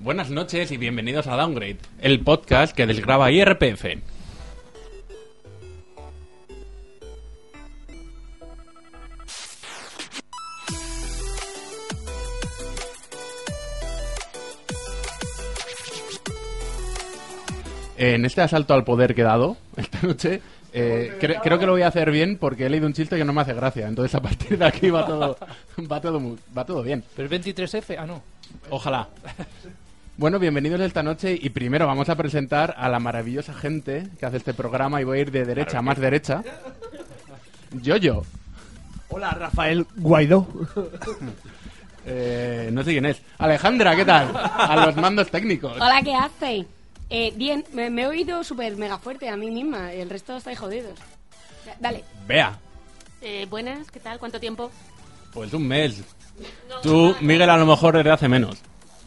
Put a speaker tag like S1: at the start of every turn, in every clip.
S1: Buenas noches y bienvenidos a Downgrade, el podcast que desgraba IRPF. En este asalto al poder que he dado esta noche, eh, cre- creo que lo voy a hacer bien porque he leído un chiste que no me hace gracia. Entonces, a partir de aquí va todo, va todo, mu- va todo bien.
S2: Pero es 23F, ah, no.
S1: Ojalá. Bueno, bienvenidos esta noche y primero vamos a presentar a la maravillosa gente que hace este programa y voy a ir de derecha a más derecha. Yoyo,
S3: Hola, Rafael Guaidó.
S1: eh, no sé quién es. Alejandra, ¿qué tal? A los mandos técnicos.
S4: Hola, ¿qué hace? Eh, bien, me, me he oído súper mega fuerte a mí misma. El resto estáis jodidos. Da- Dale.
S1: Vea,
S5: Eh, buenas, ¿qué tal? ¿Cuánto tiempo?
S1: pues un mes.
S5: No,
S1: Tú,
S5: no,
S1: Miguel, a lo mejor desde hace menos.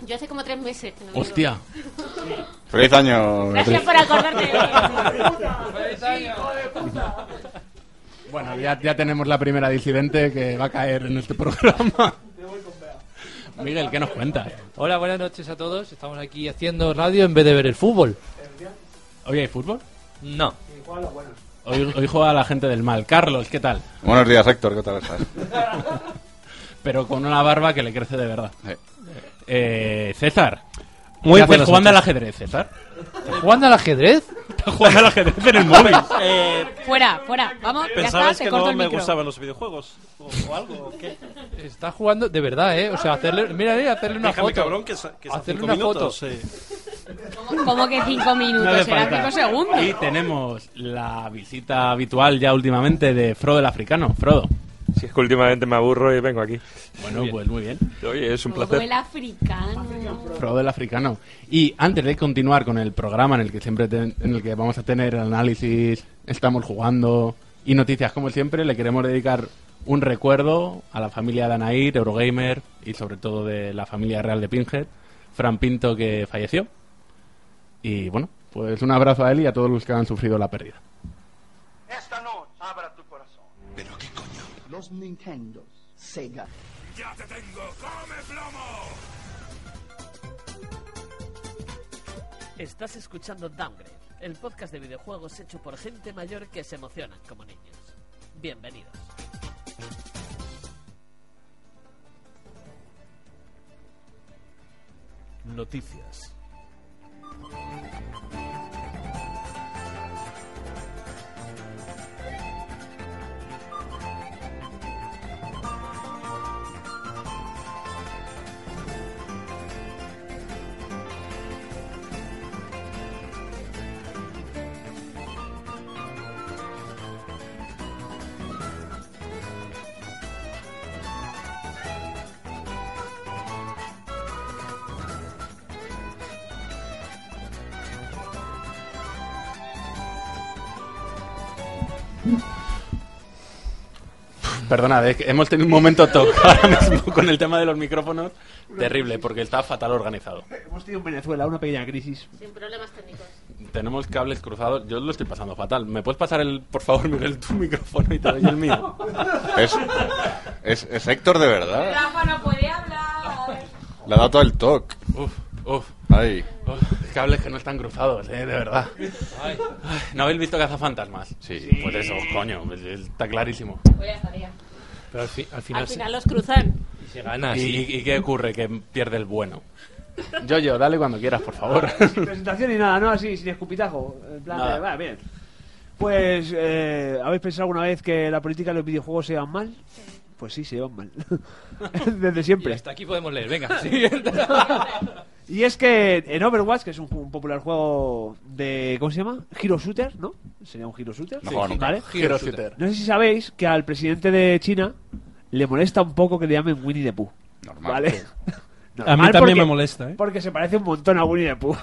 S5: Yo hace como tres meses. que no vengo.
S1: Hostia.
S6: Feliz año.
S5: Gracias por acordarte.
S1: Bueno, ya, ya tenemos la primera disidente que va a caer en este programa. Miguel, ¿qué nos cuentas?
S2: Hola, buenas noches a todos. Estamos aquí haciendo radio en vez de ver el fútbol.
S1: ¿Hoy hay fútbol?
S2: No.
S1: Hoy, hoy juega la gente del mal. Carlos, ¿qué tal?
S6: Buenos días, Héctor. ¿Qué tal estás?
S1: pero con una barba que le crece de verdad.
S6: Sí.
S1: Eh, César.
S3: Muy
S1: ¿Qué haces
S3: buenas
S1: jugando al ajedrez, César?
S2: ¿Jugando al ajedrez?
S1: Estás jugando al ajedrez en el móvil.
S4: Eh, Fuera, fuera. Vamos, ya está,
S7: Pensabas
S4: te
S7: que
S4: corto
S7: no
S4: el
S7: me
S4: micro.
S7: gustaban los videojuegos o, o algo. ¿o qué?
S2: Está jugando de verdad, ¿eh? O sea, hacerle. Mira, mira, hacerle una
S7: Déjame,
S2: foto.
S7: cabrón, que, sa- que son
S2: Hacerle
S7: cinco
S2: una
S7: minutos.
S2: foto.
S7: eh.
S4: Como que cinco
S1: No
S4: minutos,
S1: hace
S4: serán
S1: falta.
S4: cinco segundos.
S1: Y tenemos la visita habitual ya últimamente de Frodo el africano. Frodo.
S8: Si es que últimamente me aburro y vengo aquí.
S1: Bueno, pues muy bien.
S8: Oye, es un
S4: Como
S8: placer.
S4: el africano.
S1: Frodo el africano. Y antes de continuar con el programa en el que siempre ten- en el que vamos a tener el análisis, estamos jugando y noticias como siempre, le queremos dedicar un recuerdo a la familia de Anair, Eurogamer y sobre todo de la familia real de Pinhead, Fran Pinto que falleció. Y bueno, pues un abrazo a él y a todos los que han sufrido la pérdida.
S9: Esta noche abra tu corazón.
S3: Los Nintendo, Sega.
S10: Estás escuchando Downgrade, el podcast de videojuegos hecho por gente mayor que se emocionan como niños. Bienvenidos.
S7: Noticias.
S1: Perdonad, es que hemos tenido un momento toque ahora mismo con el tema de los micrófonos terrible porque está fatal organizado.
S3: Hemos tenido en Venezuela una pequeña crisis.
S5: Sin problemas técnicos.
S1: Tenemos cables cruzados. Yo lo estoy pasando fatal. ¿Me puedes pasar el, por favor, Miguel, tu micrófono y te doy el mío?
S6: Es, es, es Héctor de verdad.
S4: Rafa no puede hablar.
S6: Le ha dado todo el toque.
S1: Uf, uf,
S6: Ahí.
S1: uf. Cables que no están cruzados, eh, de verdad. Ay, ¿No habéis visto Cazafantasmas?
S6: Sí.
S1: Pues eso, coño, pues está clarísimo.
S4: Pues ya estaría.
S2: Pero al, fi- al final,
S5: Al final los cruzan.
S2: se, se gana.
S1: ¿Y,
S2: sí.
S1: y- y qué ocurre? Que pierde el bueno. Yo, yo, dale cuando quieras, por favor.
S3: Sin presentación ni nada, ¿no? Así, sin escupitajo. En plan,
S1: Nada.
S3: de, va, bien. Pues, eh, ¿habéis pensado alguna vez que la política y los videojuegos se llevan mal? Pues sí, se llevan mal. Desde
S2: Y
S3: siempre.
S2: hasta aquí podemos leer. Venga, siguiente.
S3: Y es que en Overwatch, que es un, ju- un popular juego de. ¿Cómo se llama? Hero Shooter, ¿no? Sería un Hero Shooter.
S6: No juego nunca.
S3: ¿Vale?
S1: Hero shooter.
S3: No sé si sabéis que al presidente de China le molesta un poco que le llamen Winnie the Pooh.
S6: Normal.
S3: ¿Vale?
S7: A mí
S3: Normal
S7: también
S3: porque-
S7: me molesta, ¿eh?
S3: Porque se parece un montón a Winnie the Pooh.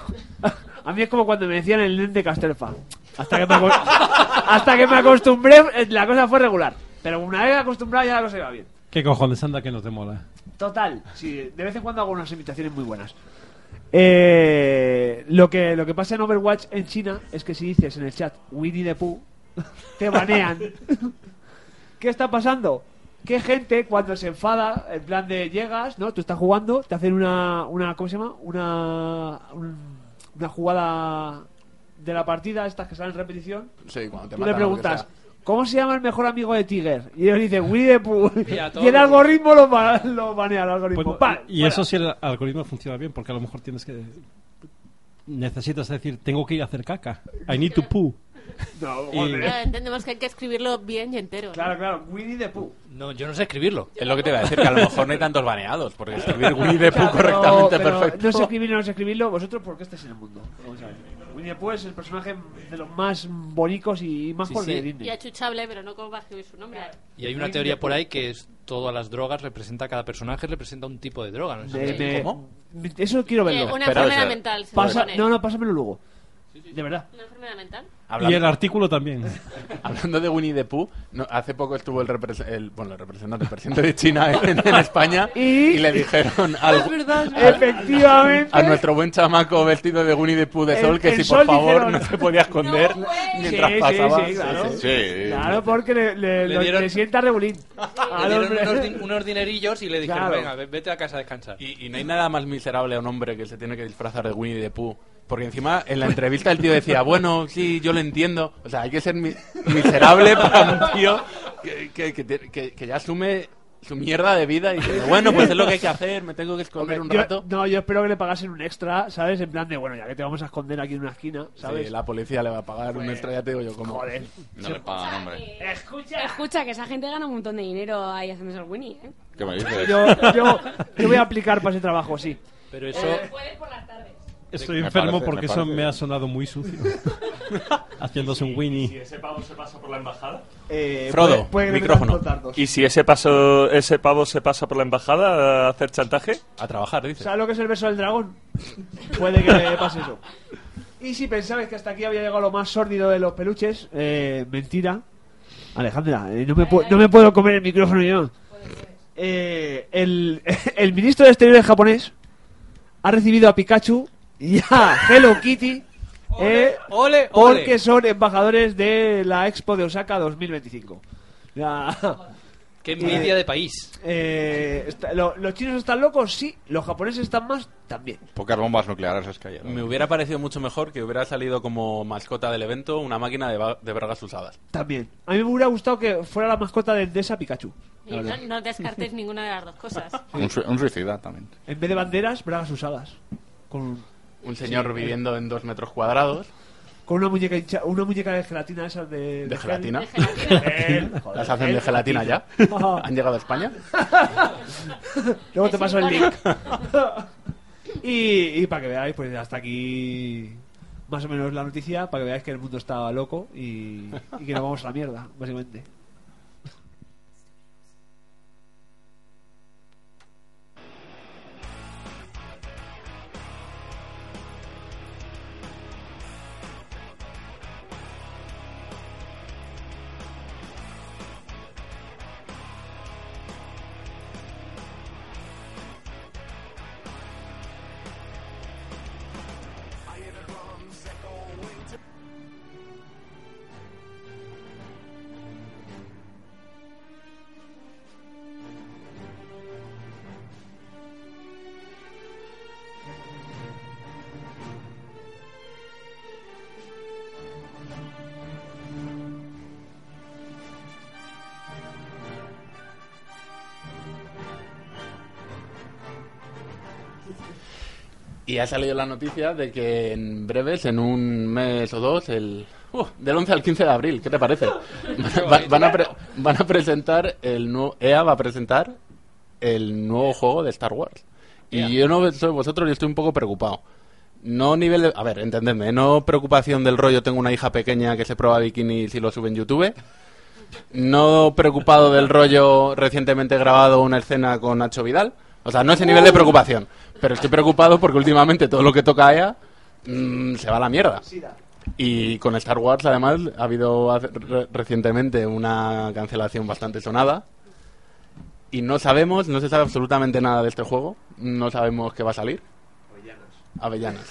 S3: a mí es como cuando me decían el nen de Castelfa. Hasta que me, aco- hasta que me acostumbré, eh, la cosa fue regular. Pero una vez acostumbrado ya la cosa iba bien.
S7: ¿Qué cojones anda que no te mola?
S3: Total, sí, de vez en cuando hago unas imitaciones muy buenas. Eh, lo, que, lo que pasa en Overwatch en China es que si dices en el chat Winnie the Pooh, te banean. ¿Qué está pasando? que gente cuando se enfada, en plan de llegas, ¿no? Tú estás jugando, te hacen una, una ¿cómo se llama? Una, un- una jugada de la partida, estas que salen en repetición.
S1: Sí, cuando te matan,
S3: Tú
S1: o lo
S3: le
S1: que
S3: preguntas,
S1: sea.
S3: ¿cómo se llama el mejor amigo de Tiger? Y ellos dicen, Winnie the Pooh.
S2: a
S3: Y
S2: todos.
S3: el algoritmo lo, ba- lo banea, el
S7: Pues
S3: algoritmo.
S7: no,
S3: ¡Pam!
S7: y
S3: Fuera.
S7: eso si el algoritmo funciona bien, porque a lo mejor tienes que. Necesitas decir, tengo que ir a hacer caca. I need to poo.
S3: No,
S7: y-
S3: joder.
S5: Ya entendemos que hay que escribirlo bien y entero. ¿no?
S3: Claro, claro, Winnie the Pooh.
S2: No, yo no sé escribirlo.
S1: Es lo que te iba a decir, que a lo mejor no hay tantos baneados, porque escribir Winnie the Pooh
S3: Claro, pero-
S1: correctamente
S3: pero
S1: perfecto.
S3: No sé escribirlo, no sé escribirlo, vosotros porque estáis en el mundo. Vamos a ver. Winnie the Pooh es el personaje de los más bonicos y más
S2: Sí,
S3: por
S2: sí.
S3: de
S5: Y
S3: Disney.
S5: achuchable, pero no como va a escribir su nombre.
S2: Y hay una teoría por ahí que es todas las drogas representa cada personaje representa un tipo de droga. ¿no?
S3: De- de-
S1: ¿Cómo?
S3: Eso quiero
S5: Eh,
S3: verlo.
S5: una
S1: espera,
S5: enfermedad
S1: o sea,
S5: mental. se
S3: Pasa-
S5: supone.
S3: no, no, pásamelo luego. De verdad.
S5: Una enfermedad mental.
S1: Hablando-
S7: Y el artículo también.
S1: Hablando de Winnie the Pooh, no, hace poco estuvo el, repres- el- bueno, el representante, el presidente de China en, en España
S3: Y-
S1: y, le dijeron al,
S3: Efectivamente.
S1: a nuestro buen chamaco vestido de Winnie the Pooh de
S3: El-
S1: Sol que
S3: el
S1: si
S3: Sol
S1: por favor
S3: dijeron-
S1: no se podía esconder
S5: No, güey.
S1: mientras
S3: Sí, sí,
S1: pasaba.
S3: sí, claro.
S1: sí.
S6: Sí.
S3: Claro, porque le, le,
S2: Le
S3: lo-
S2: dieron-
S3: le sienta rebulín.
S2: Le
S3: Al
S2: dieron
S3: hombre.
S2: unos, din- unos dinerillos y le dijeron,
S3: Claro.
S2: venga, ve- vete a casa a descansar.
S1: Y, y no hay nada más miserable a un hombre que se tiene que disfrazar de Winnie the Pooh. Porque encima en la entrevista el tío decía, bueno, sí, yo lo entiendo. O sea, hay que ser mi- miserable para un tío que, que- que te- que- que ya asume su mierda de vida y dice, bueno, pues es lo que hay que hacer, me tengo que esconder un
S3: Yo-
S1: rato.
S3: no, yo espero que le pagasen un extra, ¿sabes? En plan de, bueno, ya que te vamos a esconder aquí en una esquina, ¿sabes? Pues,
S1: Sí, la policía le va a pagar un extra, ya te digo yo como...
S3: Joder.
S6: No le pagan, hombre.
S3: Escucha.
S4: Escucha, que esa gente gana un montón de dinero ahí haciéndose el Winnie, ¿eh?
S6: ¿Qué me dices?
S3: Yo, yo, yo voy a aplicar para ese trabajo, sí. Eh,
S2: Pero eso...
S4: Eh,
S7: Estoy
S6: Me
S7: enfermo
S6: parece,
S7: porque
S6: me
S7: eso
S6: parece.
S7: me ha sonado muy sucio. Haciéndose un Winnie.
S8: ese pavo se pasa por la embajada?
S3: Eh,
S1: Frodo, micrófono.
S8: ¿Y si ese, paso, ese pavo se pasa por la embajada a hacer chantaje?
S1: A trabajar, dice.
S3: ¿Sabes lo que es el beso del dragón? Puede que le pase eso. Y si pensabais que hasta aquí había llegado lo más sórdido de los peluches, eh, mentira. Alejandra, eh, no, me pu- no me puedo comer el micrófono yo. Eh, el, el ministro de Exteriores japonés ha recibido a Pikachu y a Hello Kitty eh,
S2: ¡Ole, ole!
S3: porque son embajadores de la Expo de Osaka 2025. Ya.
S2: ¡Qué envidia de país!
S3: Eh, está- lo- ¿Los chinos están locos? Sí. ¿Los japoneses están más? También.
S6: Pocas bombas nucleares es que hay. ¿no?
S1: Me hubiera parecido mucho mejor que hubiera salido como mascota del evento una máquina de, va- de bragas usadas.
S3: También. A mí me hubiera gustado que fuera la mascota de Endesa Pikachu.
S5: Y no, no descartes ninguna de las dos cosas.
S6: Un, sui- un suicida también.
S3: En vez de banderas, bragas usadas. Con,
S1: Un señor viviendo
S3: eh.
S1: en dos metros cuadrados,
S3: con una muñeca hincha- una muñeca de gelatina esas de...
S1: de gelatina.
S3: gel. Gel, joder,
S1: Las hacen de
S3: gel.
S1: gelatina ya. ¿Han llegado a España?
S3: Luego te paso el link. y y para que veáis, pues hasta aquí más o menos la noticia, para que veáis que el mundo está loco y, y que nos vamos a la mierda, básicamente.
S1: Y ha salido la noticia de que en breves, en un mes o dos, el uh, del 11 al 15 de abril, ¿qué te parece? Van, va- van a, pre- van a presentar el nuevo EA va a presentar el nuevo juego de Star Wars. Y yo no soy vosotros, yo estoy un poco preocupado. No nivel, de- a ver, entendedme, no preocupación del rollo tengo una hija pequeña que se prueba bikinis y lo sube en YouTube. No preocupado del rollo recientemente grabado una escena con Nacho Vidal. O sea, no ese nivel de preocupación. Pero estoy preocupado porque últimamente todo lo que toca EA mm, se va a la mierda. Y con Star Wars, además, ha habido hace- re- recientemente una cancelación bastante sonada. Y no sabemos, no se sabe absolutamente nada de este juego. No sabemos qué va a salir. Avellanas.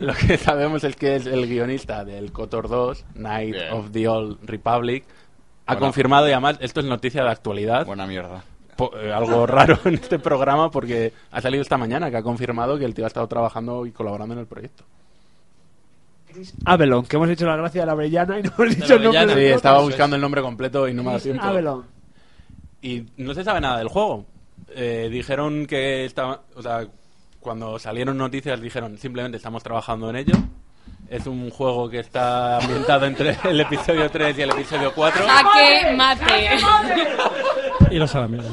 S1: Lo que sabemos es que es el guionista del KOTOR 2, Night
S6: Bien.
S1: of the Old Republic, ha confirmado y además esto es noticia de actualidad.
S6: Buena mierda.
S1: algo raro en este programa porque ha salido esta mañana que ha confirmado que el tío ha estado trabajando y colaborando en el proyecto.
S3: Avelon, que hemos hecho la gracia de la Avellana y no hemos dicho el nombre.
S1: Sí,
S3: del
S1: estaba
S3: podcast.
S1: buscando el nombre completo y no me da tiempo.
S3: Avelon.
S1: Y no se sabe nada del juego. Eh, dijeron que estaba, o sea, cuando salieron noticias dijeron simplemente estamos trabajando en ello. Es un juego que está ambientado entre el episodio 3 y el episodio 4.
S10: Jaque mate.
S7: Y los a la mierda.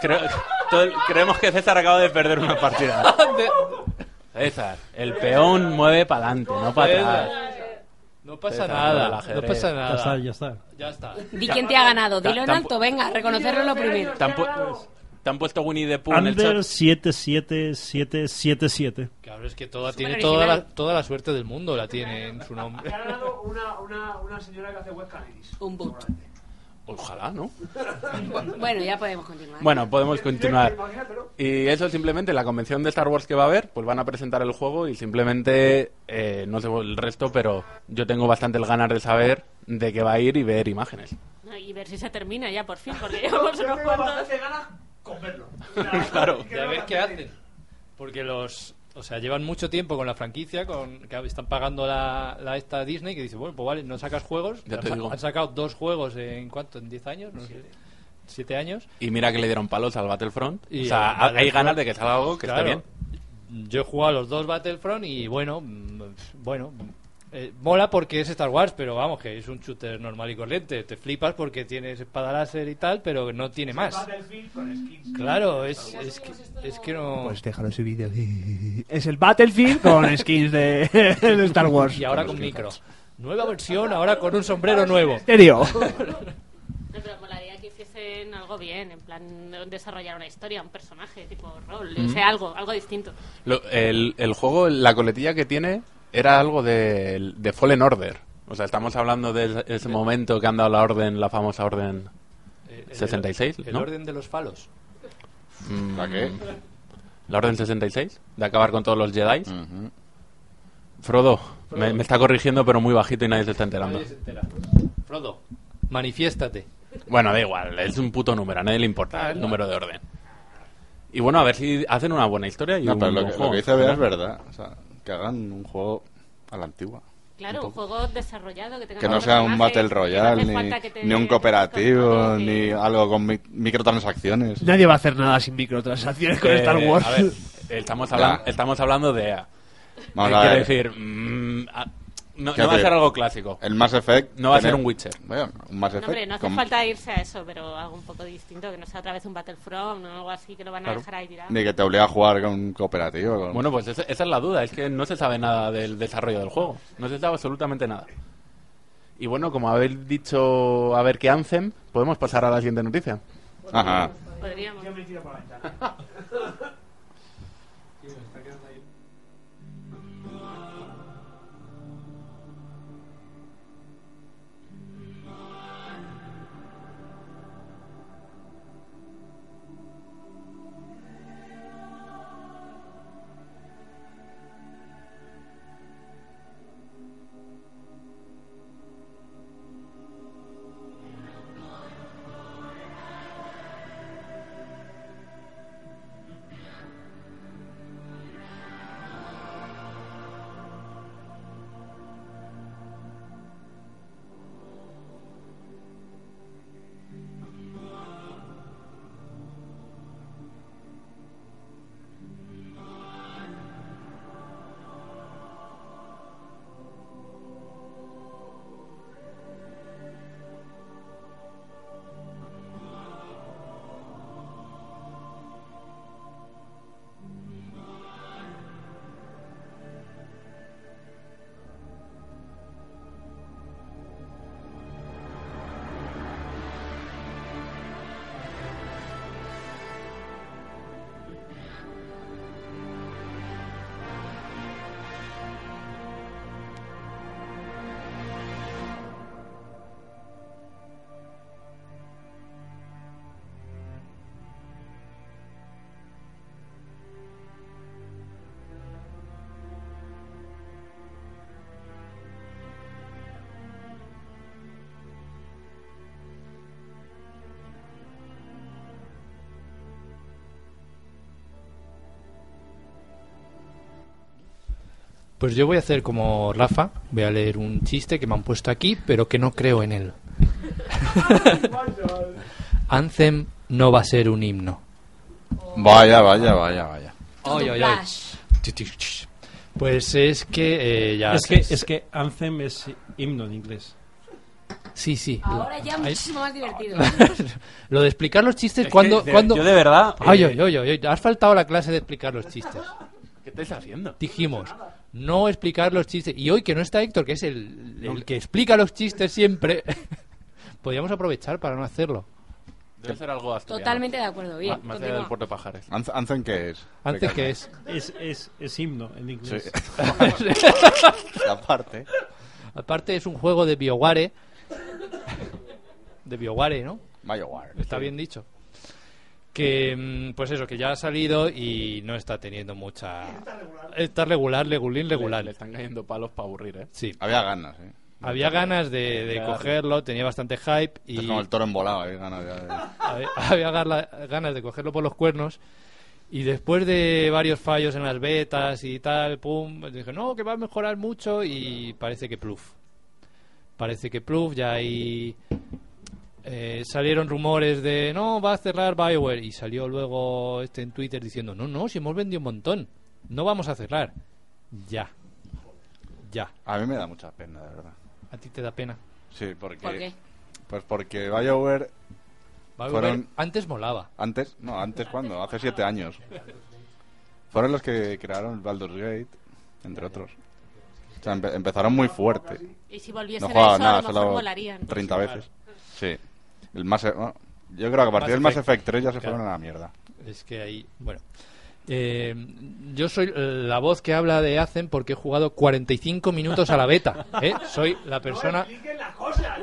S1: Creo- todo el- creemos que César acaba de perder una partida. César, el peón mueve para adelante, no para atrás.
S2: No pasa
S1: César,
S2: nada,
S1: el ajedrez.
S2: no pasa nada.
S7: Ya está, ya está.
S2: Ya está.
S10: Di quién te ha ganado,
S1: Ta-
S10: dilo en
S1: tampo-
S10: alto, venga, reconocerlo lo primero.
S1: ¿Te han, pu- te han puesto Winnie the Pooh en el
S7: Under
S1: chat?
S7: 77777.
S2: Claro, es que toda,
S10: Súper
S2: tiene toda la,
S10: original.
S2: toda la suerte del mundo, la tiene en su nombre.
S3: Ha ganado una, una, una señora que hace webcam Iris.
S10: Un boot.
S1: Ojalá, ¿no?
S10: Bueno, ya podemos continuar.
S1: Bueno, podemos continuar.
S3: Imagínatelo.
S1: Y eso simplemente, la convención de Star Wars que va a haber, pues van a presentar el juego y simplemente, eh, no sé el resto, pero yo tengo bastante el ganar de saber de qué va a ir y ver imágenes.
S5: No, y ver si se termina ya por fin, porque llevamos
S3: Yo
S5: unos
S3: tengo
S5: cuantos.
S3: bastante ganas con verlo.
S1: Claro.
S2: Y a ver qué hacen. Porque los. O sea, llevan mucho tiempo con la franquicia, con que están pagando la, la esta Disney, que dice, bueno, pues vale, no sacas juegos.
S1: Ya
S2: Han
S1: te
S2: sa-
S1: digo.
S2: Han sacado dos juegos en cuánto, en 10 años, no sé, 7 años.
S1: Y mira que le dieron palos al Battlefront.
S2: Y
S1: o sea, hay
S2: al Battlefront.
S1: ganas de que salga algo que esté bien.
S2: Yo he jugado a los dos Battlefront y bueno, mm, bueno, eh, mola porque es Star Wars, pero vamos, que es un shooter normal y corriente. Te flipas porque tienes espada láser y tal, pero no tiene más.
S3: Battlefield con skins.
S2: Claro, es, es, que, es que no...
S3: Pues déjalo ese vídeo. Es el Battlefield con skins de, de Star Wars.
S2: Y ahora con micro. Nueva versión, ahora con un sombrero nuevo.
S3: Serio.
S5: No, pero molaría que hiciesen algo bien, en plan desarrollar una historia, un personaje, tipo rol, o sea, algo, algo distinto.
S1: Lo- el, el juego, la coletilla que tiene era algo de, de Fallen Order. O sea, estamos hablando de ese- ese momento que han dado la orden, la famosa orden.
S2: Eh, el-
S1: 66,
S2: El
S1: ¿no?
S2: orden de los falos.
S1: mm,
S6: ¿Para qué?
S1: La orden 66, de acabar con todos los Jedi.
S6: Ujú.
S1: Frodo, Me, me está corrigiendo, pero muy bajito y nadie se está enterando.
S2: Nadie se entera. Frodo, manifiéstate.
S1: Bueno, da igual, es un puto número, a nadie le
S2: Ah,
S1: importa el número de orden. Y bueno, a ver si hacen una buena historia. Y
S6: No,
S1: un
S6: pero lo
S1: buen
S6: que, lo
S1: juego.
S6: que dice Bea es verdad. O sea, que hagan un juego a la antigua.
S5: Claro, un juego desarrollado que tenga
S6: Que no
S5: más
S6: sea un
S5: personajes,
S6: Battle
S5: que no hace
S6: Royale,
S5: falta que te-
S6: ni, ni un cooperativo,
S5: que-
S6: ni algo con mi- microtransacciones.
S3: Nadie va a hacer nada sin microtransacciones con
S1: Eh,
S3: Star Wars.
S1: A ver, estamos, hablan-
S6: Ya.
S1: estamos hablando de E EA.
S6: Vamos
S1: Eh,
S6: a
S1: quiero
S6: ver.
S1: decir, mm, a- no,
S6: ¿Qué
S1: no va a
S6: hacer?
S1: ser algo clásico.
S6: El Mass Effect.
S1: No va a
S6: tener-
S1: ser un Witcher.
S6: Bueno, un Mass
S5: No,
S6: Effect.
S5: hombre, no hace
S6: con-
S5: falta irse a eso, pero algo un poco distinto, que no sea otra vez un Battlefront o algo así que lo van a
S1: Claro.
S5: dejar ahí tirado.
S6: Ni que te obligue a jugar con un cooperativo. con-
S1: Bueno, pues esa, esa es la duda, es que no se sabe nada del desarrollo del juego, no se sabe absolutamente nada. Y bueno, como habéis dicho, a ver qué Anthem, podemos pasar a la siguiente noticia.
S6: Ajá.
S5: Podríamos.
S2: Pues yo voy a hacer como Rafa, voy a leer un chiste que me han puesto aquí, pero que no creo en él. Anthem no va a ser un himno.
S6: Vaya, vaya, vaya, vaya.
S2: Ay, ay, ay. Pues es que eh, ya...
S7: Es que, es que Anthem es himno en inglés.
S2: Sí, sí.
S4: Ahora ya
S2: Ahí-
S4: muchísimo más divertido.
S2: Lo de explicar los chistes,
S10: Es que
S2: cuando,
S10: de-
S2: cuando...
S10: yo de verdad,
S2: Ay,
S10: eh,
S2: ay, ay, ay, ay, has faltado a la clase de explicar los chistes.
S10: ¿Qué estáis haciendo?
S2: Dijimos, no explicar los chistes. Y hoy que no está Héctor, que es el, el que explica los chistes siempre, podríamos aprovechar para no hacerlo.
S10: Debe ser algo asturiano.
S4: Totalmente de acuerdo, bien,
S10: Más allá
S4: continúa.
S10: del Puerto Pajares.
S6: ¿Anzen qué es?
S2: Antes que es...
S7: Es, es, es himno en inglés.
S6: Sí. Aparte.
S2: Aparte es un juego de BioWare. De BioWare, ¿no?
S6: BioWare.
S2: Está bien dicho. Que, mm, pues eso, que ya ha salido y no está teniendo mucha... Está regular, regulín, regular.
S10: Le, le están cayendo palos para aburrir, ¿eh?
S2: Sí.
S6: Había ganas, ¿eh?
S2: Había ganas de, de
S10: Claro.
S2: cogerlo, tenía bastante hype y
S6: Es como el toro embolado, había ganas ya de...
S2: había, había garla- ganas de cogerlo por los cuernos. Y después de varios fallos en las betas y tal, pum, dije, no, que va a mejorar mucho y parece que pluf. Parece que pluf, ya hay... eh, salieron rumores de, no, va a cerrar Bioware. Y salió luego este en Twitter diciendo, no, no, si hemos vendido un montón, no vamos a cerrar. Ya. Ya.
S6: A mí me da mucha pena, de verdad.
S2: A ti te da pena.
S6: Sí, porque...
S4: ¿Por qué?
S6: Pues porque BioWare
S2: Bioware
S6: Fueron-
S2: antes molaba.
S6: antes... No, antes cuándo, hace siete años. Fueron los que crearon el Baldur's Gate, entre otros. O sea, empe- empezaron muy fuerte.
S5: Y si volviesen
S6: No
S5: a
S6: jugaba
S5: eso, a
S6: nada,
S5: lo mejor pues.
S6: solo
S5: molarían.
S6: 30 veces. Sí. El más... bueno, yo creo que a partir del
S2: Mass
S6: Mass
S2: Effect.
S6: Effect 3 ya se
S2: Claro.
S6: fueron a la mierda.
S2: Es que ahí, bueno. Eh, yo soy la voz que habla de Hacen porque he jugado 45 minutos a la beta. ¿eh? Soy la persona.
S3: Expliquen las cosas.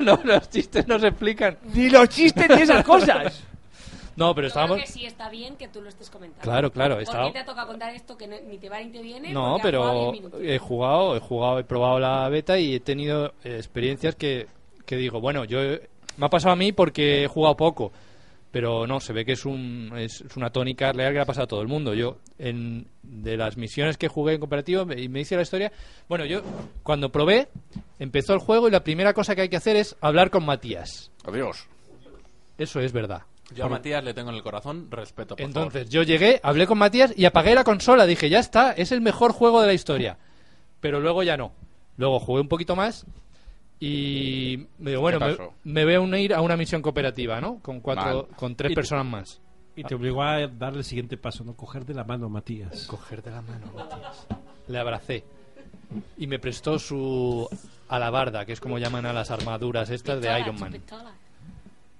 S2: no, los chistes no se explican.
S3: Ni los chistes ni esas cosas.
S2: No, pero
S4: Yo creo
S2: estábamos.
S4: que sí está bien que tú lo estés comentando.
S2: Claro, claro,
S4: ¿Por
S2: estaba-
S4: qué te toca contar esto que no- ni te va ni te viene?
S2: No,
S4: Porque has jugado 10
S2: pero
S4: minutos.
S2: he jugado, he jugado, he probado la beta y he tenido eh, experiencias que, que digo, bueno, yo he- me ha pasado a mí porque he jugado poco, pero no, se ve que es, un, es, es una tónica real que le ha pasado a todo el mundo. Yo, en, de las misiones que jugué en cooperativo, me, y me hice la historia, bueno, yo cuando probé, empezó el juego y la primera cosa que hay que hacer es hablar con Matías.
S6: Adiós.
S2: Eso es verdad.
S10: Yo a Matías le tengo en el corazón respeto. Por
S2: Entonces, yo llegué, hablé con Matías y apagué la consola. Dije, ya está, es el mejor juego de la historia. Pero luego ya no. Luego jugué un poquito más y me digo, bueno, me,
S6: pasó?
S2: me voy a unir a una misión cooperativa, ¿no? Con cuatro,
S6: Mal.
S2: con tres
S7: Y-
S2: personas más.
S7: Y te obligó a dar el siguiente paso, ¿no? Coger de la mano a Matías.
S2: Coger de la mano, Matías. Le abracé y me prestó su alabarda, que es como llaman a las armaduras estas de
S5: Pistola,
S2: Iron Man.
S5: pistola.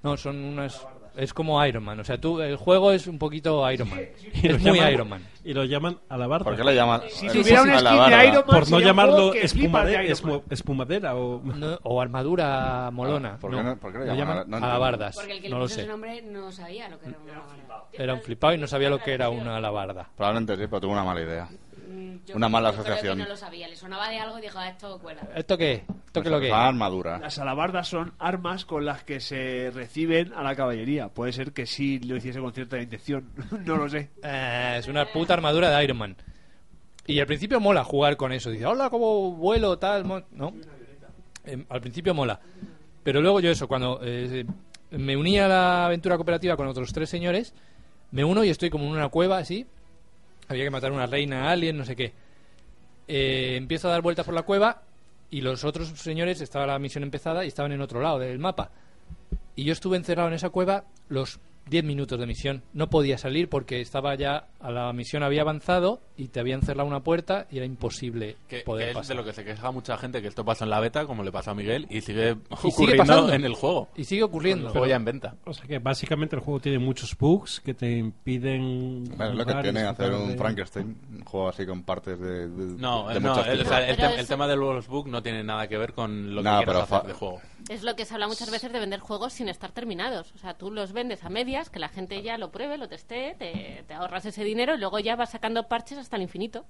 S2: No, son unas. Es como Iron Man. O sea, tú, el juego es un poquito Iron Man.
S7: Y lo
S2: Es muy
S7: llaman-
S2: Iron Man.
S7: Y lo llaman alabarda.
S6: ¿Por qué le llaman?
S3: Si
S6: el-
S3: tuviera un
S6: a la
S3: skin de
S6: barba?
S3: Iron Man,
S7: Por no
S3: sería un
S7: llamarlo
S3: juego que flipas de
S7: espumade-
S3: Iron Man.
S7: esmu- espumadera o...
S2: No, o armadura molona.
S6: ¿por qué
S2: no,
S6: no- por qué lo llaman? No entiendo.
S2: alabardas?
S4: Porque el que
S2: no
S4: le
S2: lo
S4: puso ese
S2: sé.
S4: nombre no sabía lo que era una bala.
S2: Era un flipado y no sabía lo que era una alabarda.
S6: Probablemente sí, pero tuvo una mala idea.
S4: Mm, yo
S6: Una mala
S4: creo
S6: asociación.
S4: Que no lo sabía, le sonaba de algo y dijo, "Ah, esto cuela.
S2: ¿Esto qué? es? ¿Esto qué es lo que
S6: La
S2: es?
S6: armadura.
S3: Las alabardas son armas con las que se reciben a la caballería. Puede ser que sí lo hiciese con cierta intención. no lo sé.
S2: Eh, es una puta armadura de Iron Man. Y al principio mola jugar con eso. Dice, hola, ¿cómo vuelo? Tal, mo-". ¿no? Eh, al principio mola. Pero luego yo eso, cuando eh, me uní a la aventura cooperativa con otros tres señores, me uno y estoy como en una cueva así. Había que matar a una reina, alien, no sé qué. Eh, empiezo a dar vueltas por la cueva y los otros señores, estaba la misión empezada y estaban en otro lado del mapa. Y yo estuve encerrado en esa cueva los 10 minutos de misión. No podía salir porque estaba ya. A la misión había avanzado y te habían cerrado una puerta y era imposible
S10: Que,
S2: poder
S10: que es de
S2: pasar.
S10: lo que se queja mucha gente, que esto pasa en la beta, como le pasó a Miguel, y sigue
S2: sigue
S10: ocurriendo
S2: pasando.
S10: en el juego.
S2: Y sigue ocurriendo.
S10: el juego ya en venta.
S7: O sea que básicamente el juego tiene muchos bugs que te impiden...
S6: Bueno, es lo que
S7: jugar y
S6: tiene hacer
S7: disfrutar
S6: un
S7: de-
S6: Frankenstein, un juego así con partes de, de-
S10: No,
S6: de
S10: eh, no
S6: muchos
S10: el, o
S6: tipos.
S10: sea, el
S5: Pero
S10: te-
S5: es-
S10: el tema del Wolfsburg no tiene nada que ver con lo que
S6: No,
S10: quieras
S6: pero
S10: hacer
S6: fa-
S10: de juego.
S5: Es lo que se habla muchas veces de vender juegos sin estar terminados. O sea, tú los vendes a medias, que la gente ya lo pruebe, lo testee, te, te ahorras ese dinero y luego ya vas sacando parches hasta el infinito.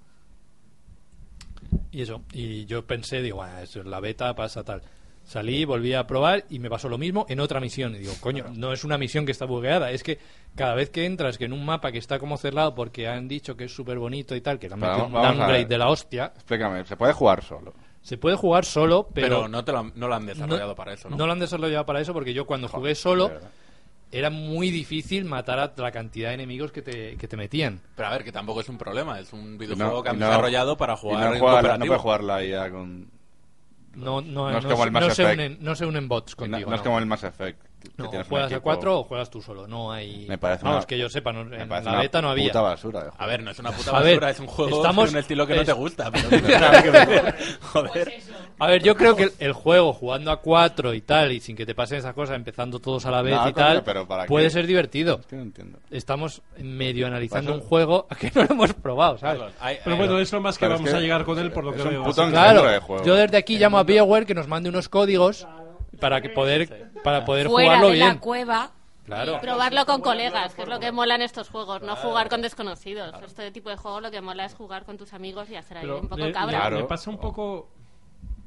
S2: Y eso. Y yo pensé, digo, "Ah, eso es la beta, pasa tal. Salí, volví a probar y me pasó lo mismo en otra misión. Y digo, coño, no es una misión que está bugueada, es que cada vez que entras que en un mapa que está como cerrado porque han dicho que es súper bonito y tal, que también
S6: Vamos-
S2: un
S6: vamos a
S2: downgrade
S6: ver.
S2: de la hostia,
S6: Explícame, ¿se puede jugar solo?
S2: se puede jugar solo, pero...
S1: Pero no te lo han- no lo han desarrollado para eso, ¿no?
S2: lo han desarrollado para eso porque yo cuando jugué solo era muy difícil matar a la cantidad de enemigos que te, que te metían.
S1: Pero a ver, que tampoco es un problema, es un
S6: Y
S1: videojuego que
S6: y
S1: han desarrollado para
S6: y
S1: jugar
S6: no, juega la-
S1: en
S6: no
S1: cooperativo.
S6: puede jugar la IA con...
S2: No, no,
S6: No es
S2: no
S6: como
S2: se-
S6: el Mass
S2: no se
S6: Effect.
S2: unen- no se unen
S6: Y
S2: bots
S6: no-
S2: contigo,
S6: No, es
S2: no.
S6: como el Mass Effect. que
S2: No,
S6: tienes un
S2: juegas a
S6: equipo-
S2: cuatro o juegas tú solo. No hay.
S6: Me parece
S2: Vamos,
S6: una-
S2: que yo sepa, no-
S6: me
S2: en
S6: parece
S2: la
S6: una
S2: beta no había.
S6: puta basura eh, de juego.
S1: A ver, no es una puta
S2: A ver,
S1: basura, es un juego
S2: estamos-
S1: de un estilo que no
S2: es-
S1: te gusta, pero
S4: Pues
S1: Joder.
S2: A ver, yo creo que el, el juego jugando a cuatro y tal, y sin que te pasen esas cosas, empezando todos a la vez
S6: No,
S2: y
S6: coño,
S2: tal,
S6: pero ¿para qué?
S2: puede ser divertido.
S6: Es que no entiendo.
S2: Estamos medio analizando
S6: Para
S2: un
S6: eso-
S2: juego que no lo hemos probado, ¿sabes?
S1: Carlos, hay-
S7: Pero
S1: hay-
S7: bueno, es lo más que
S6: Pero es
S7: vamos
S6: que
S7: a llegar con él por lo
S6: es
S7: que
S6: un
S7: veo.
S6: puto
S7: así que-
S6: engendro.
S2: Claro,
S6: de juego.
S2: yo desde aquí llamo a BioWare que nos mande unos códigos para que poder para poder
S4: Fuera
S2: jugarlo
S4: de
S2: bien.
S4: la cueva.
S2: Claro.
S5: Y probarlo con colegas, que es lo que mola en estos juegos, no jugar con desconocidos. Este tipo de juego lo que mola es jugar con tus amigos y hacer ahí
S7: Pero
S5: un poco
S7: le,
S5: cabra.
S7: le-
S6: Claro.
S7: le pasa un poco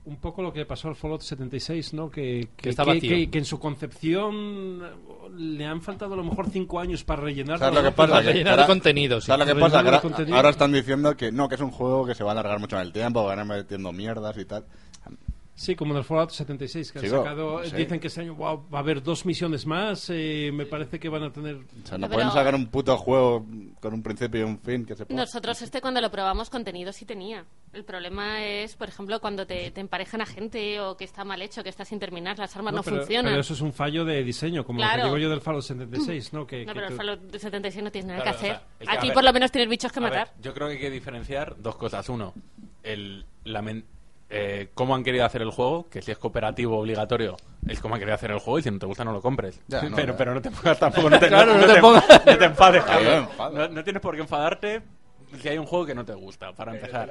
S7: un poco lo que pasó al Fallout 76, ¿no? Que, que,
S2: Que está vacío.
S7: que- que en su concepción eh, le han faltado a lo mejor cinco años para rellenar.
S6: ¿Sabes lo que pasa?
S2: rellenar
S6: Que
S2: de
S6: ahora-
S2: contenido, sí.
S6: ¿Sabes lo que
S7: Rellenar
S6: pasa?
S7: de
S6: Que ahora-
S7: contenido.
S6: Ahora están diciendo que no, que es un juego que se va a alargar mucho en el tiempo, van a ir metiendo mierdas y tal.
S7: Sí, como en el Fallout 76, que han
S6: Chico,
S7: sacado... eh,
S6: sí.
S7: Dicen que este año wow, va a haber dos misiones más, eh, me parece que van a tener...
S6: O sea, no
S5: Pero-
S6: pueden sacar un puto juego con un principio y un fin que se pueda.
S5: Nosotros este cuando lo probamos contenido sí tenía. El problema es, por ejemplo, cuando te, te emparejan a gente o que está mal hecho, que está sin terminar, las armas no,
S7: pero,
S5: funcionan.
S7: pero eso es un fallo de diseño, como lo
S5: Claro. Mm.
S7: que digo yo del Fallout 76, ¿no? Que,
S5: No,
S7: que
S5: pero el
S7: tú-
S5: Fallout 76 no tienes nada
S1: Claro,
S5: que hacer.
S1: o sea, es que, a
S5: Aquí
S1: ver,
S5: por lo menos tienes bichos que
S1: a ver,
S5: matar.
S1: yo creo que hay que diferenciar dos cosas. Uno, el, la men- eh, cómo han querido hacer el juego, que si es cooperativo obligatorio, es como han querido hacer el juego y si no te gusta no lo compres.
S6: Ya, no,
S1: pero,
S6: ya.
S1: pero no te pongas tampoco, no te,
S2: Claro,
S1: no-
S2: no
S1: no
S2: te
S1: te-
S2: pongas-
S1: no te enfades,
S6: Claro,
S1: Carlos.
S6: me enfado.
S1: No, no tienes por qué enfadarte si hay un juego que no te gusta, para empezar.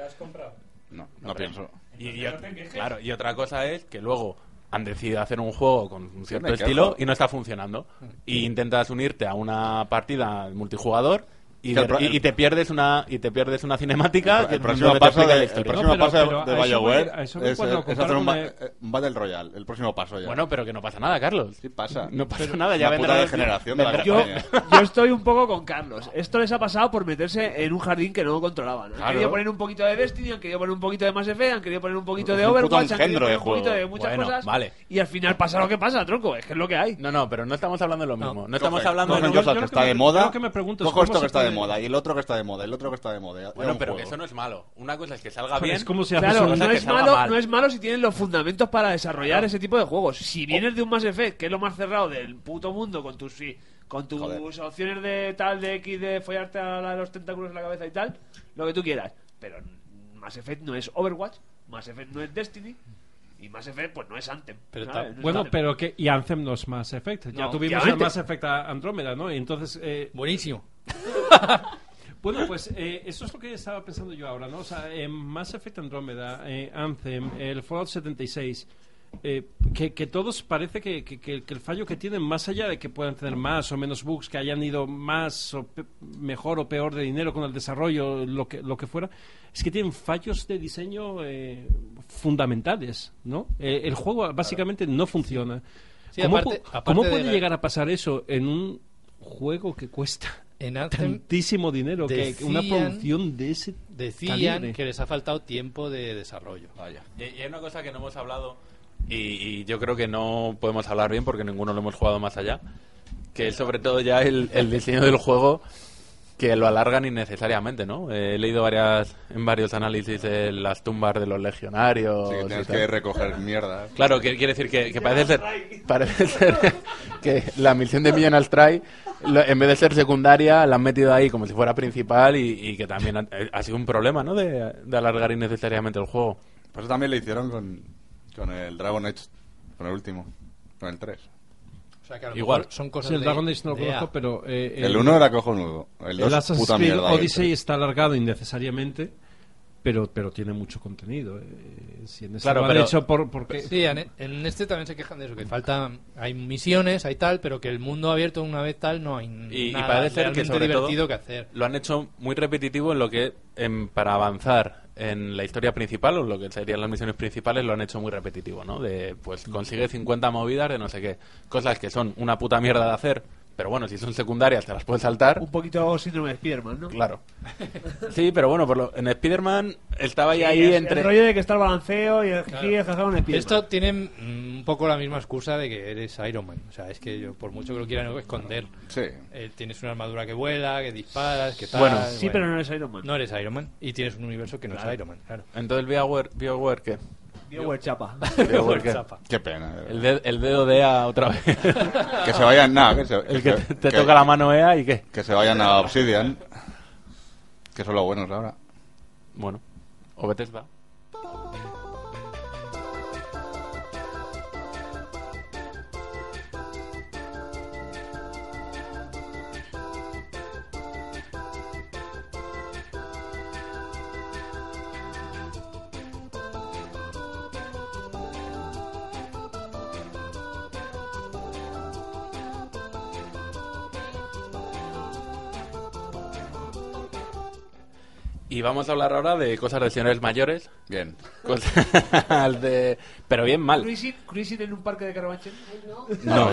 S6: No, no pienso.
S1: Y, y ot- claro, y otra cosa es que luego han decidido hacer un juego con un cierto
S6: me quejo.
S1: estilo y no está funcionando. Y intentas unirte a una partida multijugador y,
S6: Que el
S1: de-
S6: pro-
S1: y- y te pierdes una y te pierdes una cinemática
S6: El,
S1: que
S6: el próximo
S1: donde te
S6: paso
S1: explica
S6: de,
S1: la
S6: el
S1: historia.
S6: próximo
S7: No, pero-
S6: paso de-
S7: pero
S6: de
S7: a eso voy-
S6: BioWare
S7: a eso voy
S6: es,
S7: cuando
S6: es hacer un,
S7: comparo
S6: ba-
S7: con el-
S6: eh, un Battle Royale. El próximo paso ya.
S1: Bueno, pero que no pasa nada, Carlos.
S6: sí pasa.
S1: No pasa nada, ya
S6: Una
S1: vendrá
S6: puta
S1: el-
S6: degeneración de la
S1: vendrá-
S3: Yo,
S6: compañía.
S3: yo estoy un poco con Carlos. Esto les ha pasado por meterse en un jardín que no controlaban. Han
S6: Claro.
S3: querido poner un poquito de Destiny, han querido poner un poquito de Mass Effect, han querido poner un poquito
S6: Es
S3: de
S6: un puto
S3: Overwatch, han querido
S6: engendro de
S3: poner un poquito
S6: juego.
S3: de muchas
S1: Bueno,
S3: cosas.
S1: vale.
S3: Y al final pasa lo que pasa, tronco. Es que es lo que hay.
S1: No, no, pero no estamos hablando de lo mismo. No, estamos
S6: Cogen-
S1: hablando de
S6: cogen
S1: lo
S6: cosas
S7: yo
S6: que
S7: lo que
S6: está
S7: me-
S6: de
S7: yo
S6: moda.
S7: lo que me pregunto es
S6: cojo esto que
S7: cómo se
S6: está de
S7: puede-
S6: moda y el otro que está de moda y el otro que está de moda. Era
S1: Bueno,
S6: un
S1: pero que
S6: juego.
S1: eso no es malo. Una cosa es que salga bien.
S7: Es como si haces
S3: Claro,
S7: un-
S1: cosa
S3: no
S1: que
S3: es,
S1: salga
S3: malo,
S1: mal.
S3: no es malo si tienes los fundamentos para desarrollar ese tipo de juegos.
S6: Oh.
S3: Si vienes de un Mass Effect, que es lo más cerrado del puto mundo, con tus sí, con tus
S6: Joder.
S3: opciones de tal, de X, de follarte a la- los tentáculos en la cabeza y tal, lo que tú quieras. Pero Mass Effect no es Overwatch, Mass Effect no es Destiny, y Mass Effect pues no es Anthem.
S2: Pero
S3: ¿sabes?
S2: está-
S3: No es
S7: Bueno,
S3: Anthem.
S7: pero que y Anthem no es eh. Mass Effect. Ya
S3: No,
S7: tuvimos el
S3: obviamente.
S7: Mass Effect a Andrómeda, ¿no? Y entonces, eh,
S2: Buenísimo.
S7: bueno, pues eh, eso es lo que estaba pensando yo ahora, ¿no? O sea, eh, Mass Effect Andrómeda, eh, Anthem, el Fallout 76, eh, que, que todos parece que, que- que- que el fallo que tienen, más allá de que puedan tener más o menos bugs, que hayan ido más o pe- mejor o peor de dinero con el desarrollo, lo que, lo que fuera, es que tienen fallos de diseño eh, fundamentales, ¿no? Eh, el juego básicamente no funciona.
S2: Sí,
S7: ¿Cómo,
S2: aparte-
S7: pu-
S2: aparte
S7: cómo
S2: de
S7: puede
S2: la-
S7: llegar a pasar eso en un juego que cuesta
S2: En Anthem
S7: tantísimo dinero que, que una
S2: decían-
S7: producción de ese
S2: decían
S7: calibre.
S2: que les ha faltado tiempo de desarrollo.
S1: Vaya. Y, y hay una cosa que no hemos hablado y, y yo creo que no podemos hablar bien porque ninguno lo hemos jugado más allá, que es sobre todo ya el, el diseño del juego que lo alargan innecesariamente, ¿no? Eh, He leído varias en varios análisis eh, las tumbas de los legionarios.
S6: Sí, que
S1: y
S6: tienes
S1: tal.
S6: que recoger mierda.
S1: Claro, que quiere decir que, que parece ser, parece ser que la misión de Millonal Try, lo- en vez de ser secundaria, la han metido ahí como si fuera principal y, y que también ha, ha sido un problema, ¿no? De, de alargar innecesariamente el juego.
S6: Pues eso también lo hicieron con, con el Dragon Age, con el último, con el 3.
S2: O sea, que a lo
S1: Igual.
S2: mejor son cosas
S7: Sí, el
S2: de-
S7: Dragon Age no lo
S2: de
S7: conozco,
S2: A.
S7: pero... eh,
S6: El 1 era cojonudo, el
S7: el
S6: 2
S7: Assassin's
S6: puta
S7: Creed
S6: mierda. y el
S7: Odyssey
S6: tres.
S7: está alargado innecesariamente. pero, pero tiene mucho contenido. eh, si en ese
S2: Claro,
S7: lo han
S2: pero-
S7: hecho por, porque...
S2: Sí, en, en este también se quejan de eso, que falta, hay misiones, hay tal, pero que el mundo abierto una vez tal no hay
S1: Y, y
S2: nada
S1: parece ser que
S2: realmente
S1: sobre todo
S2: divertido que hacer.
S1: lo han hecho muy repetitivo en lo que en- para avanzar en la historia principal o lo que serían las misiones principales lo han hecho muy repetitivo, ¿no? De pues consigue 50 movidas de no sé qué, cosas que son una puta mierda de hacer, pero bueno, si son secundarias te las puedes saltar.
S3: Un poquito síndrome de Spiderman, ¿no?
S1: Claro. Sí, pero bueno, por lo- en Spider-Man estaba
S3: Sí,
S1: ya ahí
S3: es
S1: entre
S3: El rollo de que está el balanceo y el jiji y el jaja con Spiderman.
S2: Esto tiene mm, un poco la misma excusa de que eres Iron Man. O sea, es que yo, por mucho que lo quieran esconder,
S6: Sí.
S2: eh, tienes una armadura que vuela, que disparas, que tal.
S1: Ah, Bueno.
S3: Sí, pero no eres Iron Man.
S2: No eres Iron Man. Y tienes un universo que no es Iron Man, claro.
S1: entonces BioWare, BioWare qué?
S3: Bioware chapa.
S1: BioWare qué?
S6: Qué pena. de verdad.
S1: El, de- el dedo de EA otra vez.
S6: Que se vayan, nada, que se,
S1: El que te, te
S6: que-
S1: toca la mano EA y qué.
S6: que se vayan a Obsidian. Que son los buenos ahora.
S1: Bueno, o Bethesda. Y vamos a hablar ahora de cosas de señores mayores.
S6: Bien.
S1: Cosas de... Pero bien mal.
S3: Cruising, cruising en un parque de Carabanchel.
S1: No,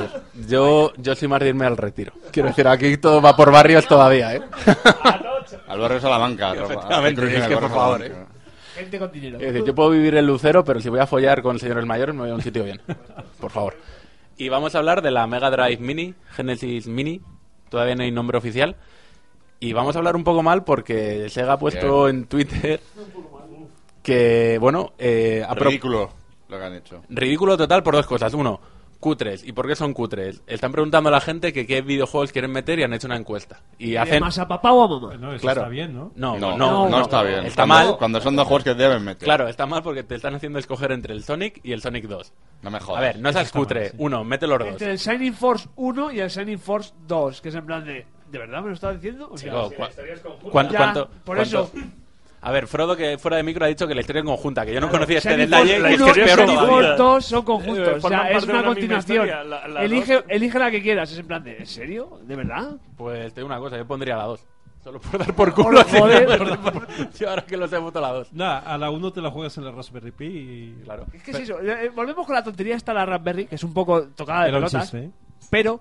S1: yo, yo soy más de irme al retiro. Quiero decir, aquí todo va por barrios todavía, ¿eh?
S6: Al barrio Salamanca. ropa-
S1: Efectivamente,
S6: cruising
S1: es
S6: al
S1: que,
S6: barrio
S1: por favor, eh.
S6: Salamanca.
S3: Gente con dinero.
S1: Es decir, yo puedo vivir en Lucero, pero si voy a follar con señores mayores me voy a un sitio bien. Por favor. Y vamos a hablar de la Mega Drive Mini, Genesis Mini. Todavía no hay nombre oficial. Y vamos a hablar un poco mal porque Sega ha puesto en Twitter que, bueno, eh, ha pro-
S6: Ridículo lo que han hecho.
S1: Ridículo total por dos cosas. Uno, cutres. ¿Y por qué son cutres? Están preguntando a la gente que qué videojuegos quieren meter y han hecho una encuesta. Y hacen...
S3: ¿Más a papá o a mamá?
S7: Bueno, eso
S1: Claro.
S7: está bien, ¿no?
S1: No,
S6: No,
S1: no,
S6: no,
S1: no.
S6: está bien.
S1: Está
S6: Cuando-
S1: mal.
S6: Cuando son dos juegos que deben meter.
S1: Claro, está mal porque te están haciendo escoger entre el Sonic y el Sonic 2.
S6: No me jodas.
S1: A ver, no seas cutre. Uno, mete los dos.
S3: Entre el Shining Force 1 y el Shining Force 2, que es en plan de... ¿De verdad me lo estás diciendo? O sea,
S1: Chico, cua- ¿cuán-
S3: Ya,
S1: cuánto-
S3: por
S1: cuánto-
S3: eso.
S1: A ver, Frodo, que fuera de micro, ha dicho que la historia es conjunta, que yo no conocía este
S3: Shining
S1: detalle.
S3: Force
S1: y es que
S3: 1
S1: es
S3: y
S1: peor
S3: Shining
S1: todavía.
S3: Force 2 son conjuntos.
S1: Eh,
S3: o sea,
S1: forman
S3: es
S1: parte
S3: una
S1: de una misma
S3: continuación.
S1: historia, la- la
S3: elige, elige la que quieras. Es en plan de... ¿En serio? ¿De verdad?
S1: Pues te digo una cosa, yo pondría la 2. Solo por dar por culo.
S3: Hola,
S1: así,
S3: joder.
S1: por- por- yo ahora que lo sé, voto la 2.
S7: Nada, a la 1 te la juegas en la Raspberry Pi y...
S1: Claro.
S3: Es que es eso. eh, Volvemos con la tontería esta la Raspberry, que es un poco tocada de
S7: Era un
S3: pelotas.
S7: chiste, ¿eh?
S3: Pero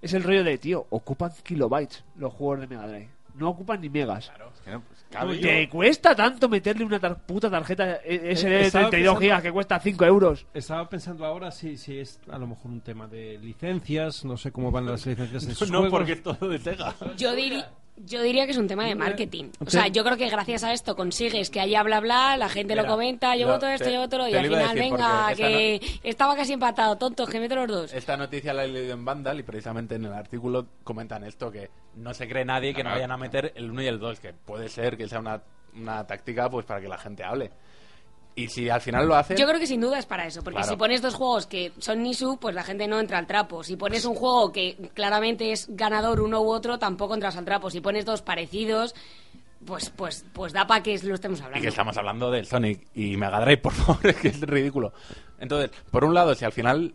S3: es el rollo de, tío, ocupan kilobytes los juegos de Mega Drive. No ocupan ni megas.
S6: Es que no, pues, cabe.
S3: ¿Te cuesta tanto meterle una tar- puta tarjeta eh, SD de
S7: Estaba
S3: 32
S7: pensando-
S3: gigas que cuesta 5 euros?
S7: Estaba pensando ahora si, si es a lo mejor un tema de licencias, no sé cómo van las licencias en sus
S1: No,
S7: juegos.
S1: porque es todo de Sega.
S4: Yo, diri- yo diría que es un tema de marketing. O sea, yo creo que gracias a esto consigues que haya bla bla, la gente lo
S1: Mira,
S4: comenta, yo
S1: lo-
S4: voto esto,
S1: te-
S4: yo voto lo, y
S1: te
S4: al
S1: lo iba a
S4: final,
S1: decir,
S4: venga,
S1: porque
S4: que
S1: esta
S4: estaba casi empatado, tonto, que meto los dos.
S1: Esta noticia la he leído en Vandal y precisamente en el artículo comentan esto, que no se cree nadie que no vayan a meter el 1 y el 2, que puede ser que sea una, una táctica pues para que la gente hable. Y si al final lo hacen...
S4: Yo creo que sin duda es para eso, porque
S1: Claro.
S4: si pones dos juegos que son Nisu, pues la gente no entra al trapo. Si
S1: Pues
S4: pones un juego que claramente es ganador uno u otro, tampoco entras al trapo. Si pones dos parecidos, pues pues pues da para que lo
S1: Y
S4: estemos
S1: que
S4: hablando.
S1: estamos hablando del Sonic y Mega Drive, por favor, es que es ridículo. Entonces, por un lado, si al final,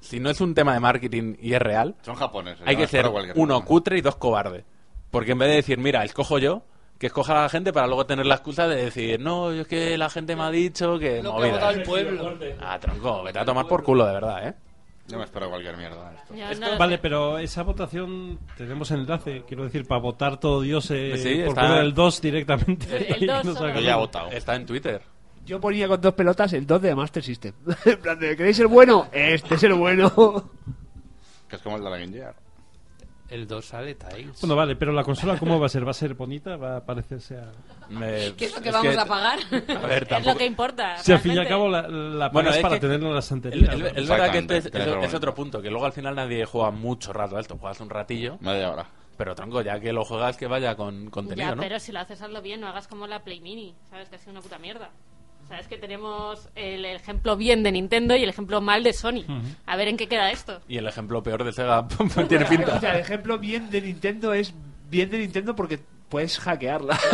S1: si no es un tema de marketing y es real,
S6: Son japoneses.
S1: hay
S6: ¿no?
S1: que
S6: Es para
S1: ser
S6: cualquier
S1: uno
S6: cosa.
S1: cutre y dos cobarde. Porque en vez de decir, mira, escojo yo, que escoja la gente para luego tener la excusa de decir, no, yo es que la gente me ha dicho que...
S2: Lo que ha
S1: movidas".
S2: votado el pueblo.
S1: Ah, tronco, vete a tomar por culo, de verdad, ¿eh?
S6: Yo me espero cualquier mierda. de esto.
S5: Yo no lo
S7: Vale,
S5: sé.
S7: pero esa votación tenemos enlace, quiero decir, para votar todo Dios eh,
S1: Sí,
S7: por
S1: está-
S7: poner el 2 directamente.
S5: El dos
S7: Y nos
S5: solo.
S6: Yo
S7: haga-
S6: ya he votado.
S1: Está en Twitter.
S3: Yo ponía con dos pelotas el 2 de Master System. en plan de, ¿queréis el bueno? Este es el bueno.
S6: Que es como el de la Game Gear.
S2: El 2 sale Tiles.
S7: Bueno, vale, pero la consola, ¿cómo va a ser? ¿Va a ser bonita? ¿Va a parecerse a.?
S1: Me-
S4: ¿Qué es lo que vamos a pagar?
S1: A ver,
S5: Es lo
S1: tampoco...
S5: que importa.
S7: Si al fin y al
S5: realmente.
S7: cabo la, la
S1: Bueno,
S7: pagas
S1: es
S7: para
S1: que
S7: tenerla en
S1: El,
S7: la estantería.
S1: el-
S7: ¿no?
S1: el verdad que este es,
S6: Exactamente,
S1: es-
S6: tienes
S1: es
S6: razón.
S1: otro punto, que luego al final nadie juega mucho rato a esto, juegas un ratillo,
S6: Media hora.
S1: pero tronco, ya que lo juegas que vaya con contenido,
S5: Ya,
S1: ¿no?
S5: pero si lo haces, hazlo bien, no hagas como la Play Mini, ¿sabes? Que ha sido una puta mierda. Sabes que tenemos el ejemplo bien de Nintendo y el ejemplo mal de Sony. A ver en qué queda esto.
S1: Y el ejemplo peor de Sega pues, tiene pinta.
S3: O sea, el ejemplo bien de Nintendo es bien de Nintendo porque puedes hackearla.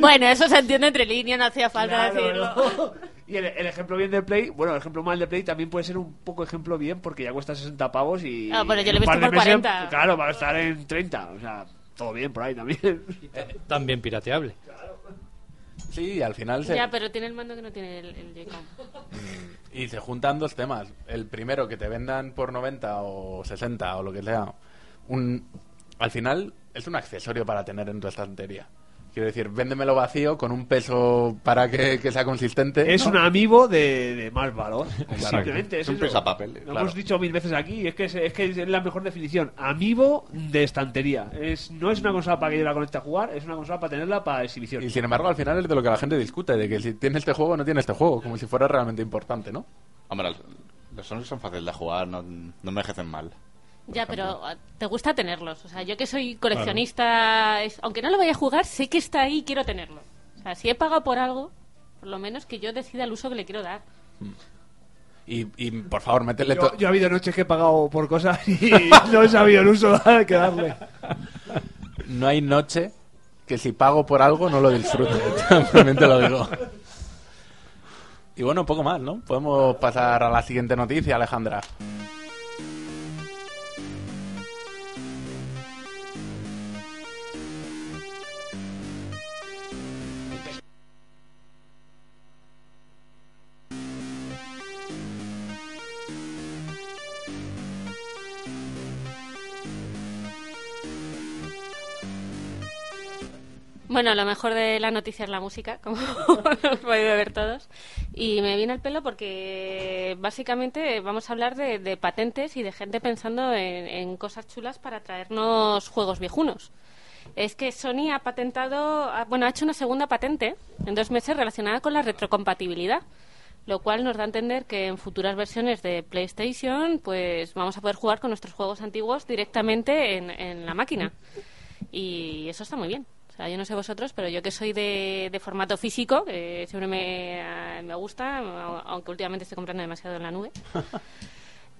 S5: Bueno, eso se entiende entre líneas, no hacía falta
S3: Claro,
S5: decirlo.
S3: ¿no? Y el, el ejemplo bien de Play, bueno, el ejemplo mal de Play también puede ser un poco ejemplo bien porque ya cuesta 60 pavos y.
S5: Ah, pero yo
S3: en
S5: lo he
S3: un par
S5: visto
S3: de
S5: por 40.
S3: Claro, va a estar en 30. O sea, todo bien por ahí también.
S2: Eh, También pirateable.
S1: Sí, al final se,
S5: Ya, pero tiene el mando que no tiene el, el Joy-Con.
S1: y se juntan dos temas. El primero, que te vendan por 90 o 60 o lo que sea. Un, al final es un accesorio para tener en tu estantería. Quiero decir, véndemelo vacío con un peso para que, que sea consistente.
S3: Es un amigo Eh, de, de más valor. Simplemente
S6: Es un
S3: eso.
S6: pisapapel,
S3: Lo
S6: claro.
S3: hemos dicho mil veces aquí, y es que es, es que es la mejor definición. Amigo de estantería. Es, no es una consola para que yo la conecte a jugar, es una consola para tenerla para exhibición.
S1: Y sin embargo, al final es de lo que la gente discute, de que si tiene este juego o no tiene este juego, como si fuera realmente importante, ¿no?
S6: Hombre, los- los Sonic son fáciles de jugar, no, no envejecen mal.
S5: Ya,
S6: ejemplo.
S5: pero ah, te gusta tenerlos. O sea, yo que soy coleccionista, es- aunque no lo vaya a jugar, sé que está ahí y quiero tenerlo. O sea, si he pagado por algo, por lo menos que yo decida el uso que le quiero dar.
S1: Y, y, por favor, métele
S3: Yo,
S1: to-
S3: yo he habido noches que he pagado por cosas y no he sabido el uso que darle.
S1: No hay noche que si pago por algo no lo disfrute. También te lo digo. Y bueno, poco más, ¿no? Podemos pasar a la siguiente noticia, Alejandra.
S5: Bueno, lo mejor de la noticia es la música, como hemos podido ver todos. Y me viene al pelo porque básicamente vamos a hablar de, de patentes y de gente pensando en, en cosas chulas para traernos juegos viejunos. Es que Sony ha patentado, ha- bueno, ha hecho una segunda patente en dos meses relacionada con la retrocompatibilidad, lo cual nos da a entender que en futuras versiones de PlayStation, pues vamos a poder jugar con nuestros juegos antiguos directamente en, en la máquina. Y eso está muy bien. O sea, yo no sé vosotros, pero yo que soy de, de formato físico, que siempre me, eh, me gusta, au- aunque últimamente estoy comprando demasiado en la nube.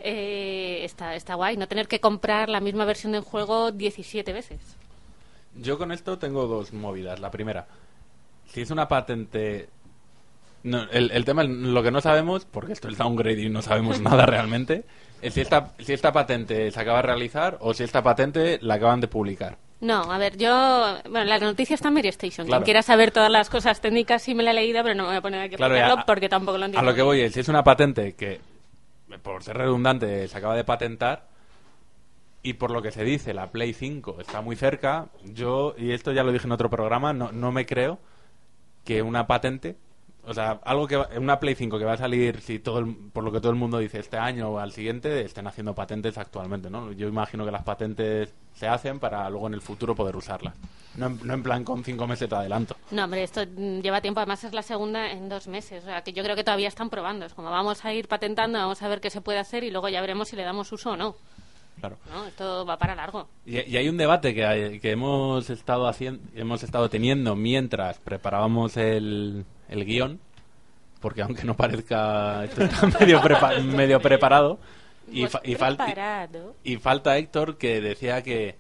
S5: eh, está, está guay no tener que comprar la misma versión del juego 17 veces.
S1: Yo con esto tengo dos movidas. La primera, si es una patente... no, el, el tema, lo que no sabemos, porque esto es downgrade y no sabemos nada realmente, es si esta, si esta patente se acaba de realizar o si esta patente la acaban de publicar.
S5: No, a ver, yo. Bueno, la noticia está en Mary Station.
S1: Claro.
S5: Quien quiera saber todas las cosas técnicas, sí me la he leído, pero no me voy a poner aquí a
S1: Claro, y
S5: explicarlo
S1: a-
S5: porque tampoco lo
S1: A
S5: entiendo.
S1: lo que voy es, si es una patente que, por ser redundante, se acaba de patentar y por lo que se dice, la Play 5 está muy cerca, yo, y esto ya lo dije en otro programa, no, no me creo que una patente, o sea, algo que va- una Play 5 que va a salir, si todo el- por lo que todo el mundo dice, este año o al siguiente, estén haciendo patentes actualmente, ¿no? Yo imagino que las patentes se hacen para luego en el futuro poder usarlas. No en, no en plan con cinco meses de adelanto.
S5: No, hombre, esto mm, lleva tiempo. Además, es la segunda en dos meses. O sea, que yo creo que todavía están probando. Es como vamos a ir patentando, vamos a ver qué se puede hacer y luego ya veremos si le damos uso o no.
S1: Claro.
S5: ¿no? Esto va para largo.
S1: Y, y hay un debate que, hay- que hemos estado haciendo, hemos estado teniendo mientras preparábamos el, el guión, porque aunque no parezca, esto está medio, prepa- medio preparado. Y,
S5: Pues
S1: fa- y fal-
S5: preparado.
S1: y falta Héctor que decía que,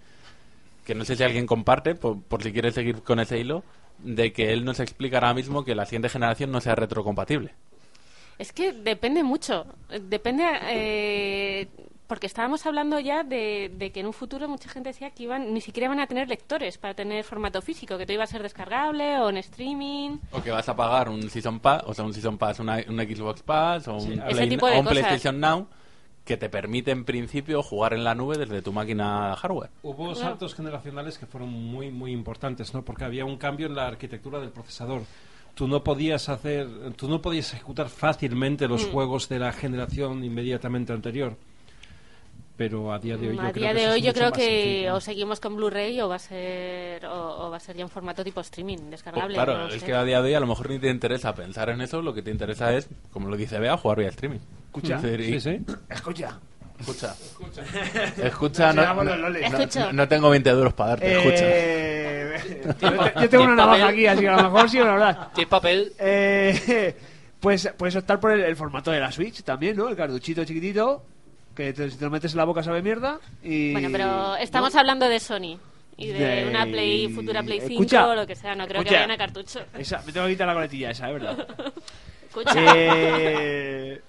S1: que no sé si alguien comparte, por, por si quiere seguir con ese hilo, de que él nos explica ahora mismo que la siguiente generación no sea retrocompatible.
S5: Es que depende mucho. Depende. eh, porque estábamos hablando ya de, de que en un futuro mucha gente decía que iban, ni siquiera iban a tener lectores para tener formato físico, que todo iba a ser descargable o en streaming.
S1: O que vas a pagar un Season Pass, o sea, un Season Pass, una, un Xbox Pass o un,
S7: Sí,
S5: ese
S1: Play-
S5: tipo de
S1: o un
S5: cosas.
S1: PlayStation Now que te permite en principio jugar en la nube desde tu máquina hardware.
S7: Hubo saltos generacionales que fueron muy, muy importantes, ¿no? Porque había un cambio en la arquitectura del procesador. Tú no podías hacer, tú no podías ejecutar fácilmente
S5: Mm.
S7: los juegos de la generación inmediatamente anterior. Pero a día de hoy, yo
S5: a
S7: creo
S5: día
S7: que
S5: de
S7: eso es
S5: hoy yo
S7: mucho
S5: creo
S7: más
S5: que
S7: sencillo.
S5: o seguimos con Blu-ray o va a ser o, o va a ser ya en formato tipo streaming descargable.
S1: Pues claro,
S5: no lo
S1: es
S5: sé.
S1: que a día de hoy a lo mejor ni te interesa pensar en eso, lo que te interesa es, como lo dice Bea, jugar vía streaming.
S3: Escucha.
S1: Es decir, y-
S7: Sí, sí.
S3: Escucha.
S1: Escucha. Escucha, no,
S3: Llegamos los
S1: no-
S3: lolis.
S1: no-
S5: Escucho.
S1: no tengo 20 duros para darte, escucha.
S3: Eh, yo tengo una navaja aquí, así que a lo mejor sí, la verdad.
S2: ¿Tienes papel?
S3: Eh, pues puedes optar por el, el formato de la Switch también, ¿no? El cartuchito chiquitito, que te, si te lo metes en la boca sabe mierda. Y,
S5: Bueno, pero estamos
S3: ¿no?
S5: hablando de Sony. y de
S3: De-
S5: una Play, futura Play 5
S3: Escucha,
S5: o lo que sea. No creo que
S3: escucha.
S5: vayan a cartucho.
S3: Esa, me tengo que quitar la coletilla esa, es verdad.
S5: Escucha.
S3: Eh,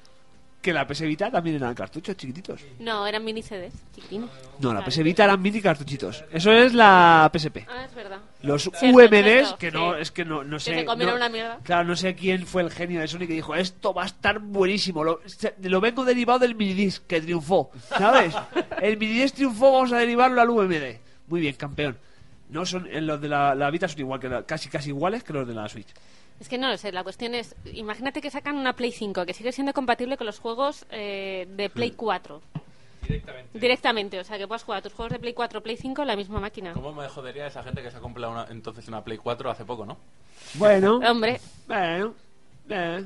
S3: que la PS Vita también eran cartuchos chiquititos.
S5: No, eran mini CDs, chiquitines.
S3: No, la PS Vita eran mini cartuchitos. Eso es la PSP.
S5: Ah, es verdad.
S3: Los
S5: Cierto,
S3: UMDs,
S5: cierto,
S3: que no,
S5: sí.
S3: es que no, no
S5: Que
S3: sé.
S5: se comieron
S3: no-
S5: una mierda.
S3: Claro, no sé quién fue el genio de Sony que dijo, esto va a estar buenísimo. Lo, se- lo vengo derivado del minidisc que triunfó. ¿Sabes? el minidisc triunfó, vamos a derivarlo al UMD. Muy bien, campeón. No son, en los de la, la Vita son igual que la- casi casi iguales que los de la Switch.
S5: Es que no lo sé, la cuestión es, imagínate que sacan una Play 5 que sigue siendo compatible con los juegos eh, de Play 4. Directamente. Directamente, o sea, que puedas jugar a tus juegos de Play 4 Play 5 en la misma máquina.
S1: ¿Cómo me jodería esa gente que se ha comprado una- entonces una Play 4 hace poco, no?
S3: Bueno,
S5: Hombre,
S3: bueno, eh,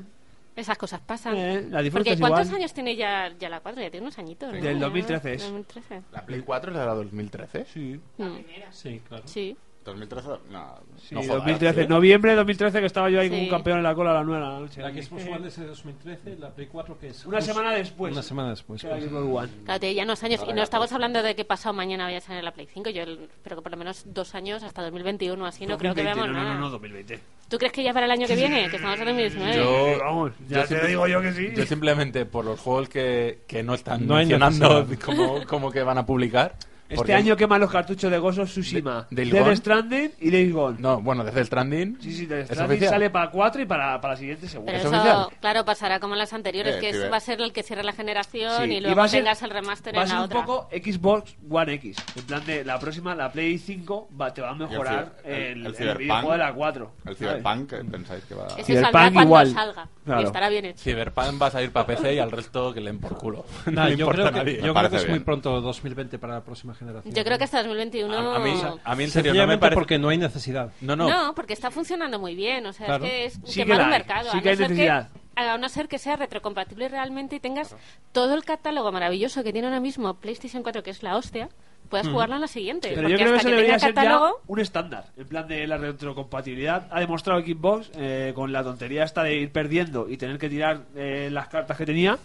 S5: esas cosas pasan.
S3: eh, la
S5: Porque
S3: disfrutas
S5: ¿cuántos
S3: igual.
S5: años tiene ya, ya la 4? Ya tiene unos añitos, Pues ¿no?
S3: Del
S5: Ya,
S3: 2013 es.
S5: 2013.
S1: ¿La Play 4 es la de 2013?
S6: Sí.
S5: Mm,
S7: Sí, claro.
S5: Sí.
S1: 2013, no.
S3: Sí,
S1: no jodas,
S3: 2013,
S1: tío.
S3: noviembre de 2013 que estaba yo ahí como
S5: Sí.
S3: un campeón en la cola a las 9 de la noche.
S7: La que Xbox One es de 2013, la Play 4 que es...
S3: Una
S7: justo-
S3: semana después.
S7: Una semana después.
S3: Que era
S7: pues.
S3: el Xbox One.
S5: Claro, tiene ya unos años. Y no estamos hablando de que pasado mañana vaya a salir la Play 5. Yo espero que por lo menos dos años, hasta 2021 así, no creo que
S3: 2020,
S5: veamos
S3: no,
S5: nada.
S3: No, no, no, 2020.
S5: ¿Tú crees que ya para el año que viene? Que estamos en 2019.
S1: Yo,
S3: Vamos, ya
S1: yo
S3: te digo yo que sí.
S1: Yo simplemente por los juegos que, que no están
S7: No hay
S1: mencionando
S7: necesidad.
S1: como, como que van a publicar.
S3: Este
S1: porque-
S3: año queman los cartuchos de Gozo Tsushima,
S1: De- del Gone.
S3: Death Stranding y Days Gone.
S1: No, bueno, desde el Stranding.
S3: Sí, sí, Death
S1: ¿Es
S3: Stranding
S1: oficial?
S3: sale para 4 y para, para la siguiente seguro.
S5: Pero
S1: ¿Es
S5: eso,
S1: oficial?
S5: claro, pasará como en las anteriores,
S6: Eh,
S5: que es-
S6: tío, eh.
S5: va a ser el que cierre la generación
S3: Sí,
S5: y luego
S3: va a ser-
S5: tengas el remaster
S3: va a
S5: en
S3: ser
S5: la
S3: un
S5: otra.
S3: poco Xbox One X. En plan de la próxima, la Play 5, va- te va a mejorar
S6: el-
S3: el,
S6: el
S3: el
S6: Cyberpunk.
S3: videojuego de la 4.
S6: El
S3: ¿sabes?
S6: Cyberpunk, eh, pensáis que va...
S5: Ese
S3: Cyberpunk
S5: saldrá cuando
S3: igual.
S5: salga. y
S3: Claro.
S5: estará bien hecho.
S1: Cyberpunk va a salir para PC y al resto que leen por culo. No,
S7: Nah,
S1: le
S7: yo
S1: importa
S7: creo
S1: a nadie.
S7: que, yo
S6: Me
S7: creo que
S6: parece
S7: es muy
S6: bien.
S7: pronto 2020 para la próxima generación.
S5: Yo creo que hasta 2021...
S1: A, a mí, a mí en serio no me
S7: Sencillamente
S1: parece...
S7: porque no hay necesidad.
S1: No, no.
S5: no. porque está funcionando muy bien. O sea,
S7: Claro.
S5: es que es
S3: Sí
S5: quemar
S3: que la
S5: un
S3: hay,
S5: mercado.
S3: sí
S5: a,
S3: que
S5: no
S3: hay
S5: ser
S3: necesidad.
S5: a no ser que sea retrocompatible realmente y tengas todo el catálogo maravilloso que tiene ahora mismo PlayStation 4, que es la hostia, puedas jugarlo en la siguiente.
S3: Mm. Pero
S5: porque
S3: yo creo que
S5: hasta
S3: eso debería
S5: tenga
S3: ser
S5: catálogo...
S3: ya un estándar. En plan de la retrocompatibilidad. Ha demostrado Xbox, eh, con la tontería esta de ir perdiendo y tener que tirar eh, las cartas que tenía,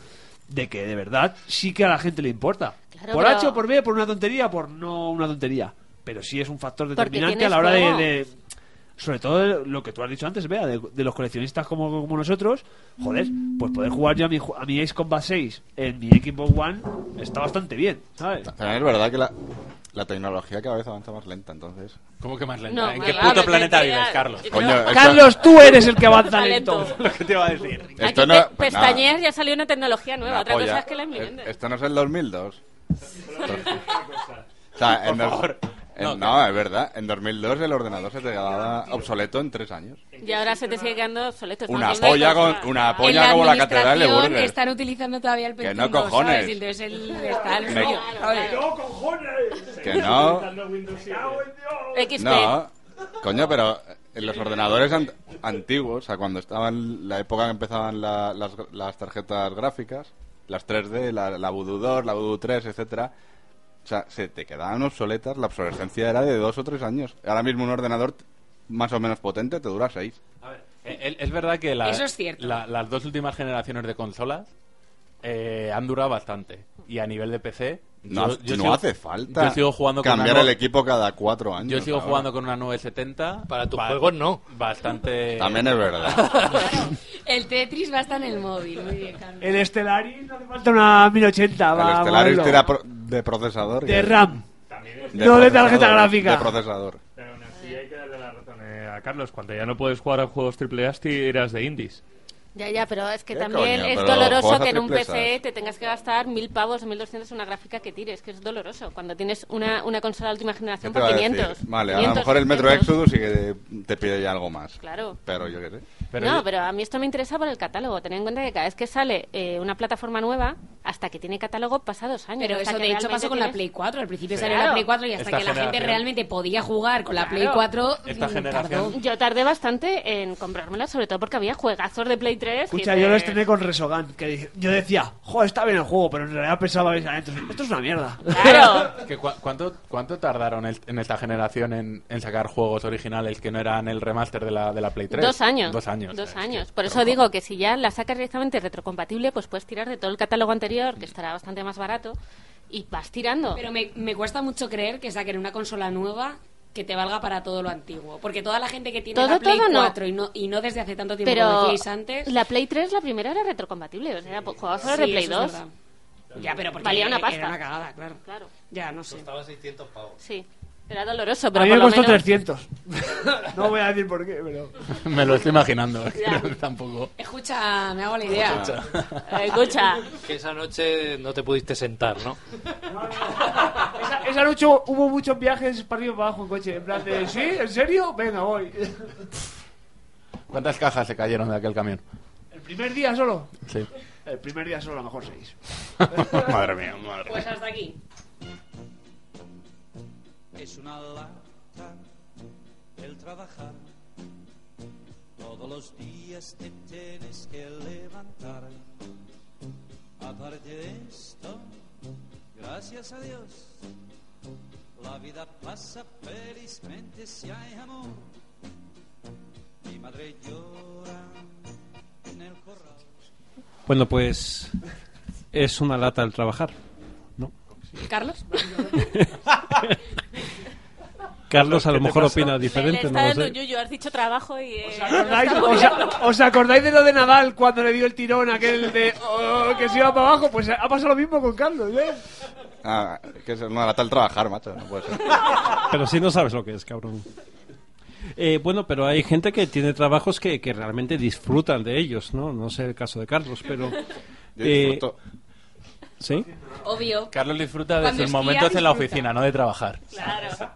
S3: de que de verdad sí que a la gente le importa.
S5: Claro,
S3: por
S5: pero-
S3: H o por B, por una tontería o por no una tontería. Pero sí es un factor determinante a
S5: tienes
S3: la hora de,
S5: juego.
S3: de- Sobre todo de lo que tú has dicho antes, Bea, de, de los coleccionistas como, como nosotros. Joder, pues poder jugar yo a mi, ju- a mi Ace Combat 6 en mi Xbox One está bastante bien, ¿sabes?
S6: También es verdad que la, la tecnología cada vez avanza más lenta, entonces...
S1: ¿Cómo que más lenta?
S5: No,
S1: ¿En
S5: más
S1: qué
S5: lenta.
S1: puto planeta
S5: Yo creo-
S1: vives, Carlos?
S5: yo creo-
S6: Coño, esto-
S3: Carlos, tú eres el que avanza
S5: Talento.
S3: lento.
S1: ¿Qué te va a decir?
S5: Aquí
S6: Esto no-
S5: pe-
S6: pues
S5: pestañeas
S6: nada.
S5: ya salió una tecnología nueva.
S6: Una
S5: Otra
S6: polla.
S5: cosa es que la inventen.
S6: Eh, Esto no es el 2002. o sea, en dos- en- no, es verdad. En 2002 el ordenador se te quedaba obsoleto en tres años.
S5: Y ahora se te sigue quedando obsoleto.
S6: Una
S5: Estamos
S6: polla
S5: viendo
S6: con-
S5: cosas.
S6: una
S5: Ah,
S6: polla. Coña,
S4: en la
S6: como la catedral de
S4: administración
S6: Burger.
S4: están utilizando todavía el
S6: Que
S4: Pentium
S6: no,
S4: 2,
S6: cojones.
S4: ¿sabes? Entonces él está al
S6: Me-
S4: suyo, ¿sabes?
S6: Que no.
S5: XP.
S6: No. Coño, pero en los ordenadores ant- antiguos, o sea, cuando estaban la época que empezaban la- las, las tarjetas gráficas, las 3D, la, la Voodoo 2, la Voodoo 3, etcétera, o sea, se te quedaban obsoletas, la obsolescencia era de dos o tres años. Ahora mismo un ordenador t- más o menos potente te dura seis.
S1: Eh, el- Es verdad que la-
S4: Eso es cierto.
S1: la- las dos últimas generaciones de consolas eh, han durado bastante. Y a nivel de PC...
S6: No,
S1: yo- yo
S6: no
S1: sigo-
S6: hace falta
S1: Yo sigo jugando con
S6: cambiar
S1: una
S6: el
S1: nue-
S6: equipo cada cuatro años.
S1: Yo sigo
S6: ahora.
S1: jugando con una 970.
S2: Para tus
S1: ba-
S2: juegos, no.
S1: Bastante...
S6: También es verdad.
S4: El Tetris va a estar en el móvil, muy bien, Carlos.
S3: El Stellaris no hace falta una 1080, va.
S6: el
S3: ponerlo.
S6: Stellaris tira pro- de procesador. y-
S3: De RAM.
S6: de
S3: no de
S6: procesador,
S3: tarjeta gráfica.
S6: De procesador.
S11: Pero aún así hay que darle la razón eh, a Carlos. Cuando ya no puedes jugar a juegos AAA, tiras de indies.
S5: Ya, ya, pero es que
S6: ¿Qué
S5: también
S6: coño?
S5: es
S6: Pero
S5: doloroso
S6: juegas a
S5: que en un
S6: triplesas.
S5: PC te tengas que gastar mil pavos o mil doscientos en una gráfica que tires, que es doloroso. Cuando tienes una, una consola de última
S6: ¿Qué
S5: generación
S6: te
S5: por
S6: va a
S5: 500.
S6: decir? Vale, a lo
S5: 500,
S6: mejor el Metro
S5: 500.
S6: Exodus sí que te pide ya algo más.
S5: Claro.
S6: Pero yo qué sé.
S1: Pero
S5: no,
S1: yo-
S5: pero a mí esto me interesa por el catálogo. Ten en cuenta que cada vez que sale eh, una plataforma nueva, hasta que tiene catálogo, pasa dos años.
S4: Pero
S5: hasta
S4: eso
S5: que
S4: de hecho
S5: realmente
S4: pasó con la
S5: tienes-
S4: Play 4. Al principio
S1: Sí.
S4: salió
S5: Claro.
S4: la Play 4 y hasta
S1: Esta
S4: que la gente
S1: generación.
S4: realmente podía jugar con la Play 4,
S1: Esta
S4: mm,
S1: generación.
S4: tardó.
S5: Yo tardé bastante en comprármela, sobre todo porque había juegazos de Play 3. que
S3: Escucha,
S5: dices-
S3: yo lo estrené con Resogan, que dije- yo decía, joder, está bien el juego, pero en realidad pensaba que adentro, esto es una mierda.
S5: Claro.
S1: Que cua- ¿cuánto, ¿Cuánto tardaron el- en esta generación en, en sacar juegos originales que no eran el remaster de la, de la Play 3?
S5: Dos años.
S1: Dos años.
S5: Dos
S1: Es
S5: años.
S1: que-
S5: Por eso
S1: tronco.
S5: digo que
S3: Eh.
S5: si ya la sacas directamente retrocompatible, pues puedes tirar de todo el catálogo anterior, que estará bastante más barato. y vas tirando.
S4: Pero me, me cuesta mucho creer que saquen una consola nueva que te valga para todo lo antiguo. Porque toda la gente que tiene
S5: Todo,
S4: la Play
S5: todo no.
S4: 4 y, no, y no desde hace tanto tiempo como
S5: Pero
S4: decíais antes...
S5: la Play 3, la primera era retrocompatible, o sea, pues, jugabas solo
S4: Sí,
S5: de Play
S4: eso es
S5: 2.
S4: verdad. Ya, pero porque
S5: Valía una
S4: era-
S5: pasta.
S4: era una cagada, claro.
S5: Claro.
S4: Ya, no sé.
S2: Costaba 600 pavos.
S5: Sí, era doloroso,
S3: A
S5: pero
S3: mí
S5: por
S3: me
S5: lo
S3: costó
S5: menos-
S3: 300. no voy a decir por qué, pero...
S1: Me lo estoy imaginando.
S5: Ya.
S1: Tampoco.
S4: Escucha, me hago la idea.
S5: Eh, Escucha,
S2: Que esa noche no te pudiste sentar, ¿no?
S3: Esa, esa noche hubo muchos viajes partidos para abajo en coche. En plan de, ¿sí? ¿En serio? Venga, voy.
S1: ¿Cuántas cajas se cayeron de aquel camión?
S3: ¿El primer día solo?
S1: Sí.
S3: El primer día solo, a lo mejor seis.
S1: madre mía, madre
S4: Pues
S1: mía.
S4: hasta aquí.
S12: Es una lata el trabajar. Todos los días te tienes que levantar. Aparte de esto, gracias a Dios, la vida pasa felizmente si hay amor. Mi madre llora en el corral.
S7: Bueno, pues es una lata al trabajar. ¿no?
S4: ¿Carlos?
S7: Carlos a lo
S11: ¿Qué te
S7: mejor
S11: pasa?
S7: opina
S5: le
S7: diferente,
S5: está
S7: no lo
S5: dando
S7: sé.
S5: un yuyu, has dicho trabajo y... eh,
S3: ¿Acordáis- ¿Os, os acordáis de lo de Nadal cuando le dio el tirón aquel de "Oh, que se iba para abajo? Pues ha pasado lo mismo con Carlos, ¿eh?
S6: Ah, que es una lata al trabajar, macho. No puede ser.
S7: Pero si no sabes lo que es, cabrón. Eh, bueno, pero hay gente que tiene trabajos que, que realmente disfrutan de ellos, ¿no? No sé el caso de Carlos, pero...
S6: Yo
S7: eh,
S6: disfruto.
S7: ¿Sí?
S4: Obvio.
S1: Carlos disfruta de
S4: Cuando
S1: sus
S4: esquía,
S1: momentos en la
S4: disfruta.
S1: oficina, no de trabajar.
S4: Claro.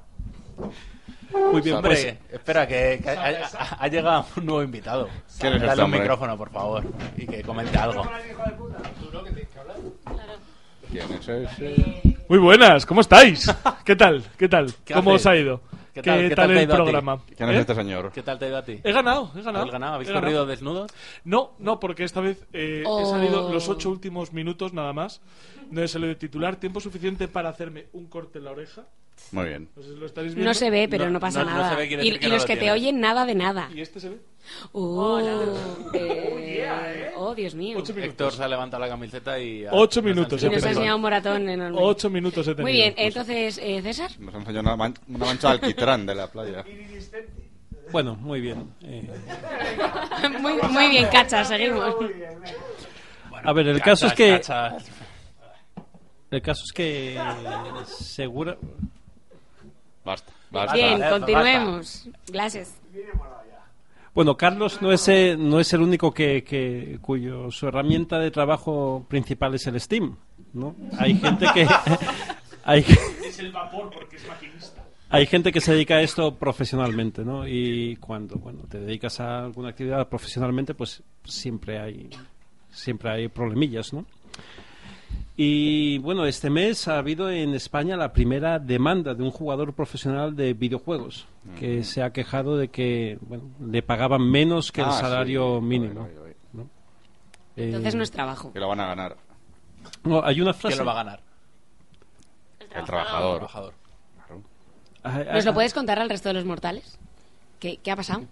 S7: Muy bien,
S1: Hombre,
S7: pues...
S1: espera, que, que ha, ha- ha llegado un nuevo invitado.
S6: ¿Quién es
S1: Dale
S6: este
S1: un
S6: hombre?
S1: micrófono, por favor, y que comente algo.
S6: ¿Quién es ese?
S11: Muy buenas, ¿cómo estáis? ¿Qué tal? ¿Qué tal?
S1: ¿Qué
S11: ¿Cómo
S1: haces?
S11: os ha ido?
S1: ¿Qué tal- qué tal te ha
S11: el
S1: ido a ti?
S11: programa?
S6: ¿Quién es
S11: ¿Eh?
S6: este señor?
S1: ¿Qué tal te ha ido a ti?
S11: He ganado, he ganado.
S1: ¿Habéis ganado? ¿Habéis
S11: he ganado.
S1: corrido desnudos?
S11: No, no, porque esta vez eh, he
S4: Oh.
S11: salido los ocho últimos minutos nada más. No he salido de titular, tiempo suficiente para hacerme un corte en la oreja.
S6: Muy bien.
S11: No sé si lo estaréis viendo.
S4: No se ve, pero no, pasa
S1: no- no
S4: nada.
S1: se ve, quiere
S4: y
S1: decir que
S4: y
S1: no
S4: los
S1: lo
S4: que te
S1: tienes.
S4: oyen, nada de nada.
S11: ¿Y este se ve?
S4: Oh, eh, oh, Dios mío.
S11: Ocho minutos.
S1: Héctor se ha levantado la camiseta y... ha-
S11: Ocho
S1: nos ha
S11: minutos,
S4: Y
S1: enseñado
S4: nos ha
S11: perdón.
S4: enseñado un moratón enorme.
S11: Ocho minutos he tenido.
S4: Muy bien, entonces, eh, César.
S6: Nos han enseñado una, man- una mancha de alquitrán de la playa.
S7: Bueno, muy bien. eh.
S4: muy, muy bien, Cacha, seguimos.
S7: a ver, el caso es que...
S1: cachas.
S7: El caso es que... Segura...
S6: Basta, basta.
S4: Bien,
S1: basta.
S4: continuemos. Gracias.
S7: Bueno, Carlos no es, eh, no es el único que, que- cuyo su herramienta de trabajo principal es el Steam, ¿no? Hay gente que hay,
S11: Es el vapor porque es maquinista.
S7: hay gente que se dedica a esto profesionalmente, ¿no? Y cuando bueno te dedicas a alguna actividad profesionalmente, pues siempre hay siempre hay problemillas, ¿no? Y bueno, este mes ha habido en España la primera demanda de un jugador profesional de videojuegos que se ha quejado de que bueno, le pagaban menos que el
S6: Ah, sí.
S7: salario
S6: Oye,
S7: mínimo.
S6: oye, oye.
S7: Eh,
S4: Entonces no es trabajo.
S6: Que lo van a ganar.
S7: no, hay una
S1: ¿Quién
S7: frase.
S1: lo va a ganar?
S6: El trabajador.
S1: Trabajador.
S7: Ah, ah,
S4: ¿Nos lo
S7: ah.
S4: puedes contar al resto de los mortales? ¿Qué, qué ha pasado?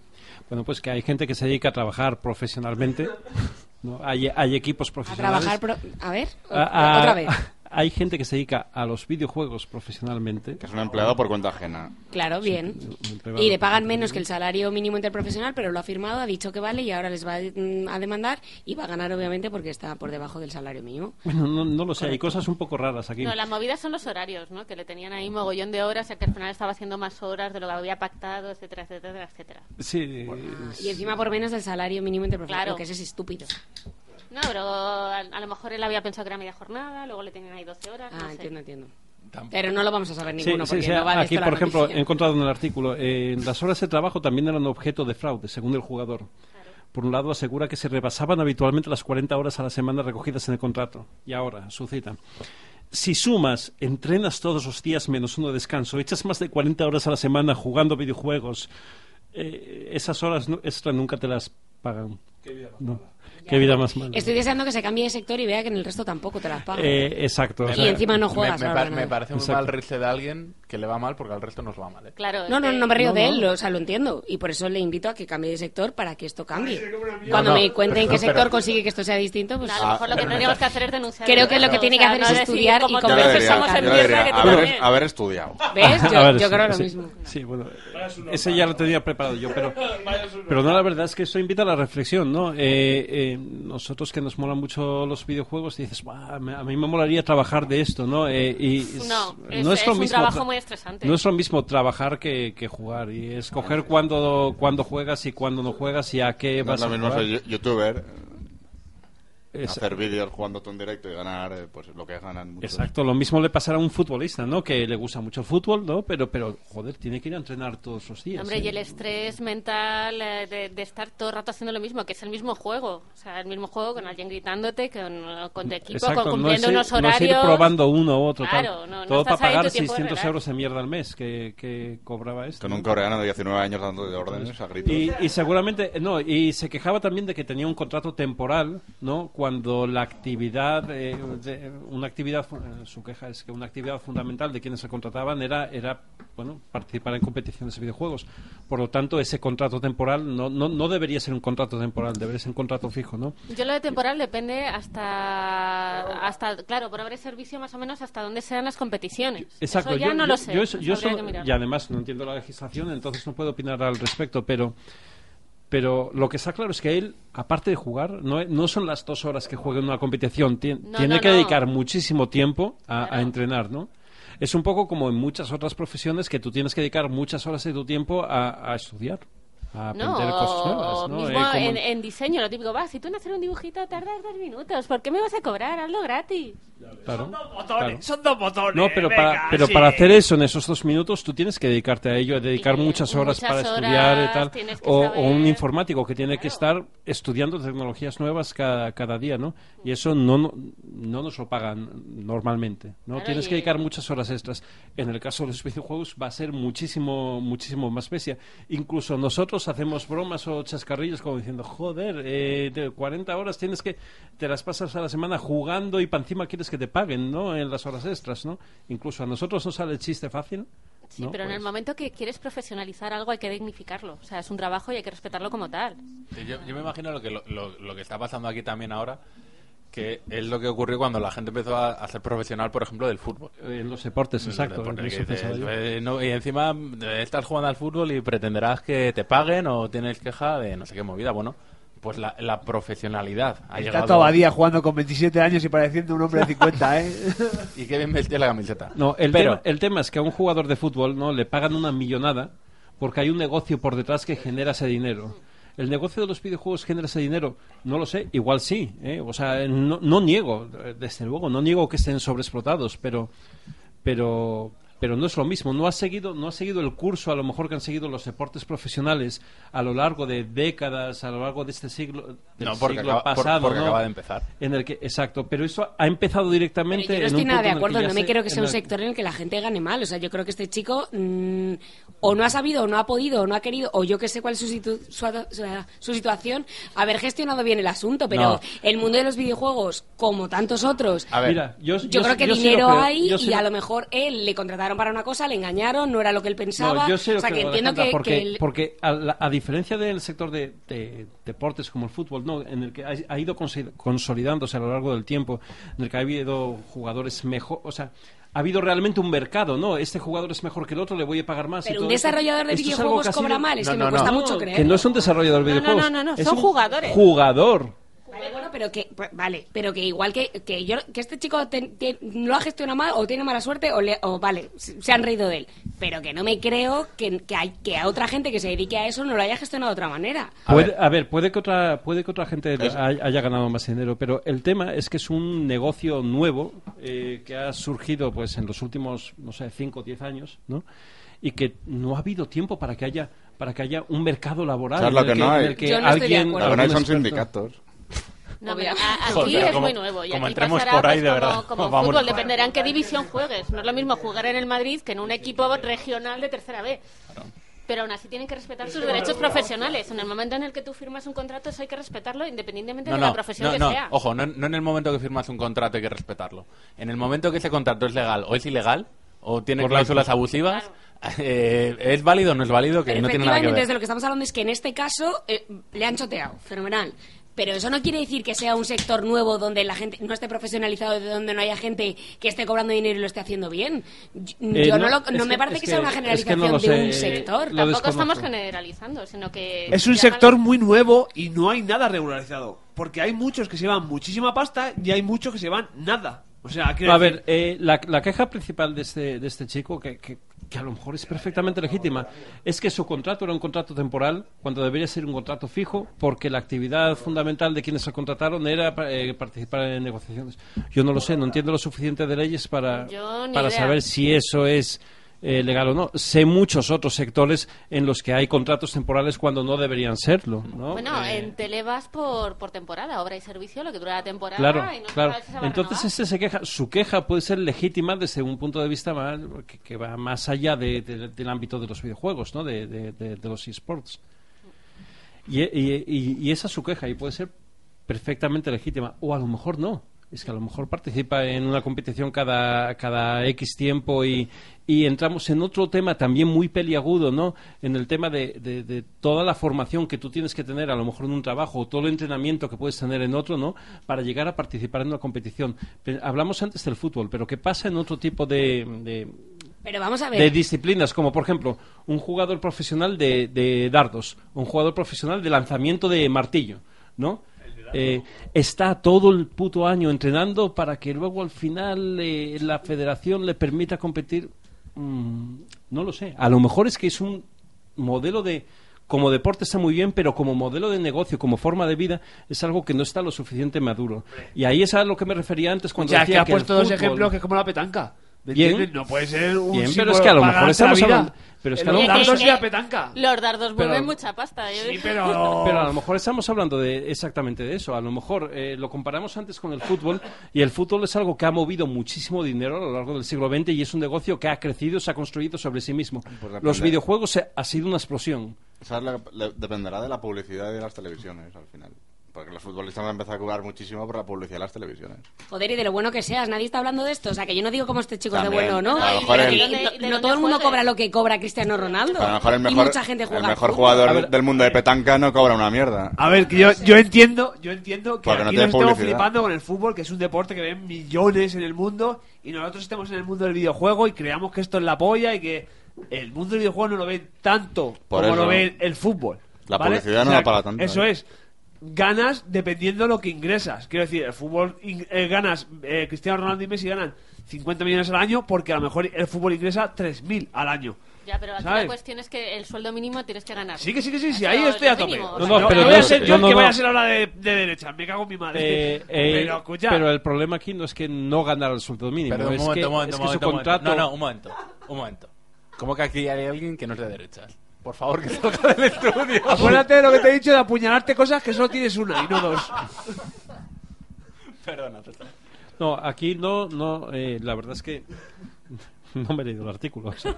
S7: Bueno, pues que hay gente que se dedica a trabajar profesionalmente. ¿no? Hay, hay equipos
S4: A
S7: profesionales.
S4: trabajar. pro- A ver,
S7: Ah, ah,
S4: otra vez.
S7: Hay gente que se dedica a los videojuegos profesionalmente.
S6: Que es un empleado por cuenta ajena.
S4: Claro, bien.
S7: privado.
S4: Y le pagan menos que el salario mínimo interprofesional, pero lo ha firmado, ha dicho que vale y ahora les va mm, a demandar y va a ganar, obviamente, porque está por debajo del salario mínimo.
S7: Bueno, no, no lo sé, hay cosas un poco raras aquí.
S5: No, la movida son los horarios, ¿no? Que le tenían ahí mogollón de horas, y que al final estaba haciendo más horas de lo que había pactado, etcétera, etcétera, etcétera.
S7: Sí, es-
S4: Y encima por menos del salario mínimo interprofesional,
S5: Claro.
S4: que eso es estúpido.
S5: No, pero a, a lo mejor él había pensado que era media jornada, luego le tenían ahí 12 horas.
S4: Ah,
S5: no sé.
S4: entiendo, entiendo.
S1: Tampoco.
S4: Pero no lo vamos a saber
S7: sí,
S4: ninguno,
S7: sí,
S4: porque
S7: sí,
S4: no va de
S7: aquí,
S4: esto la
S7: por ejemplo,
S4: noticia.
S7: he encontrado en el artículo, eh, las horas de trabajo también eran objeto de fraude, según el jugador. Por un lado, asegura que se rebasaban habitualmente las 40 horas a la semana recogidas en el contrato. Y ahora, su cita. Si sumas, entrenas todos los días menos uno de descanso, echas más de 40 horas a la semana jugando videojuegos, eh, esas horas nu- extra nunca te las pagan. No. Qué vida más mala.
S4: Estoy deseando que se cambie de sector y vea que en el resto tampoco te las pagan.
S7: Eh, exacto.
S4: Y
S7: o sea-
S4: encima no juegas.
S7: me
S4: al
S7: pa-
S4: ordenador.
S7: me
S10: Parece muy
S7: Exacto.
S10: mal reírse de alguien que le va mal porque al resto nos va mal. ¿eh?
S5: Claro,
S4: No, no,
S5: es
S4: no me
S5: que-
S4: río de él, lo- o sea, lo entiendo. Y por eso le invito a que cambie de sector para que esto cambie.
S10: mierda.
S4: Cuando
S10: No, no,
S4: me cuenten
S10: pero-
S4: qué
S10: pero-
S4: sector consigue que esto sea distinto, pues...
S5: A lo mejor lo que
S7: Ah,
S5: tendríamos que hacer es denunciar.
S4: Creo que lo que tiene que hacer es estudiar y
S6: Yo
S4: convencer
S6: lo diría,
S4: somos en
S6: yo lo
S4: mierda
S6: diría,
S4: que tú
S6: haber,
S4: también.
S6: haber estudiado.
S4: Eh. ¿Ves? Yo-
S7: A ver,
S4: yo
S7: sí,
S4: creo lo
S7: sí.
S4: mismo.
S7: Sí, bueno, ese ya lo tenía preparado yo, pero, pero no, la verdad es que eso invita a la reflexión, ¿no? Eh, eh, nosotros que nos molan mucho los videojuegos, dices, "Buah, me- a mí me molaría trabajar de esto, ¿no? Eh, y es-
S5: No, es- es un trabajo muy estresante.
S7: No es lo mismo trabajar que, que jugar y escoger cuándo, cuándo juegas y cuándo no juegas y a qué
S6: No es
S7: vas
S6: lo
S7: a
S6: mismo
S7: jugar.
S6: ser yo- youtuber, eh,
S7: Es-
S6: hacer vídeos jugando tú en directo y ganar eh, pues lo que ganan muchos.
S7: Exacto, lo mismo le pasará a un futbolista, ¿no? Que le gusta mucho el fútbol, ¿no? Pero, pero joder, tiene que ir a entrenar todos los días.
S5: Hombre,
S7: ¿eh?
S5: y el estrés mental eh, de, de estar todo el rato haciendo lo mismo, que es el mismo juego. O sea, el mismo juego con alguien gritándote, con, con tu equipo,
S7: Mm, Exacto,
S5: con cumpliendo
S7: no es
S5: unos
S7: ir-
S5: horarios.
S7: No es ir probando uno u otro.
S5: Claro,
S7: tal.
S5: no, no
S7: Todo
S5: estás
S7: para
S5: ahí, tu
S7: pagar
S5: tiempo es
S7: 600
S5: real.
S7: euros de mierda al mes que, que cobraba esto.
S6: Con un coreano de 19 años dando de órdenes a gritos.
S7: Y, y seguramente, no, y se quejaba también de que tenía un contrato temporal, ¿no? Cuando la actividad, eh, de- una actividad, fu- eh, su queja es que una actividad fundamental de quienes se contrataban era, era bueno, participar en competiciones de videojuegos. Por lo tanto, ese contrato temporal no, no, no debería ser un contrato temporal, debería ser un contrato fijo, ¿no?
S5: Yo lo de temporal depende hasta, hasta claro, por haber servicio más o menos hasta dónde sean las competiciones.
S7: Exacto,
S5: Eso ya
S7: yo,
S5: no
S7: yo-
S5: lo sé.
S7: yo eso- yo
S5: habría
S7: eso-
S5: que mirar.
S7: y además no entiendo la legislación, entonces no puedo opinar al respecto, pero pero lo que está claro es que él, aparte de jugar, no, no son las dos horas que juega en una competición, tien-
S5: No,
S7: tiene
S5: no,
S7: que
S5: no.
S7: dedicar muchísimo tiempo a, a entrenar, ¿no? Es un poco como en muchas otras profesiones que tú tienes que dedicar muchas horas de tu tiempo a, a estudiar, a aprender
S5: No,
S7: cosas nuevas,
S5: o
S7: ¿no?
S5: mismo
S7: Eh, como
S5: en,
S7: en-
S5: en diseño, lo típico, va, si tú en hacer un dibujito tardas dos minutos, ¿por qué me vas a cobrar? Hazlo gratis.
S7: claro.
S5: botones,
S13: son dos botones.
S7: No, pero, para, pero para hacer eso en esos dos minutos tú tienes que dedicarte a ello, a dedicar muchas horas
S5: muchas
S7: para
S5: horas,
S7: estudiar y tal.
S5: tienes que
S7: O,
S5: saber.
S7: o un informático que tiene que estar estudiando tecnologías nuevas cada, cada día, ¿no? Y eso no, no, no nos lo pagan normalmente, ¿no?
S5: Claro,
S7: tienes
S5: y-
S7: que dedicar muchas horas extras. En el caso de los videojuegos va a ser muchísimo, muchísimo más bestia. Incluso nosotros hacemos bromas o chascarrillos como diciendo, joder, eh, de 40 horas tienes que, te las pasas a la semana jugando y para encima quieres que te paguen, ¿no? En las horas extras, ¿no? Incluso a nosotros nos sale el chiste fácil.
S5: Sí,
S7: ¿no? Pues,
S5: pero en el momento que quieres profesionalizar algo hay que dignificarlo. O sea, es un trabajo y hay que respetarlo como tal.
S1: Sí, Yo, yo me imagino lo que, lo, lo- lo que está pasando aquí también ahora, que es lo que ocurrió cuando la gente empezó a, a ser profesional, por ejemplo, del fútbol.
S7: Eh, En los deportes,
S1: Del
S7: exacto,
S1: deporte,
S7: en eso
S1: que dices,
S7: pensaba yo.
S1: "Eh, no", y encima eh, estás jugando al fútbol y pretenderás que te paguen o tienes queja de no sé qué movida. Bueno, pues la, la profesionalidad ha
S3: Está
S1: llegado.
S3: Tobadía jugando con 27 años y pareciendo un hombre de 50, ¿eh?
S1: Y qué bien vestía la camiseta.
S7: No, el,
S1: Pero-
S7: tema, el tema es que a un jugador de fútbol no le pagan una millonada porque hay un negocio por detrás que genera ese dinero. ¿El negocio de los videojuegos genera ese dinero? No lo sé, igual sí. ¿eh? O sea, no, no niego, eh, desde luego, no niego que estén sobreexplotados, pero, pero, pero no es lo mismo. No ha, seguido, no ha seguido el curso, a lo mejor que han seguido los deportes profesionales a lo largo de décadas, a lo largo de este siglo, del
S1: No, porque
S7: siglo
S1: acaba- por-
S7: pasado.
S1: porque
S7: ¿no?
S1: acaba de empezar.
S7: En el que, exacto, pero eso ha empezado directamente.
S4: Pero yo no
S7: en
S4: estoy
S7: un
S4: nada
S7: punto
S4: de
S7: en el que
S4: acuerdo,
S7: ya
S4: no me
S7: se-
S4: quiero que sea
S7: en
S4: un
S7: el-
S4: sector en el que la gente gane mal. O sea, yo creo que este chico mm, o no ha sabido, o no ha podido, o no ha querido, o yo que sé cuál es su, situ- su, ado- su- su situación, haber gestionado bien el asunto. Pero
S7: No.
S4: el mundo de los videojuegos, como tantos otros,
S7: A ver. Mira, yo- yo
S4: creo
S7: sí-
S4: que
S7: yo sí lo
S4: dinero
S7: creo,
S4: hay
S7: yo sí
S4: y a
S7: lo-
S4: lo mejor él le contrataron para una cosa, le engañaron, no era lo que él pensaba.
S7: No, yo sí lo
S4: o sea, que
S7: creo,
S4: entiendo
S7: Alejandra,
S4: que,
S7: porque,
S4: que el-
S7: porque a, la- a diferencia del sector de, de deportes como el fútbol, ¿no? en el que ha, ha ido consi- consolidándose a lo largo del tiempo, en el que ha habido jugadores mejor, o sea, ha habido realmente un mercado, ¿no? Este jugador es mejor que el otro, le voy a pagar más. y
S4: Pero un
S7: todo esto.
S4: desarrollador de
S7: Esto es algo
S4: videojuegos
S7: que ha sido-
S4: cobra mal, es que me cuesta mucho
S7: no,
S4: creer.
S7: Que no es un desarrollador de
S5: No, no,
S7: videojuegos.
S5: no, no, no,
S7: es
S5: son
S7: un
S5: jugadores.
S7: Jugador.
S4: Vale, bueno, pero que, pues, vale, pero que igual que, que yo, que este chico te- te- lo ha gestionado mal o tiene mala suerte o, le- o vale, se se han reído de él. Pero que no me creo que, que, hay, que a otra gente que se dedique a eso no lo haya gestionado de otra manera.
S7: Puede- a ver, puede que otra, puede que otra gente hay- haya ganado más dinero, pero el tema es que es un negocio nuevo eh, que ha surgido, pues, en los últimos, no sé, 5 o 10 años, ¿no? Y que no ha habido tiempo para que haya, para que haya un mercado laboral.
S6: ¿Sabes lo
S7: en el
S6: que no
S7: en
S6: hay?
S7: el que
S6: Yo no estoy de
S7: alguien,
S6: acuerdo. Lo que no hay son
S7: algún experto-
S6: sindicatos.
S5: No,
S4: Obvio.
S5: mira, a- aquí
S7: Joder, pero
S5: es
S7: como-
S5: muy nuevo. Y
S7: como
S5: aquí
S7: entremos
S5: pasará,
S7: por ahí,
S5: pues,
S7: de
S5: como-
S7: verdad.
S5: Como, en
S7: Vamos
S5: fútbol,
S7: fuera.
S5: dependerá en qué división juegues. No es lo mismo jugar en el Madrid que en un equipo regional de tercera B. Pero aún así tienen que respetar
S8: Es
S5: sus
S8: que bueno,
S5: derechos
S8: bueno,
S5: profesionales. En el momento en el que tú firmas un contrato, eso hay que respetarlo independientemente
S1: No,
S5: de la
S1: no,
S5: profesión
S1: no,
S5: que
S1: no,
S5: sea.
S1: ojo, no, no en el momento que firmas un contrato hay que respetarlo. En el momento que ese contrato es legal o es ilegal, o tiene
S10: Correcto.
S1: cláusulas abusivas, eh, es válido o no es válido, que no tiene nada que
S4: Efectivamente,
S1: ver.
S4: desde lo que estamos hablando es que en este caso eh, le han choteado, fenomenal. Pero eso no quiere decir que sea un sector nuevo donde la gente no esté profesionalizado, de donde no haya gente que esté cobrando dinero y lo esté haciendo bien. Yo,
S1: Eh,
S4: Mm, yo
S1: no,
S4: no, lo-
S1: es
S4: no me
S1: que-
S4: parece
S1: es
S4: que,
S1: que-
S4: sea una
S1: es que
S4: generalización
S1: no lo
S4: de un
S1: sé,
S4: sector.
S1: lo
S5: Tampoco estamos
S3: desconozco.
S5: generalizando, sino que...
S3: Es un
S5: ya
S3: sector muy nuevo y no hay nada regularizado. Porque hay muchos que se llevan muchísima pasta y hay muchos que se llevan nada. O sea, Ah, quiero
S7: a
S3: decir-
S7: ver, eh, la, la queja principal de este, de este chico, que, que- que a lo mejor es perfectamente legítima, es que su contrato era un contrato temporal, cuando debería ser un contrato fijo, porque la actividad fundamental de quienes se contrataron era eh, participar en negociaciones. Yo no lo sé, no entiendo lo suficiente de leyes para,
S5: Yo ni
S7: para
S5: idea.
S7: saber si eso es eh, legal o no. Sé muchos otros sectores en los que hay contratos temporales cuando no deberían serlo. ¿no?
S5: Bueno,
S7: Eh,
S5: en tele vas por, por temporada, obra y servicio, lo que dura la temporada.
S7: Claro,
S5: y no se
S7: claro.
S5: sabe si se va a
S7: Entonces este se queja, su queja puede ser legítima desde un punto de vista más, que, que va más allá de- de- del ámbito de los videojuegos, ¿no? De, de- de- de los esports. Y, y- y- y esa es su queja y puede ser perfectamente legítima o a lo mejor no. Es que a lo mejor participa en una competición cada, cada X tiempo y, y entramos en otro tema también muy peliagudo, ¿no? En el tema de, de- de toda la formación que tú tienes que tener, a lo mejor en un trabajo, o todo el entrenamiento que puedes tener en otro, ¿no? Para llegar a participar en una competición. Pe- Hablamos antes del fútbol, pero ¿qué pasa en otro tipo de- de,
S4: Pero vamos a ver.
S7: de disciplinas, como por ejemplo un jugador profesional de, de dardos, un jugador profesional de lanzamiento de martillo, ¿no? Eh, está todo el puto año entrenando para que luego al final eh, la federación le permita competir. Mm, no lo sé. A lo mejor es que es un modelo de... Como deporte está muy bien, pero como modelo de negocio, como forma de vida, es algo que no está lo suficiente maduro. Y ahí es a lo que me refería antes cuando
S3: Ya,
S7: decía
S3: que ha
S7: el
S3: puesto dos
S7: fútbol-
S3: ejemplos que es como la petanca. ¿Me
S7: Bien.
S3: entiendes? No puede ser un
S7: Bien, pero
S3: símbolo
S7: es que a lo
S3: para
S7: mejor
S3: ganarse la
S7: estamos
S3: vida.
S7: hablando- pero es que a lo
S3: Los
S7: mejor-
S3: dardos y la
S5: acabar.
S3: petanca.
S5: Los dardos
S7: Pero-
S5: vuelven mucha pasta. ¿eh? yo digo.
S7: Pero a lo mejor estamos hablando de exactamente de eso. A lo mejor eh, lo comparamos antes con el fútbol y el fútbol es algo que ha movido muchísimo dinero a lo largo del siglo XX y es un negocio que ha crecido, se ha construido sobre sí mismo.
S6: depende.
S7: Los videojuegos eh, ha sido una explosión.
S6: Esa es la- le- dependerá de la publicidad y de las televisiones al final. Porque los futbolistas van a empezar a cobrar muchísimo por la publicidad de las televisiones.
S4: Joder, y de lo bueno que seas, nadie está hablando de esto. O sea, que yo no digo como este chico
S6: También,
S4: es de bueno o no.
S6: a lo mejor el-
S4: Pero que no- no todo el mundo cobra lo que cobra Cristiano Ronaldo.
S6: A lo mejor el
S4: y
S6: mejor,
S4: mucha gente juega.
S6: el mejor
S4: al fútbol.
S6: jugador del mundo de petanca no cobra una mierda.
S3: A ver, que yo, yo entiendo, yo entiendo que
S6: Porque no
S3: aquí
S6: tiene
S3: nos estamos
S6: publicidad.
S3: flipando con el fútbol, que es un deporte que ven millones en el mundo, y nosotros estamos en el mundo del videojuego y creamos que esto es la polla y que el mundo del videojuego no lo ven tanto
S6: Por
S3: como
S6: eso.
S3: lo ven el fútbol.
S6: La
S3: ¿vale?
S6: publicidad no la paga tanto,
S3: Eso
S6: ¿eh?
S3: es. Ganas dependiendo lo que ingresas. Quiero decir, el fútbol in- eh, ganas, eh, Cristiano Ronaldo y Messi ganan 50 millones al año porque a lo mejor el fútbol ingresa 3.000 al año.
S5: Ya, pero aquí
S3: ¿Sabes?
S5: la cuestión es que el sueldo mínimo tienes que ganar.
S3: Sí, que sí, que sí, sí,
S5: Eso
S3: ahí
S5: es
S3: estoy a
S5: lo
S3: tope.
S5: mínimo.
S3: O
S7: No,
S3: sea,
S7: no, pero
S3: voy a
S7: no,
S3: ser yo
S7: no,
S3: el
S7: no,
S3: que
S7: no.
S3: vaya a ser ahora de, de derecha, me cago en mi madre.
S7: Eh, eh,
S3: pero escucha,
S7: pero el problema aquí no es que no ganar el sueldo mínimo.
S1: Perdón,
S7: es
S1: un momento,
S7: que,
S1: un momento,
S7: es
S1: un
S7: que su
S1: momento, un momento.
S7: contrato...
S1: No, no, un momento, un momento. ¿Cómo que aquí hay alguien que no es de derechas? Por favor, que salga del estudio.
S3: acuérdate de lo que te he dicho de apuñalarte cosas que solo tienes una y no dos.
S1: Perdona,
S7: No, aquí no, no, eh, la verdad es que no me he leído el artículo. o sea.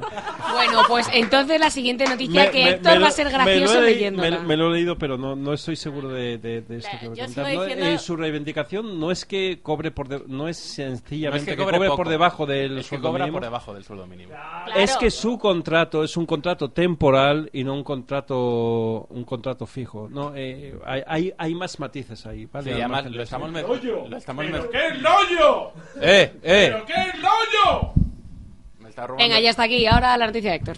S4: Bueno, pues entonces la siguiente noticia,
S7: Me-
S4: que
S7: me-
S4: Héctor
S7: me lo-
S4: va a ser
S7: me lo he
S4: gracioso
S7: leí-
S4: leyéndola.
S7: Me, me lo he leído, pero no, no estoy seguro de, de- de esto que voy a
S5: yo sigo
S7: comentar. No,
S5: diciendo-
S7: eh, su reivindicación no es que cobre por de- no es sencillamente
S1: No es que
S7: que
S1: cobre
S7: cobre
S1: poco,
S7: por debajo del
S1: es que
S7: sueldo
S1: cobra
S7: mínimo.
S1: por debajo del sueldo mínimo.
S7: Es que su contrato es un contrato temporal y no un contrato un contrato fijo. No, eh, hay, hay, hay más matices ahí. ¿vale?
S1: Sí,
S7: Al
S1: además,
S7: margen de
S1: lo
S7: eso.
S1: estamos, met- lo estamos
S11: ¿Pero
S1: met-
S11: qué rollo?
S1: ¡Eh, eh!
S11: ¿Pero qué rollo?
S1: Me está robando.
S4: Venga, ya está aquí. Ahora la noticia de Héctor.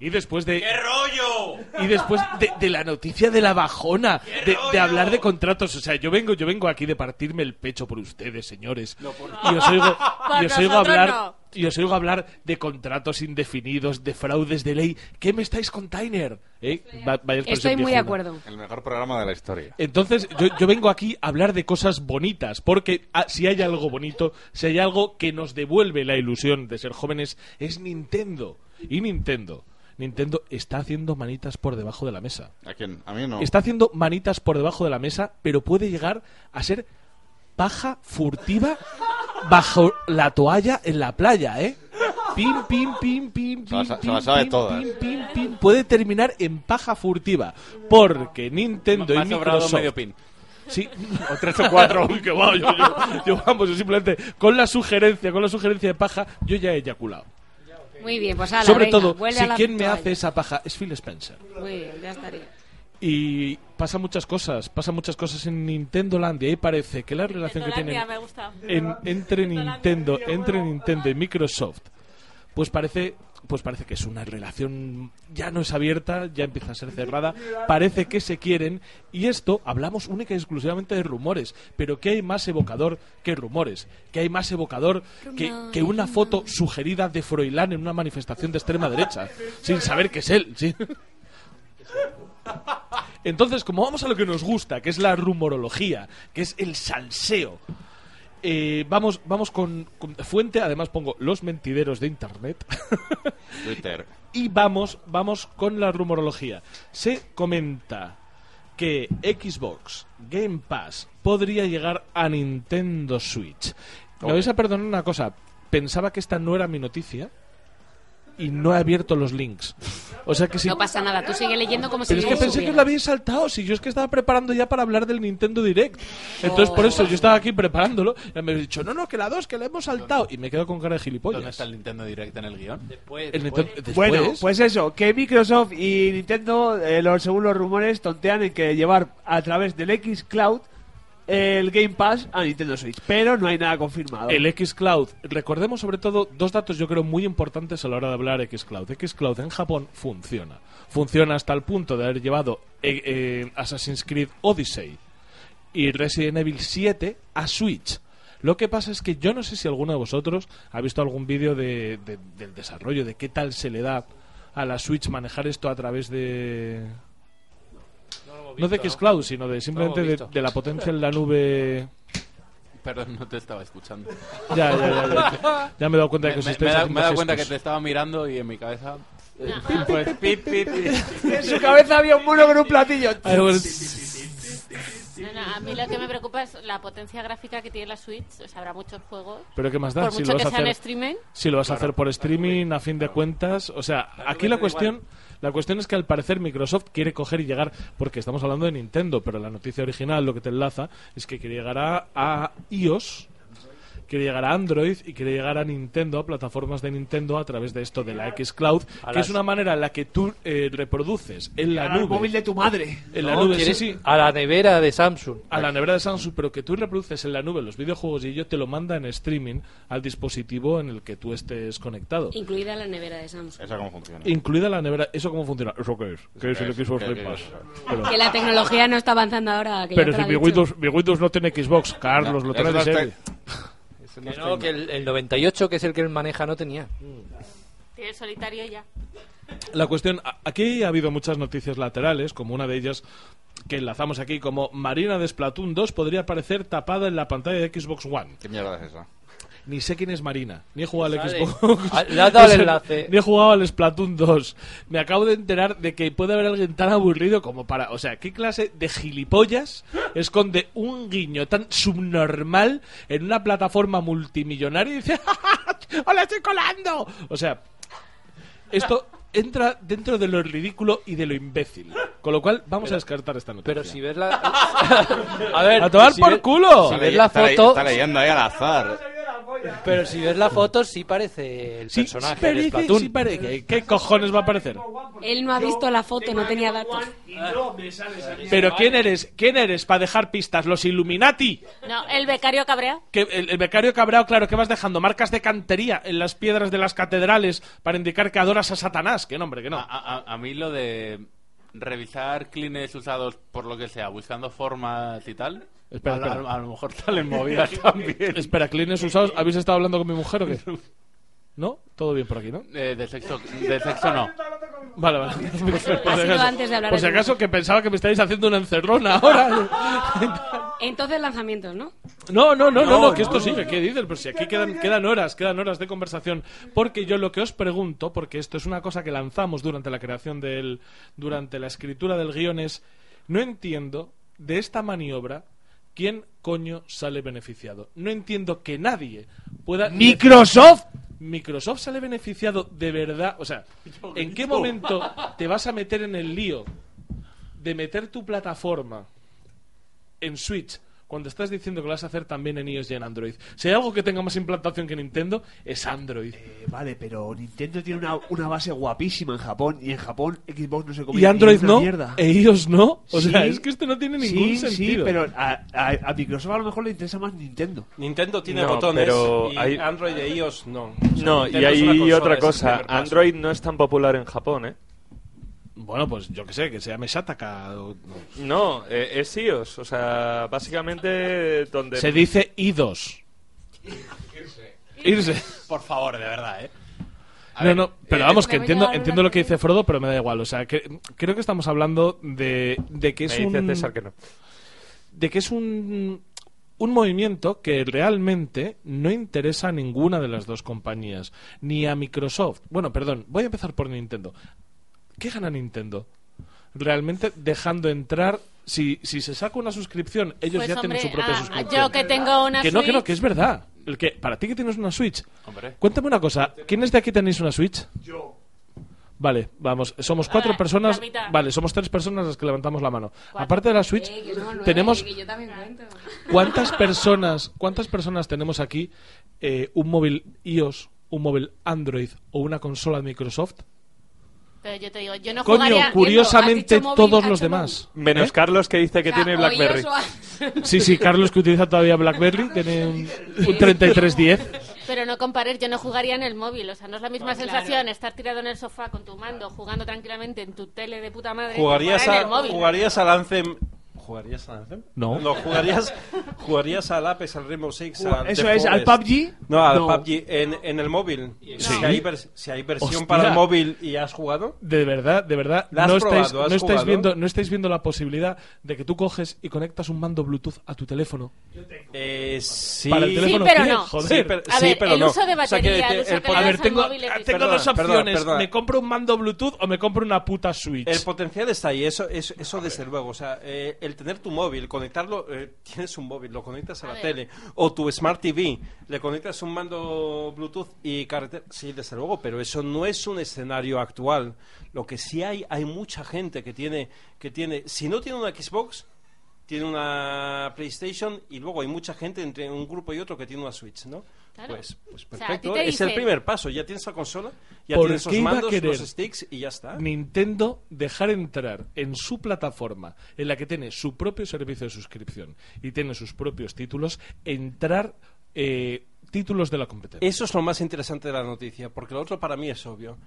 S11: Y después de.
S14: ¡Qué rollo!
S11: Y después de, de la noticia de la bajona, de, de hablar de contratos. O sea, yo vengo, yo vengo aquí de partirme el pecho por ustedes, señores. Y os oigo, y os oigo hablar. Y os oigo hablar de contratos indefinidos, de fraudes de ley. ¿Qué me estáis con Tyner? ¿Eh? Va- vaya expresión viejuna.
S6: El mejor programa de la historia.
S11: Entonces, yo, yo vengo aquí a hablar de cosas bonitas, porque ah, si hay algo bonito, si hay algo que nos devuelve la ilusión de ser jóvenes, es Nintendo. Y Nintendo. Nintendo está haciendo manitas por debajo de la mesa.
S6: ¿A quién? A mí no.
S11: Está haciendo manitas por debajo de la mesa, pero puede llegar a ser paja furtiva bajo la toalla en la playa, ¿eh? Pim, pim, pim, pim,
S6: Se la
S11: pim.
S6: sa- se
S11: pim,
S6: la sabe
S11: pim,
S6: todas.
S11: pim, pim, pim. Puede terminar en paja furtiva. Porque Nintendo
S1: Me ha
S11: y
S1: sobrado
S11: Microsoft.
S1: medio pin.
S11: Sí.
S1: O tres o cuatro.
S11: Uy, que va, yo, yo- yo, vamos, yo simplemente con la sugerencia, con la sugerencia de paja, yo ya he eyaculado.
S4: Muy bien, pues ala,
S11: Sobre
S4: venga,
S11: todo,
S4: vuelve
S11: si
S4: a la
S11: quien me
S4: toalla.
S11: hace esa paja es Phil Spencer.
S4: Muy bien, ya estaría.
S11: Y pasa muchas cosas, pasa muchas cosas en Nintendo Landia y parece que la relación que tienen
S5: Nintendolandia, me ha gustado.
S11: en- entre Nintendo, entre Nintendo y Microsoft, pues parece, pues parece que es una relación ya no es abierta, ya empieza a ser cerrada, parece que se quieren y esto hablamos única y exclusivamente de rumores, pero ¿qué hay más evocador que rumores? ¿Qué hay más evocador que, que una foto sugerida de Froilán en una manifestación de extrema derecha, sin saber que es él? ¿sí? Entonces, como vamos a lo que nos gusta, que es la rumorología, que es el salseo, eh, vamos, vamos con, con fuente, además pongo los mentideros de internet,
S6: Twitter.
S11: y vamos, vamos con la rumorología. Se comenta que Xbox Game Pass podría llegar a Nintendo Switch. Me vais a perdonar una cosa, pensaba que esta no era mi noticia y no he abierto los links. O sea que si
S4: No pasa nada, tú sigue leyendo como si
S11: pero es que
S4: no
S11: pensé que os
S4: supieras.
S11: la habéis saltado. Si yo es que estaba preparando ya para hablar del Nintendo Direct. Entonces,
S4: Oh.
S11: por eso yo estaba aquí preparándolo. Y me he dicho, no, no, que la dos, que la hemos saltado. Y me quedo con cara de gilipollas.
S1: ¿Dónde está el Nintendo Direct en el guión?
S2: Después.
S11: El Nintendo- después-
S3: Bueno, pues eso, que Microsoft y Nintendo, eh, los- según los rumores, tontean en que llevar a través del X Cloud el Game Pass a Nintendo Switch, pero no hay nada confirmado.
S11: El xCloud. Recordemos sobre todo dos datos yo creo muy importantes a la hora de hablar xCloud. xCloud en Japón funciona. Funciona hasta el punto de haber llevado eh, eh, Assassin's Creed Odyssey y Resident Evil 7 a Switch. Lo que pasa es que yo no sé si alguno de vosotros ha visto algún vídeo de- de- del desarrollo, de qué tal se le da a la Switch manejar esto a través de... No de xCloud, sino de simplemente de-
S1: visto.
S11: de la potencia en la nube
S1: Perdón, no te estaba escuchando.
S11: ya, ya, ya, ya. Ya me he dado cuenta de que
S1: me,
S11: os
S1: me-
S11: estáis
S1: me he dado-
S11: haciendo
S1: me he dado cuenta que
S11: gestos.
S1: te estaba mirando y en mi cabeza. Pues, pip, pip, pip.
S3: En su cabeza había un mono con un platillo.
S11: Ay, bueno.
S5: No, no, a mí lo que me preocupa es la potencia gráfica que tiene la Switch. O sea, habrá muchos juegos.
S11: Pero qué más da
S5: Por
S11: si
S5: mucho
S11: lo vas
S5: que
S11: a
S5: sean
S11: hacer
S5: streaming.
S11: si lo vas a hacer por streaming a fin de cuentas, o sea, aquí la
S5: da
S11: cuestión la cuestión es que al parecer Microsoft quiere coger y llegar porque estamos hablando de Nintendo, pero la noticia original lo que te enlaza es que quiere llegar a, a iOS Quiere llegar a Android y quiere llegar a Nintendo, a plataformas de Nintendo, a través de esto de la xCloud,
S7: A
S11: que
S7: las-
S11: es una manera en la que tú eh, reproduces en la
S3: Al
S11: nube.
S3: móvil de tu madre.
S11: En la
S2: No,
S11: nube, sí,
S2: quieres
S11: sí.
S2: A la nevera de Samsung.
S11: a la nevera de Samsung, pero que tú reproduces en la nube los videojuegos y ello te lo manda en streaming al dispositivo en el que tú estés conectado.
S4: Incluida la nevera de Samsung.
S6: ¿Esa cómo funciona?
S11: Incluida la nevera, ¿eso cómo funciona? ¿Eso qué es? ¿Qué es el
S6: ¿Qué es?
S11: Xbox
S6: ¿Qué-
S11: Game
S6: qué
S11: Pass?
S6: es?
S11: Pero,
S4: Que la tecnología no está avanzando ahora. Que ya te
S11: pero si
S4: lo he
S11: mi
S4: dicho.
S11: Windows, mi Windows no tiene Xbox, Carlos,
S2: No,
S11: lo
S2: eso
S11: trae de
S2: no
S11: serie.
S2: está- Que no, que el, el 98, que es el que él maneja, no tenía.
S5: Tiene el solitario ya.
S11: La cuestión, a- aquí ha habido muchas noticias laterales, como una de ellas que enlazamos aquí, como Marina de Splatoon 2 podría aparecer tapada en la pantalla de Xbox One.
S6: ¿Qué mierda es esa?
S11: Ni sé quién es Marina. Ni he jugado al
S2: Sale.
S11: Xbox.
S2: Ah, le has dado el
S11: O sea,
S2: enlace.
S11: Ni he jugado al Splatoon 2. Me acabo de enterar de que puede haber alguien tan aburrido como para. O sea, ¿qué clase de gilipollas esconde un guiño tan subnormal en una plataforma multimillonaria y dice: ¡Hola, estoy colando! O sea, esto entra dentro de lo ridículo y de lo imbécil. Con lo cual, vamos a descartar esta noticia.
S2: Pero si ves la. a ver.
S11: ¡A tomar
S2: si
S11: por
S2: ve-
S11: culo!
S2: Si
S6: Está
S2: ves
S6: le-
S2: la
S6: está le-
S2: foto.
S6: Está leyendo eh. ahí al azar.
S2: Pero si ves la foto, sí parece el
S11: Sí, sí
S2: personaje de
S11: parece-
S2: Splatoon.
S11: sí parece. ¿Qué- ¿Qué cojones va a aparecer?
S4: Él no ha visto la foto, no tenía datos.
S11: Pero quién eres, quién eres para dejar pistas, los Illuminati.
S5: No, el becario cabrea.
S11: Que el, el becario cabrao, claro, que vas dejando marcas de cantería en las piedras de las catedrales para indicar que adoras a Satanás. Que no, hombre, que no.
S1: A, a- a mí lo de revisar clines usados por lo que sea, buscando formas y tal.
S11: Espera,
S1: a, lo-
S11: espera.
S1: a lo mejor salen movidas también.
S11: Espera, clines usados, ¿habéis estado hablando con mi mujer o qué? ¿No? Todo bien por aquí, ¿no?
S1: Eh, de, sexo, de sexo no.
S11: Vale, vale. Por si
S4: Ha sido
S11: acaso-
S4: antes de hablar
S11: por
S4: de
S11: si acaso que pensaba que me estáis haciendo una encerrona ahora.
S4: Entonces lanzamientos, ¿no?
S11: No, no, no, no,
S4: No,
S11: no, que esto
S4: no.
S11: sigue. ¿Qué dices? Pero si aquí quedan, quedan horas, quedan horas de conversación. Porque yo lo que os pregunto, porque esto es una cosa que lanzamos durante la creación del. durante la escritura del guión, es. No entiendo de esta maniobra quién coño sale beneficiado. No entiendo que nadie pueda.
S3: Microsoft.
S11: Microsoft sale beneficiado de verdad. O sea, ¿en qué momento te vas a meter en el lío de meter tu plataforma en Switch cuando estás diciendo que lo vas a hacer también en iOS y en Android. Si hay algo que tenga más implantación que Nintendo, es Android.
S3: Eh, Vale, pero Nintendo tiene una, una base guapísima en Japón y en Japón Xbox no se come
S11: y Android
S3: ninguna
S11: no,
S3: mierda.
S11: e iOS no. O sea,
S3: Sí,
S11: es que esto no tiene ningún
S3: sí, Sí,
S11: sentido.
S3: pero a, a- a Microsoft a lo mejor le interesa más Nintendo.
S7: Nintendo tiene
S8: No,
S7: botones
S8: pero
S7: y
S8: hay-
S7: Android e iOS no.
S8: No, y hay otra cosa. Android no es tan popular en Japón, ¿eh?
S11: Bueno, pues yo que sé, que se llame Shataka. o-
S8: No, eh, es iOS. O sea, básicamente donde...
S11: Se dice i2. Irse.
S1: Por favor, de verdad, ¿eh? A
S11: No,
S1: ver,
S11: no, pero
S1: eh,
S11: vamos, que
S1: me voy a
S11: entiendo,
S1: dar una
S11: entiendo lo que dice Frodo, pero me da igual. O sea, que, creo que estamos hablando de, de que
S8: Me
S11: es
S8: dice
S11: un.
S8: César que no.
S11: De que es un, un movimiento que realmente no interesa a ninguna de las dos compañías. Ni a Microsoft. Bueno, perdón, voy a empezar por Nintendo. ¿Qué gana Nintendo? Realmente dejando entrar. Si, si se saca una suscripción, ellos
S5: Pues,
S11: ya tienen
S5: hombre,
S11: su propia
S5: ah,
S11: suscripción.
S5: yo que tengo una
S11: Que no, que no,
S5: Switch.
S11: que es verdad. El que, para ti que tienes una Switch. Cuéntame una cosa. ¿Quiénes de aquí tenéis una Switch?
S3: Yo.
S11: Vale, vamos, somos
S5: Ah,
S11: cuatro personas. Vale, somos tres personas las que levantamos la mano. Aparte de la Switch,
S4: Eh, que no, no,
S11: tenemos
S4: eh, que yo también cuento.
S11: cuántas personas, cuántas personas tenemos aquí eh, un móvil iOS, un móvil Android o una consola de Microsoft.
S5: Pero yo te digo, yo no
S11: Coño,
S5: jugaría...
S11: curiosamente todos los demás.
S8: Menos
S11: ¿Eh?
S8: Carlos que dice que
S5: O sea,
S8: tiene
S5: o
S8: BlackBerry.
S5: iOS o-
S11: Sí, sí, Carlos que utiliza todavía BlackBerry tiene un, un 3310.
S5: Pero no compares, yo no jugaría en el móvil. O sea, no es la misma sensación estar tirado en el sofá con tu mando, jugando tranquilamente en tu tele de puta madre. que
S7: ¿Jugarías,
S5: jugar en
S7: a,
S5: el móvil.
S7: ¿Jugarías al Anthem? ¿Jugarías al Anthem?
S11: No.
S7: No, jugarías, jugarías al Apex, al Rainbow Six.
S3: Juga-
S7: al
S3: eso
S7: The
S3: es, ¿al
S7: Forest?
S3: PUBG?
S7: No, al
S3: No.
S7: PUBG. En, en el móvil. Si, hay vers- si hay versión
S11: Hostia.
S7: para el móvil y has jugado.
S11: De verdad, de verdad,
S7: ¿La has
S11: no estáis,
S7: probado? ¿Has
S11: no, estáis
S7: jugado?
S11: viendo, no estáis viendo la posibilidad de que tú coges y conectas un mando Bluetooth a tu teléfono.
S7: Eh, sí.
S11: Para el teléfono
S5: pero
S11: fijo,
S5: no.
S11: joder.
S7: Sí, pero,
S5: A
S7: sí,
S5: ver,
S7: pero
S5: el
S7: no.
S5: uso de
S7: O sea, que-
S5: batería,
S7: que
S5: el uso
S7: el
S5: que le
S11: a ver,
S5: das al
S11: tengo,
S5: móvil es
S11: tengo
S5: distinto.
S11: dos
S7: Perdona,
S11: opciones.
S7: perdona, perdona.
S11: Me compro un mando Bluetooth o me compro una puta Switch.
S7: El potencial está ahí, eso, eso, eso desde luego. O sea, eh, el tener tu móvil, conectarlo, eh, tienes un móvil, lo conectas a, la tele, o tu Smart TV, le conectas un mando Bluetooth y carretera. Sí, desde luego, pero eso no es un escenario actual. Lo que sí hay, hay mucha gente que tiene, que tiene, si no tiene una Xbox, tiene una PlayStation y luego hay mucha gente entre un grupo y otro que tiene una Switch, ¿no?
S5: Claro.
S7: Pues, pues
S5: O sea, a
S7: perfecto,
S5: ti te
S7: es el
S5: dicen-
S7: primer paso, ya tienes la consola, ya
S11: ¿Por
S7: tienes
S11: qué
S7: los
S11: iba a
S7: mandos, los
S11: querer
S7: sticks y ya está.
S11: Nintendo dejar entrar en su plataforma, en la que tiene su propio servicio de suscripción y tiene sus propios títulos, entrar eh, títulos de la competencia.
S7: Eso es lo más interesante de la noticia, porque lo otro para mí es obvio.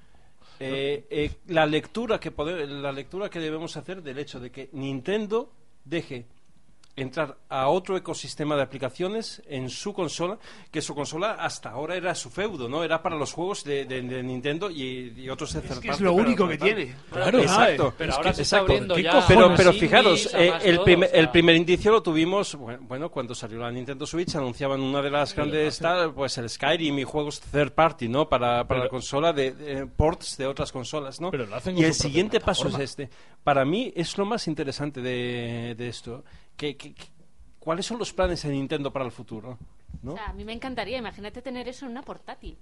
S7: Eh, eh, la lectura que pode- la lectura que debemos hacer del hecho de que Nintendo deje entrar a otro ecosistema de aplicaciones en su consola, que su consola hasta ahora era su feudo, ¿no? Era para los juegos de, de- de Nintendo y, y otros Es
S3: que es lo único que tiene. Claro,
S7: exacto.
S2: pero
S7: Es
S2: ahora
S7: que-
S2: se está
S7: exacto.
S2: abriendo
S7: ¿Qué
S2: ya
S7: cojones?
S2: a
S7: Pero,
S2: más
S7: pero
S2: indies,
S7: fijaros,
S2: a
S7: eh,
S2: más
S7: el,
S2: todo,
S7: primer,
S2: o sea.
S7: el primer indicio lo tuvimos, bueno, bueno, cuando salió la Nintendo Switch, anunciaban una de las grandes, tal, pues el Skyrim y juegos third party, ¿no? Para, para
S11: Pero-
S7: la consola, de, de ports de otras consolas, ¿no?
S11: Pero lo hacen con
S7: y el
S11: su propia
S7: siguiente paso es
S11: plataforma.
S7: este. Para mí es lo más interesante de, de esto. Que, que- que- ¿Cuáles son los planes de Nintendo para el futuro? ¿no?
S5: O sea, a mí me encantaría, imagínate tener eso en una portátil.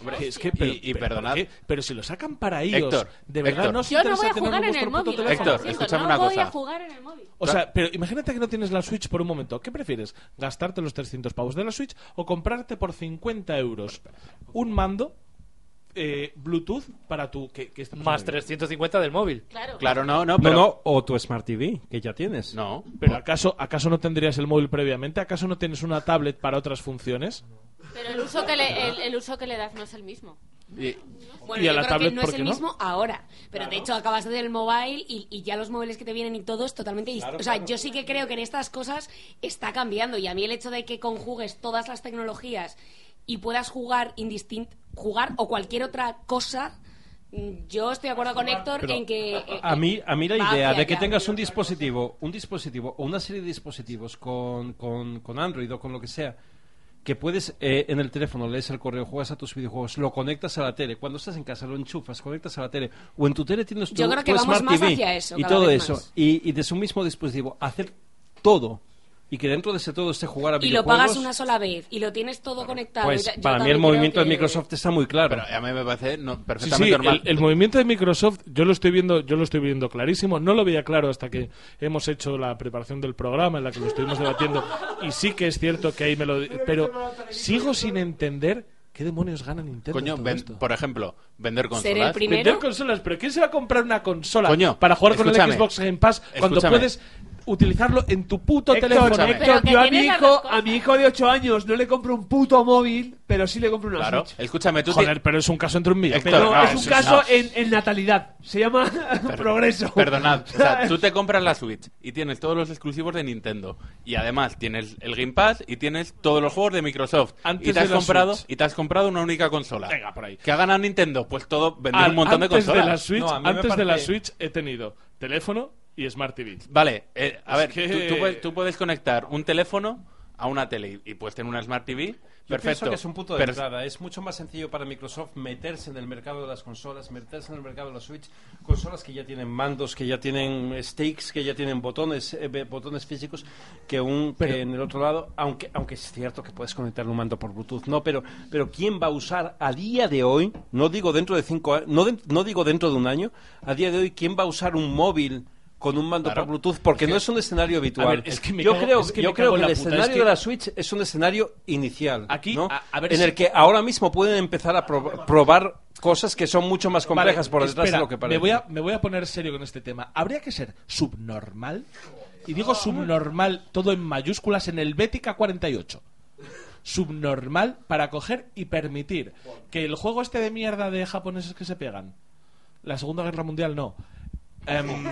S11: Que Ah, es que, pero,
S1: y
S11: pero-
S1: perdonad-
S11: ¿por qué? pero si lo sacan para ellos,
S1: Héctor,
S11: de verdad
S1: Héctor.
S11: no os
S5: Yo no
S11: interesa
S5: voy a
S11: tenerlo
S5: jugar en el
S11: vuestro puto
S5: móvil. lo
S11: teléfono.
S5: siento, no voy a jugar en el móvil.
S11: O sea, pero imagínate que no tienes la Switch por un momento. ¿Qué prefieres? ¿Gastarte los 300 pavos de la Switch o comprarte por 50 euros un mando eh, Bluetooth para tu... Que, este que esto no
S2: Más
S11: se me olvida?
S2: 350 del móvil.
S5: Claro.
S7: no, o tu Smart TV, que ya tienes.
S1: No.
S11: ¿Pero acaso, acaso no tendrías el móvil previamente? ¿Acaso no tienes una tablet para otras funciones?
S5: Pero el uso, que le, el, el uso que le das no es el mismo.
S4: Bueno,
S11: ¿Y a
S4: yo
S11: la
S4: creo
S11: tablet
S4: que no
S11: por
S4: es
S11: qué
S4: el
S11: no?
S4: mismo ahora. Pero de hecho acabas de del mobile y, y ya los móviles que te vienen y todo es totalmente distinto.
S5: Claro,
S4: o sea,
S5: claro.
S4: yo sí que creo que en estas cosas está cambiando. Y a mí el hecho de que conjugues todas las tecnologías y puedas jugar indistinto, jugar o cualquier otra cosa. mm, Yo estoy de acuerdo con Héctor
S7: Pero
S4: en que... eh,
S7: A
S4: eh,
S7: mí, a mí la
S4: va
S7: idea
S4: hacia
S7: de que
S4: allá.
S7: tengas un dispositivo, un dispositivo o una serie de dispositivos con, con, con Android o con lo que sea, que puedes eh, en el teléfono lees el correo, juegas a tus videojuegos, lo conectas a la tele, cuando estás en casa lo enchufas, conectas a la tele, o en tu tele tienes tu,
S4: Yo creo que
S7: tu
S4: vamos
S7: Smart
S4: más
S7: TV
S4: hacia eso,
S7: y
S4: cada
S7: todo
S4: vez
S7: eso,
S4: más.
S7: y, y de su mismo dispositivo, hacer todo y que dentro de ese todo esté jugar a
S4: Y lo
S7: videojuegos.
S4: pagas una sola vez y lo tienes todo conectado.
S7: Pues
S4: Ya- yo
S7: para mí
S4: también
S7: el
S4: creo
S7: movimiento
S4: que-
S7: de Microsoft está muy claro.
S10: a mí me parece no,
S11: Sí,
S10: perfectamente
S11: sí,
S10: normal.
S11: el, el movimiento de Microsoft yo lo estoy viendo, yo lo estoy viendo clarísimo. No lo veía claro hasta que hemos hecho la preparación del programa en la que lo estuvimos debatiendo y sí que es cierto que ahí me lo, pero sigo sin entender qué demonios gana Nintendo.
S10: Coño,
S11: en todo
S10: ven-
S11: esto.
S10: por ejemplo, vender consolas.
S11: Vender consolas, pero ¿quién se va a comprar una consola
S10: Coño,
S11: para jugar con el
S10: escúchame.
S11: Xbox Game Pass cuando
S10: Escúchame.
S11: puedes utilizarlo en tu puto
S3: Héctor,
S11: teléfono?
S3: Héctor, yo a mi, hijo, a mi hijo de 8 años no le compro un puto móvil, pero sí le compro una
S10: Claro,
S3: Switch.
S10: escúchame tú.
S11: Joder, pero es un caso entre un millón.
S10: Héctor,
S3: Pero
S10: no,
S3: es un
S10: eso
S3: caso
S10: no.
S3: en, en natalidad. Se llama progreso.
S10: Perdonad, o sea, tú te compras la Switch y tienes todos los exclusivos de Nintendo y además tienes el Game Pass y tienes todos los juegos de Microsoft
S11: Antes
S10: y te
S11: de
S10: has
S11: la
S10: comprado
S11: Switch.
S10: y te has comprado una única consola.
S11: Venga, por ahí.
S10: ¿Qué ha ganado Nintendo? Pues todo vender
S11: Al-
S10: un montón de
S11: antes
S10: consolas.
S11: la Switch,
S10: No, a mí me
S11: antes de la
S10: parece-
S11: Switch he tenido teléfono y Smart TV.
S10: Vale, eh, a
S11: Es
S10: ver,
S11: que-
S10: tú, tú puedes, tú puedes conectar un teléfono a una tele y, y puedes tener una Smart TV.
S7: Yo
S10: Perfecto.
S7: pienso que es un punto de
S10: Pero-
S7: entrada. Es mucho más sencillo para Microsoft meterse en el mercado de las consolas, meterse en el mercado de los Switch, consolas que ya tienen mandos, que ya tienen sticks, que ya tienen botones, eh, be- botones físicos, que un que en el otro lado, aunque aunque es cierto que puedes conectar un mando por Bluetooth, no, pero pero quién va a usar a día de hoy, no digo dentro de cinco, a- no de- no digo dentro de un año, a día de hoy quién va a usar un móvil con un mando por Bluetooth, porque no es un escenario habitual.
S11: ver, es que me
S7: yo
S11: cago-
S7: creo,
S11: es que
S7: yo
S11: me
S7: creo
S11: cago
S7: que
S11: en
S7: el
S11: la puta, es
S7: escenario
S11: que-
S7: de la Switch es un escenario inicial.
S11: Aquí,
S7: ¿no?
S11: a- a ver
S7: en
S11: si-
S7: el que ahora mismo pueden empezar a pro- probar cosas que son mucho más complejas
S11: Vale,
S7: por detrás
S11: espera,
S7: de lo que parece.
S11: Me voy, a, me voy a poner serio con este tema. ¿Habría que ser subnormal? Y digo subnormal todo en mayúsculas en el Bética 48. Subnormal para coger y permitir que el juego este de mierda de japoneses que se pegan. La Segunda Guerra Mundial no. Em,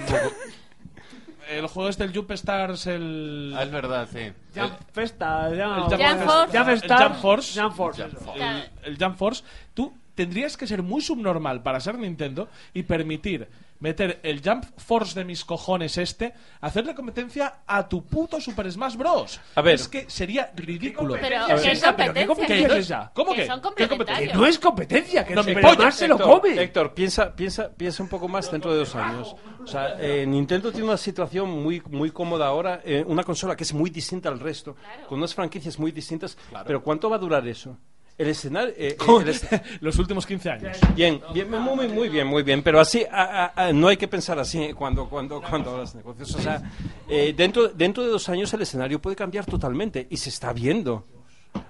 S11: el juego este, el Jump Stars, el.
S10: Ah, es verdad, sí.
S3: Jump Festa,
S11: El
S3: Jump,
S11: Jump Jump Force.
S3: Jump
S11: El
S3: Star,
S11: Jump Force.
S3: Jump Force,
S11: Jump
S3: eso.
S11: el, el Jump Force, tú tendrías que ser muy subnormal para ser Nintendo y permitir meter el Jump Force de mis cojones este, hacerle competencia a tu puto Super Smash Bros.
S7: A ver.
S11: Es que sería ridículo.
S5: Pero,
S11: A
S5: ¿qué
S11: ver.
S5: competencia?
S11: ¿Qué competencia es esa? ¿Cómo
S5: Que
S11: que?
S5: son
S11: ¿Qué competencia?
S5: complementarios. No es
S3: competencia,
S11: No, mi
S7: Héctor,
S11: polla
S7: Héctor,
S11: se lo
S3: come.
S7: Héctor, piensa, piensa, piensa un poco más dentro de dos años. O sea, eh, Nintendo tiene una situación muy, muy cómoda ahora, eh, una consola que es muy distinta al resto, con unas franquicias muy distintas. Pero ¿cuánto va a durar eso? El escenario. eh, eh, el escen-
S11: Los últimos 15 años.
S7: Bien, bien, muy, muy bien, muy bien. Pero así, a- a- a- no hay que pensar así eh, cuando, cuando, cuando hablas de negocios. O sea, eh, dentro, dentro de dos años el escenario puede cambiar totalmente y se está viendo.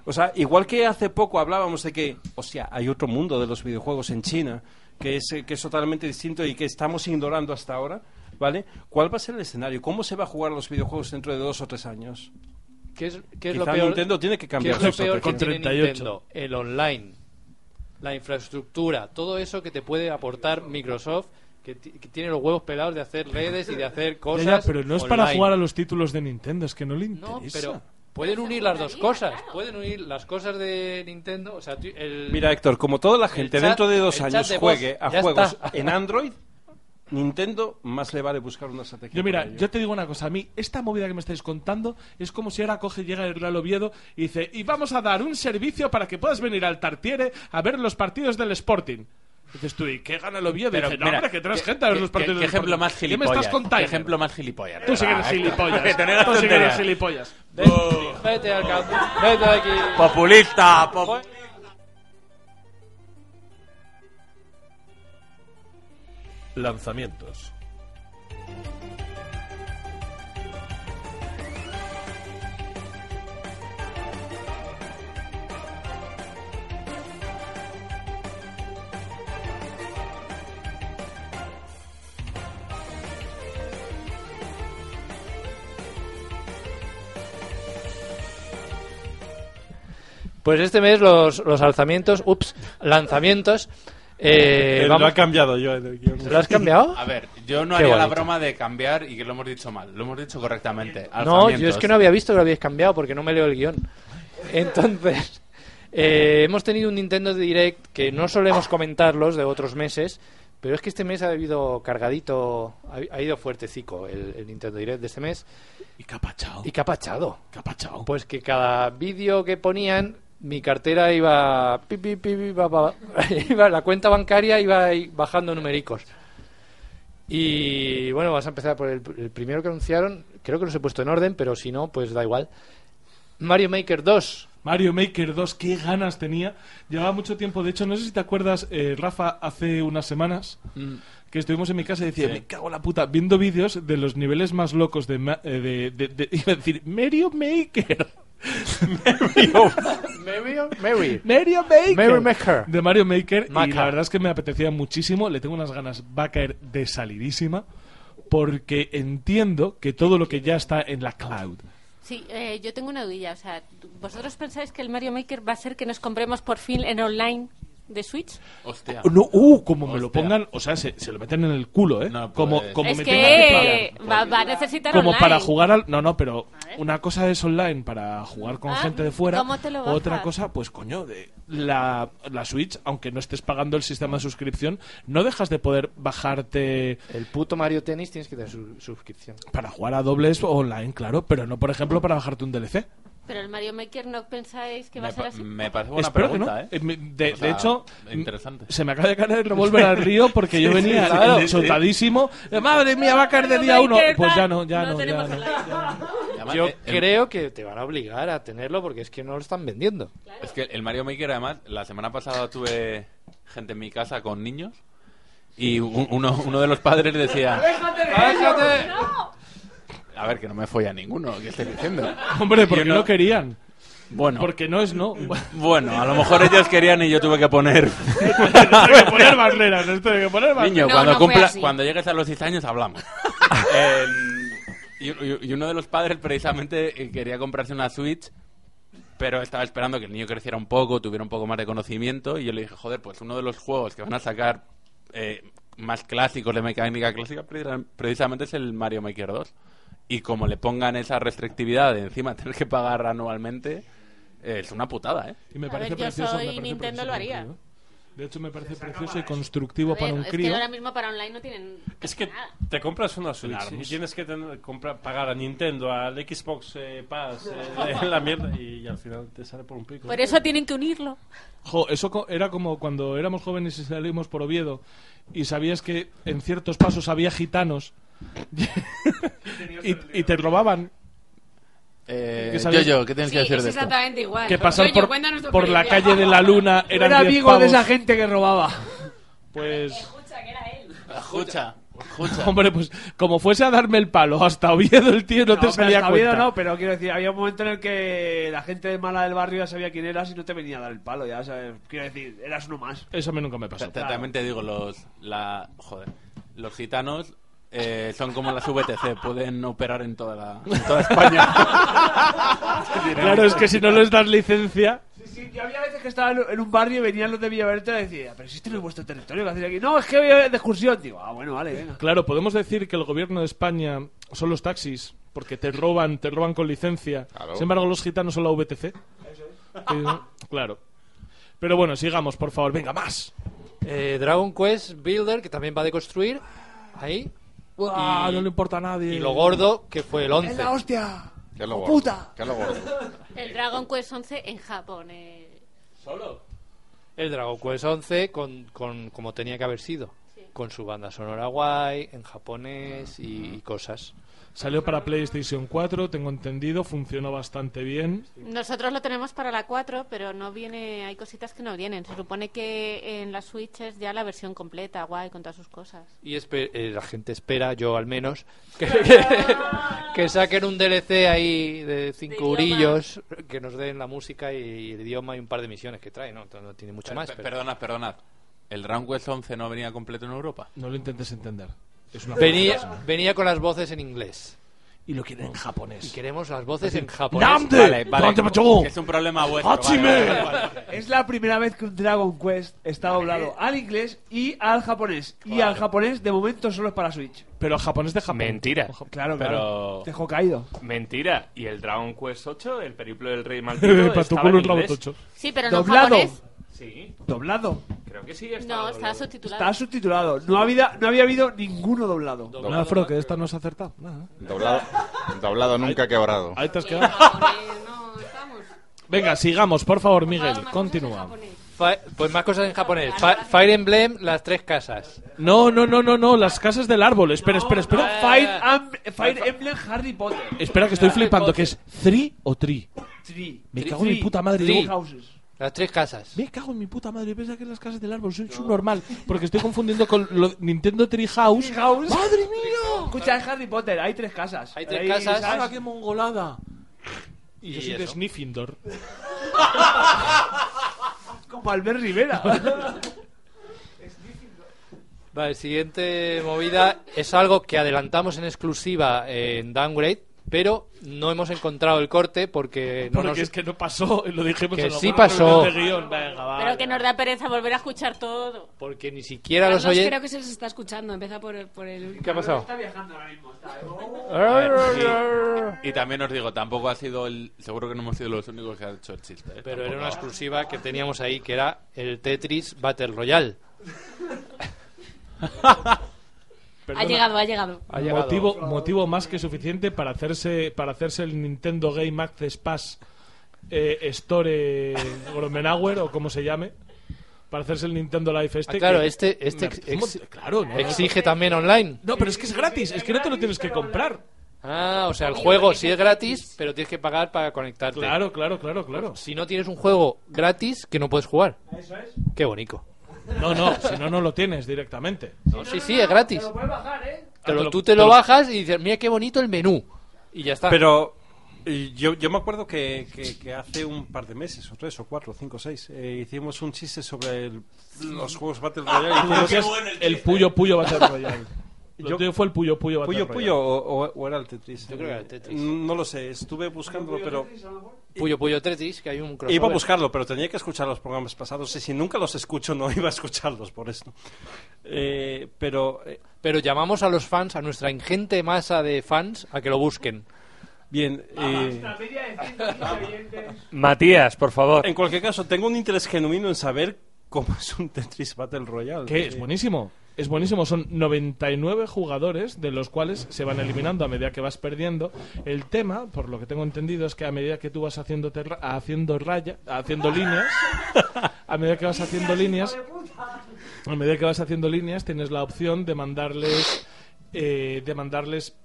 S7: O sea, igual que hace poco hablábamos de que, hostia, hay otro mundo de los videojuegos en China que es, eh, que es totalmente distinto y que estamos ignorando hasta ahora, ¿vale? ¿Cuál va a ser el escenario? ¿Cómo se va a jugar los videojuegos dentro de dos o tres años?
S2: ¿Qué es, qué es lo
S7: Quizá
S2: peor?
S7: Nintendo tiene que cambiar
S2: ¿Qué es
S7: su
S2: lo peor que
S7: estrategia.
S2: tiene
S7: Con 38.
S2: Nintendo? El online, la infraestructura, todo eso que te puede aportar Microsoft, que, ti- que tiene los huevos pelados de hacer redes y de hacer cosas.
S11: Ya, ya, pero no es para
S2: online.
S11: jugar a los títulos de Nintendo, es que no le
S2: No,
S11: interesa.
S2: pero pueden unir las dos cosas. Pueden unir las cosas de Nintendo. O sea, tú- el-
S7: Mira, Héctor, como toda la
S2: el
S7: gente
S2: chat-
S7: dentro de dos
S2: el chat
S7: años
S2: de voz,
S7: juegue a
S2: ya
S7: juegos
S2: está.
S7: en Android, Nintendo más le vale buscar una estrategia.
S11: Yo
S7: para
S11: mira,
S7: ello.
S11: yo te digo una cosa, a mí esta movida que me estáis contando es como si ahora coge y llega el Real Oviedo y dice, y vamos a dar un servicio para que puedas venir al Tartiere a ver los partidos del Sporting. Dices tú, ¿y qué gana el Oviedo?
S10: Pero,
S11: dice, no,
S10: mira,
S11: hombre, que traes
S10: ¿qué-
S11: gente a ver
S10: qué-
S11: los partidos
S10: qué
S11: del
S10: ejemplo
S11: Sporting.
S10: más gilipollas?
S11: ¿Qué me estás contando?
S10: ¿Qué ejemplo más gilipollas?
S11: Tú sí que eres
S10: Ah,
S11: gilipollas.
S10: que tener las
S11: Tú sí que eres
S10: tonterías.
S11: gilipollas.
S2: Vete, vete al campo, vete de aquí.
S10: Populista, pop-
S11: Lanzamientos.
S2: Pues este mes los, los alzamientos, ups, lanzamientos. eh,
S7: Eh,
S2: vamos-
S7: Lo ha cambiado yo. en el guión.
S2: ¿Lo has cambiado?
S10: A ver, yo no
S2: Qué
S10: haría la
S2: bonito.
S10: broma de cambiar y que lo hemos dicho mal. Lo hemos dicho correctamente.
S2: No, yo
S10: Alzamientos.
S2: es que no había visto que lo habíais cambiado porque no me leo el guión. Entonces, Eh, hemos tenido un Nintendo Direct que no solemos comentarlos de otros meses, pero es que este mes ha habido cargadito, ha, ha ido fuertecico el, el Nintendo Direct de este mes.
S11: Y capachado.
S2: Y capachado. Pues que cada vídeo que ponían, mi cartera iba. pi, pi, pi, pi, pa, pa, iba- la cuenta bancaria iba ahí bajando numericos. Y bueno, vas a empezar por el, el primero que anunciaron. Creo que los he puesto en orden, pero si no, pues da igual. Mario Maker 2.
S11: Mario Maker 2, qué ganas tenía. Llevaba mucho tiempo. De hecho, no sé si te acuerdas, eh, Rafa, hace unas semanas que estuvimos en mi casa y decía,
S1: Sí.
S11: me cago en la puta, viendo vídeos de los niveles más locos de... ma- eh, de, de- de- iba a decir, Mario Maker. Mario,
S2: Mario, Mary.
S11: Mario Maker.
S2: Mario Maker.
S11: De Mario Maker. Y
S2: Maker.
S11: la verdad es que me apetecía muchísimo. Le tengo unas ganas. Va a caer de salidísima. Porque entiendo que todo lo que ya está en la cloud.
S5: Sí, eh, yo tengo una dudilla. O sea, ¿vosotros pensáis que el Mario Maker va a ser que nos compremos por fin en online de Switch?
S1: Hostia.
S11: No, uh, como me lo pongan, o sea, se, se lo meten en el culo, ¿eh? como como
S5: es
S11: me
S5: que,
S11: tengan que pagar.
S5: va, va a necesitar
S11: como
S5: online.
S11: para jugar al no no pero una cosa es online para jugar con gente de fuera
S5: Ah, ¿cómo te lo bajas?
S11: otra cosa pues coño de la, la Switch aunque no estés pagando el sistema de suscripción no dejas de poder bajarte
S2: el puto Mario Tennis tienes que tener suscripción
S11: para jugar a dobles online claro pero no por ejemplo para bajarte un DLC
S5: Pero el Mario Maker no pensáis que va a ser así.
S1: Me parece buena
S11: Espero que
S1: pregunta,
S11: no.
S1: ¿eh?
S11: Eh, me- de-
S1: O sea,
S11: de hecho,
S1: interesante.
S11: se me acaba de caer el revólver al río porque yo
S1: Sí, sí,
S11: venía
S1: claro.
S11: chotadísimo madre mía va a caer de día uno pues ya no ya no, ya no.
S2: Yo
S1: eh, el-
S2: creo que te van a obligar a tenerlo porque es que no lo están vendiendo.
S1: Es que el Mario Maker, además, la semana pasada tuve gente en mi casa con niños y un- uno, uno de los padres decía,
S9: ¡Déjate de
S2: ¡Déjate!
S1: a ver, que no me folla ninguno, ¿qué estoy diciendo?
S11: hombre porque
S1: Y uno-
S11: no querían
S1: Bueno.
S11: porque no es no
S1: Bueno, a lo mejor ellos querían y yo tuve que poner...
S11: Tengo que poner barreras, esto hay que poner barreras.
S1: Niño, cuando, cumpla- cuando llegues a los 10 años hablamos. Eh, y, y- y uno de los padres precisamente eh, quería comprarse una Switch, pero estaba esperando que el niño creciera un poco, tuviera un poco más de conocimiento, y yo le dije, joder, pues uno de los juegos que van a sacar eh, más clásicos de mecánica clásica pre- precisamente es el Mario Maker 2. Y como le pongan esa restrictividad de encima tener que pagar anualmente, eh, es una putada, ¿eh?
S11: Y me
S5: A ver,
S11: parece
S5: yo
S11: precioso, me
S5: soy
S11: parece
S5: Nintendo,
S11: precioso
S5: lo haría.
S11: para un crío. De hecho, me parece precioso y constructivo para
S5: Bueno,
S11: un
S5: es
S11: crío.
S5: que ahora mismo para online no tienen
S7: Es que te compras una Switch
S11: Claro.
S7: y tienes que tener- comprar, pagar a Nintendo, al Xbox eh, Pass, eh, la mierda, y, al final te sale por un pico.
S5: Por eso tienen que unirlo.
S11: Jo, eso co- era como cuando éramos jóvenes y salimos por Oviedo y sabías que en ciertos pasos había gitanos y, y te robaban.
S1: Eh,
S11: ¿Qué sabías?
S1: Yoyo, ¿qué tienes
S4: Sí, es exactamente igual.
S11: Que pasar
S4: Yoyo,
S11: por,
S4: cuéntanos tu
S11: por la
S4: experiencia.
S11: calle de la luna
S3: Yo
S11: eran
S3: era
S11: 10
S3: amigo de
S11: pavos.
S3: esa gente que robaba.
S11: Pues,
S1: Escucha,
S11: hombre, pues como fuese a darme el palo hasta Oviedo el tío no, te
S3: pero
S11: salía
S3: hasta Oviedo
S11: cuenta.
S3: no, pero quiero decir, había un momento en el que la gente mala del barrio ya sabía quién eras y no te venía a dar el palo, ya sabes. Quiero decir, eras uno más.
S11: Eso a mí nunca me
S1: Ta-
S11: pasó.
S1: ta- También te digo, los, la, joder, los gitanos eh, son como las VTC, pueden operar en toda, la, en toda España.
S11: Claro, es que si no les das licencia,
S3: Sí, sí, yo había veces que estaba en- en un barrio y venían los de Villaverde y decía, pero si este no es vuestro territorio, ¿qué hacéis aquí? No, es que voy a- de excursión. Digo, ah, bueno, vale, venga.
S11: Claro, podemos decir que el gobierno de España son los taxis, porque te roban, te roban con licencia. Sin embargo, los gitanos son la VTC. Que- claro. Pero bueno, sigamos, por favor. Venga, más.
S2: Eh, Dragon Quest Builder, que también va a deconstruir. Ahí.
S11: Ah,
S2: Y-
S11: no le importa a nadie.
S2: Y lo gordo, que fue el 11.
S3: hostia!
S6: ¿Qué es lo
S2: ¡Oh,
S6: gordo?
S2: puta!
S6: ¿Qué es lo gordo?
S5: El Dragon Quest 11 en Japón. eh.
S2: El Dragon Quest 11, con, con- como tenía que haber sido. Con su banda sonora guay, en japonés y, y cosas.
S11: Salió para PlayStation 4, tengo entendido, funcionó bastante bien.
S5: Nosotros lo tenemos para la 4, pero no viene, hay cositas que no vienen. Se supone que en la Switch es ya la versión completa, guay, con todas sus cosas.
S2: Y espe- eh, la gente espera, yo al menos, que, que- que saquen un DLC ahí de cinco
S5: De idioma.
S2: urillos, que nos den la música y el idioma y un par de misiones que trae, ¿no? Entonces no tiene mucho
S1: Per-
S2: más.
S1: per-
S2: pero-
S1: Perdonad, perdonad. ¿El Dragon Quest 11 no venía completo en Europa?
S11: No lo intentes entender. Es una
S2: Venía, venía con las voces en inglés.
S11: y lo quieren en japonés.
S2: Y queremos las voces en japonés.
S11: ¡Namde!
S2: Vale, vale.
S11: ¡Dante Pacho!
S1: Es un problema vuestro.
S11: ¡Hachime!
S1: vale, vale, vale.
S3: Es la primera vez que un Dragon Quest está doblado al inglés y al japonés. Y al japonés, de momento, solo es para Switch.
S11: Pero japonés de Japón.
S8: Mentira.
S3: Claro,
S8: Pero-
S3: claro. Te he caído.
S8: Mentira. ¿Y el Dragon Quest 8, el periplo del rey
S11: Eh,
S8: maldito,
S11: pa' tu
S8: estaba
S11: culo
S8: en
S11: un rabo
S8: inglés?
S11: tocho.
S5: Sí, pero no
S3: Doblado.
S5: japonés.
S8: Sí,
S3: ¿Doblado?
S8: creo que sí. Estaba
S5: No, está
S8: doblado.
S5: subtitulado.
S3: Está subtitulado. No había, no había habido ninguno doblado.
S11: Nada, Fro, que de esta no se ha acertado. Nada.
S6: Doblado, doblado nunca quebrado.
S11: Ahí te has quedado. Venga, sigamos, por favor, Miguel. Continúa.
S2: Fi- Pues más cosas en japonés. Fi- Fire Emblem, las tres casas.
S11: No, no, no, no, no. Las casas del árbol. Espera, espera, espera.
S3: Fire, Am- Eh, Fire Emblem Harry Potter.
S11: Espera, que estoy flipando. ¿Que es Three o Tri?
S3: Tree.
S11: Me
S3: Tree.
S11: cago en mi
S3: Tree.
S11: puta madre.
S3: Tree
S11: digo-
S3: Houses.
S2: Las tres casas.
S11: Me cago en mi puta madre, piensa que las casas del árbol son subnormal, porque estoy confundiendo con lo- Nintendo Treehouse.
S3: Treehouse.
S11: ¡Madre mía!
S3: Escucha, es Harry Potter. Hay tres casas. Hay
S2: tres casas.
S11: ¡Hala, qué mongolada! Y yo soy de
S2: eso?
S11: Sniffindor.
S3: Como Albert Rivera.
S2: Vale, siguiente movida es algo que adelantamos en exclusiva en Downgrade, pero no hemos encontrado el corte porque no
S11: Porque
S2: nos-
S11: es que no pasó, lo dijimos
S2: Que
S11: en la
S2: sí
S11: buena
S2: pasó.
S11: reunión de guión. Venga, va.
S8: Ah,
S5: Pero que nos da pereza volver a escuchar todo.
S2: porque ni siquiera los
S4: Carlos,
S2: oye.
S4: creo que se les está escuchando. Empieza por, por el...
S2: ¿Qué ha pasado?
S8: eh.
S1: Y también os digo, tampoco ha sido el. Seguro que no hemos sido los únicos que han hecho el chiste. ¿eh?
S2: Pero
S1: Tampoco.
S2: era una exclusiva que teníamos ahí que era el Tetris Battle Royale.
S4: Ha llegado, ha llegado.
S2: Ha llegado.
S11: Motivo, motivo más que suficiente para hacerse, para hacerse el Nintendo Game Access Pass eh, Store Gromenauer o como se llame. Para hacerse el Nintendo Live este.
S2: Ah, claro,
S11: que-
S2: este, este
S11: Me
S2: ex-
S11: apetece un
S2: ex-
S11: montón, claro, no, no,
S2: exige también online.
S11: No, pero es que es gratis, es que no te lo tienes que comprar.
S2: Ah, o sea, el juego sí es gratis, pero tienes que pagar para conectarte.
S11: Claro, claro, claro, claro.
S2: Si no tienes un juego gratis, que no puedes jugar.
S3: Eso es.
S2: Qué bonito.
S11: No, no, si no, no lo tienes directamente.
S2: No, sí, sí, es gratis.
S3: Te lo puedes bajar, ¿eh?
S2: Pero
S11: Ah, te lo-
S2: tú te
S11: te
S2: lo
S11: lo-
S2: bajas y dices, mira qué bonito el menú. Y ya está.
S14: Pero eh, yo, yo me acuerdo que, que- que hace un par de meses, o tres, o cuatro, o cinco, o seis, eh, hicimos un chiste sobre el- los juegos Battle
S8: Ah,
S14: Royale. y tú decías,
S11: el Puyo Puyo Battle Royale. Lo
S14: Yo-
S11: tuyo fue el Puyo Puyo Battle
S14: Puyo
S11: Royale.
S14: Puyo o, o- o era el Tetris. Eh,
S2: Yo creo que era el Tetris.
S14: No lo sé, estuve buscándolo, pero
S2: Puyo Puyo Tetris, que hay un crossover.
S14: iba a buscarlo, pero tenía que escuchar los programas pasados y si nunca los escucho no iba a escucharlos por esto. Eh, pero eh,
S2: Pero llamamos a los fans, a nuestra ingente masa de fans, a que lo busquen.
S14: bien, eh,
S3: La media de 115 oyentes.
S8: Matías, por favor.
S14: en cualquier caso tengo un interés genuino en saber cómo es un Tetris Battle Royale.
S11: Que es
S14: Eh,
S11: buenísimo. Es buenísimo, son 99 jugadores de los cuales se van eliminando a medida que vas perdiendo. El tema, por lo que tengo entendido, es que a medida que tú vas haciendo, terra- haciendo raya, haciendo líneas, a medida que vas haciendo líneas, a medida que vas haciendo líneas, tienes la opción de mandarles, eh, de mandarles,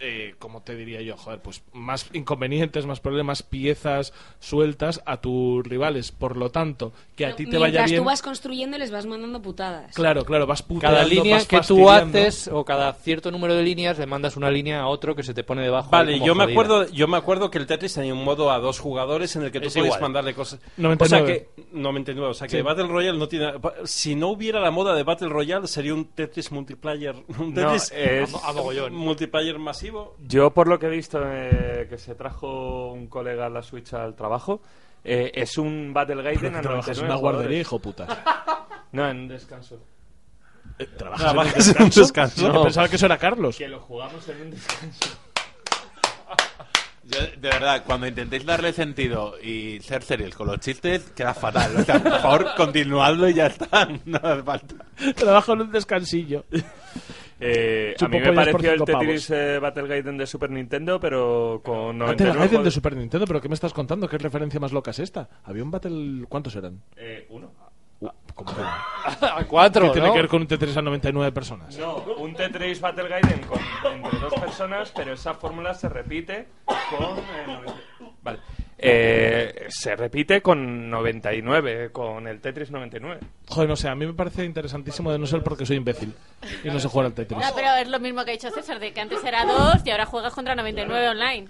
S11: eh, como te diría yo, joder, pues más inconvenientes, más problemas, piezas sueltas a tus rivales. Por lo tanto, que a ti te vaya
S4: Mientras
S11: bien.
S4: tú vas construyendo y les vas mandando putadas.
S11: Claro, claro, vas
S2: Cada
S11: puteando,
S2: línea
S11: vas
S2: que tú
S11: fastidiando.
S2: haces, o cada cierto número de líneas, le mandas una línea a otro que se te pone debajo. ahí
S14: Vale,
S2: como
S14: yo me,
S2: jodida.
S14: acuerdo, yo me acuerdo que el Tetris tenía un modo a dos jugadores en el que tú
S2: Es
S14: podías
S2: igual.
S14: mandarle cosas.
S11: 99.
S14: O sea que, 99, o sea que
S11: Sí.
S14: Battle Royale no tiene. Si no hubiera la moda de Battle Royale, sería un Tetris multiplayer. Un
S8: No,
S14: Tetris
S8: es-
S2: A mogollón.
S14: multiplayer masivo.
S8: Yo, por lo que he visto eh, que se trajo un colega la Switch al trabajo, eh, es un Battle Gaiden a
S11: Trabajas
S8: 99
S11: en una guardería,
S8: jugadores.
S11: hijo puta. Eh,
S8: No, en descanso.
S11: Trabajas en un
S14: Trabajas en un
S11: descanso.
S14: descanso.
S11: Yo Pensaba que eso era Carlos.
S8: Que lo jugamos en un descanso.
S1: Yo, de verdad, cuando intentéis darle sentido y ser serios con los chistes, queda fatal. O sea, por favor, continuadlo y ya está. No hace falta.
S11: Trabajo en un descansillo.
S8: Eh, a
S11: Chupo
S8: mí me
S11: pollas por
S8: pareció el
S11: cinco pavos.
S8: Tetris eh, Battle Gaiden de Super Nintendo, pero con
S11: Battle
S8: 99
S11: Gaiden de
S8: jugadores.
S11: Super Nintendo, pero ¿qué me estás contando? ¿Qué referencia más loca es esta? Había un Battle... ¿Cuántos eran?
S8: Eh, uno.
S11: ¿Cómo que-
S2: A cuatro,
S11: ¿Qué tiene
S2: ¿no?
S11: que ver con un Tetris a 99 personas?
S8: No, un Tetris Battle Gaiden con, entre dos personas, pero esa fórmula se repite con... eh, 90. Vale. Eh, se repite con 99, con el Tetris 99.
S11: Joder, no sé, a mí me parece interesantísimo de no ser porque soy imbécil y no sé jugar al Tetris.
S5: No, pero es lo mismo que ha dicho César, de que antes era dos y ahora juegas contra 99 online.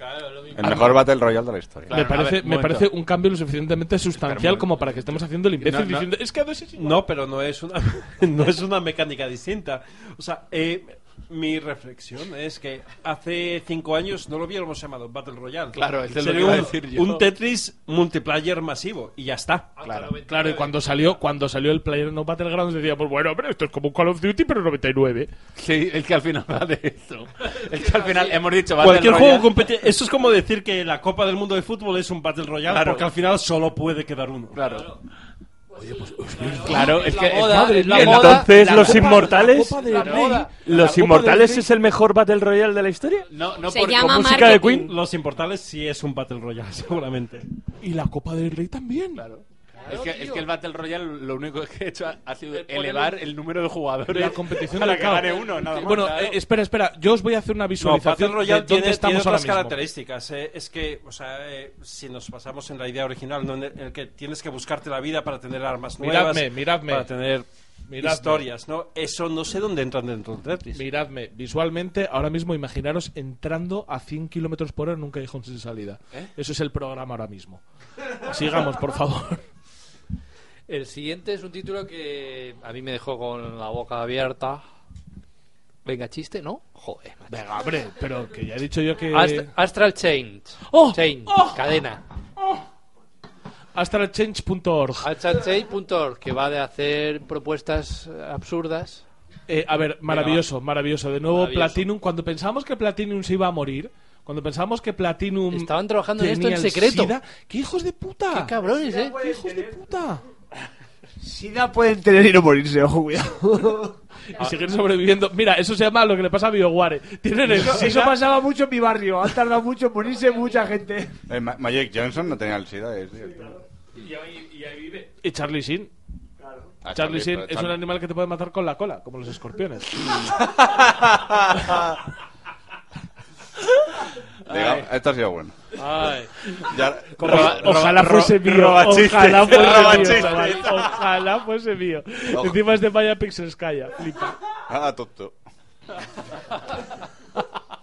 S6: El mejor Battle Royale de la historia.
S11: Me parece,
S1: a ver, un
S11: me
S1: momento.
S11: parece un cambio lo suficientemente
S1: Espera, un
S11: sustancial
S1: momento.
S11: como para que estemos haciendo el imbécil
S14: No, no.
S11: diciendo es que a dos es igual".
S14: No, pero no es una, no es una mecánica distinta. O sea, eh, Mi reflexión es que hace cinco años no lo hubiéramos llamado Battle Royale.
S11: Claro,
S7: este
S11: es de
S14: Sería
S11: lo que iba a
S14: un-
S11: decir yo.
S14: Un Tetris multiplayer masivo y ya está. Claro,
S11: Claro, y cuando salió, cuando salió el Player No Battlegrounds decía, pues bueno, pero esto es como un Call of Duty, pero 99.
S1: Sí, es que al final va de eso. Es que al final hemos dicho Battle
S14: Cualquier
S1: Royale.
S14: juego competi- Eso es como decir que la Copa del Mundo de Fútbol es un Battle Royale
S1: Claro.
S14: porque al final solo puede quedar uno.
S1: Claro.
S14: Claro, es que-
S1: madre mía.
S8: Entonces,
S1: la
S8: los
S1: Copa-
S8: inmortales.
S1: la Copa del La Rey- moda. la
S8: ¿Los
S1: Copa
S8: inmortales
S1: del Rey-
S8: es el mejor Battle Royale de la historia?
S1: No, no
S4: Se
S1: por-
S4: llama
S1: con
S14: música
S4: marketing.
S14: de Queen, los importales sí es un Battle Royale, seguramente.
S11: Y la Copa del Rey también. Claro.
S1: Es que, es que el Battle Royale lo único que he hecho ha, ha sido
S11: poner
S1: elevar
S11: un-
S1: el número de jugadores
S11: La competición
S1: para
S11: del
S1: que
S11: caos.
S1: gane uno, nada más.
S11: Bueno,
S1: Claro.
S11: eh, espera, espera. Yo os voy a hacer una visualización
S14: No, Battle Royale
S11: de dónde
S14: tiene,
S11: estamos
S14: tiene
S11: ahora
S14: otras
S11: mismo.
S14: características. eh. Es que, o sea, eh, si nos pasamos en la idea original, ¿no? en, el, en el que tienes que buscarte la vida para tener armas nuevas.
S11: Miradme, miradme.
S14: Para tener
S11: Miradme.
S14: historias, ¿no? Eso no sé dónde entran dentro del Tetris.
S11: Miradme, visualmente, ahora mismo imaginaros entrando a 100 kilómetros por hora en un callejón sin salida.
S14: ¿Eh?
S11: Eso es el programa ahora mismo. Sigamos, por favor.
S2: El siguiente es un título que a mí me dejó con la boca abierta. Venga, chiste, ¿no? Joder.
S11: Venga, hombre, pero que ya he dicho yo que...
S2: Ast- Astral Chain.
S14: ¡Oh!
S2: Chain. Cadena.
S11: astralchange.org.
S2: Astralchain.org, que va de hacer propuestas eh, absurdas.
S11: Eh, a ver, maravilloso, maravilloso. De nuevo,
S2: Maravilloso.
S11: Platinum, cuando pensábamos que Platinum se iba a morir, cuando pensábamos que Platinum...
S2: Estaban trabajando en esto
S11: tenía
S2: en
S11: el
S2: secreto.
S11: SIDA, ¡Qué hijos de puta!
S2: ¡Qué cabrones, eh!
S11: ¡Qué hijos de puta!
S3: SIDA pueden tener y no morirse, ojo, cuidado.
S11: Y seguir sobreviviendo. Mira, eso se llama lo que le pasa a BioWare. Tienen el
S3: Eso, eso
S11: SIDA.
S3: pasaba mucho en mi barrio. Han tardado mucho en morirse mucha gente.
S6: Eh, Ma- Magic Johnson no tenía el SIDA. es cierto.
S11: Y ahí, vive. Y Charlie Sheen.
S6: Ah,
S11: Charlie
S6: Charlie,
S11: Sheen
S6: pero
S11: es un
S6: Charlie-
S11: animal que te puede matar con la cola, como los escorpiones.
S6: Diga, esto ha sido bueno. Ya-
S11: Como- ojalá
S6: ro-
S11: fuese
S6: ro-
S11: mío.
S6: robachiste.
S11: Ojalá fuese
S6: Robachiste.
S11: mío. chaval. Ojalá fuese mío.
S6: Ojo.
S11: Encima es de Maya Pixels Calla. Flipa.
S6: Ah, tonto.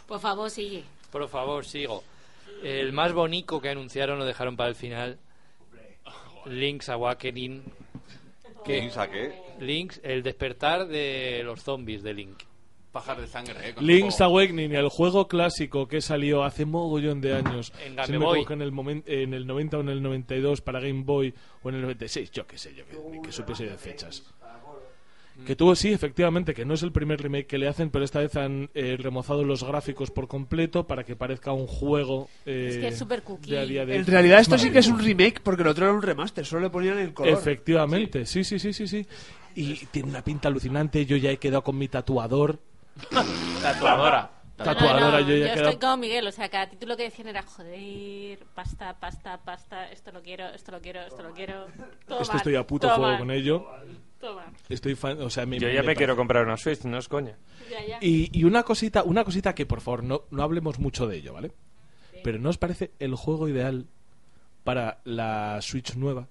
S4: Por favor, sigue.
S2: Por favor, sigo. El más bonito que anunciaron lo dejaron para el final. Link's Awakening. que-
S6: ¿Link's a qué?
S2: Link's, el despertar de los zombies de Link.
S1: Pajar de sangre, eh. con
S11: Link's
S1: juego.
S11: Awakening, el juego clásico que salió hace mogollón de años.
S2: En Game
S11: Si no me
S2: Boy.
S11: equivoco, en el, momen- en el 90 o en el 92 para Game Boy o en el 96, yo qué sé, yo qué ni que supiese de fechas. Que tuvo, sí, efectivamente, que no es el primer remake que le hacen, pero esta vez han eh, remozado los gráficos por completo para que parezca un juego. eh,
S5: Es que es súper cookie.
S11: de a día de hoy.
S3: En realidad esto sí que es un remake porque el otro era un remaster. Solo le ponían el color.
S11: Efectivamente, sí, sí, sí, sí, sí. Y tiene una pinta alucinante. Yo ya he quedado con mi tatuador.
S1: Tatuadora.
S11: Tatuadora,
S5: No, no,
S11: yo ya he quedado.
S5: estoy como Miguel, o sea, cada título que decían era joder, pasta, pasta, pasta, esto lo quiero, esto lo quiero, esto lo quiero. Toma,
S11: Esto estoy a puto
S5: toma,
S11: fuego con ello.
S5: Toma.
S11: Estoy fan, o sea, me-
S8: Yo ya
S11: me
S8: me
S11: pa-
S8: quiero comprar una Switch, no es coña.
S5: Ya, ya.
S11: Y, y una cosita, una cosita que por favor no, no hablemos mucho de ello, ¿vale? Pero ¿no os parece el juego ideal para la Switch nueva?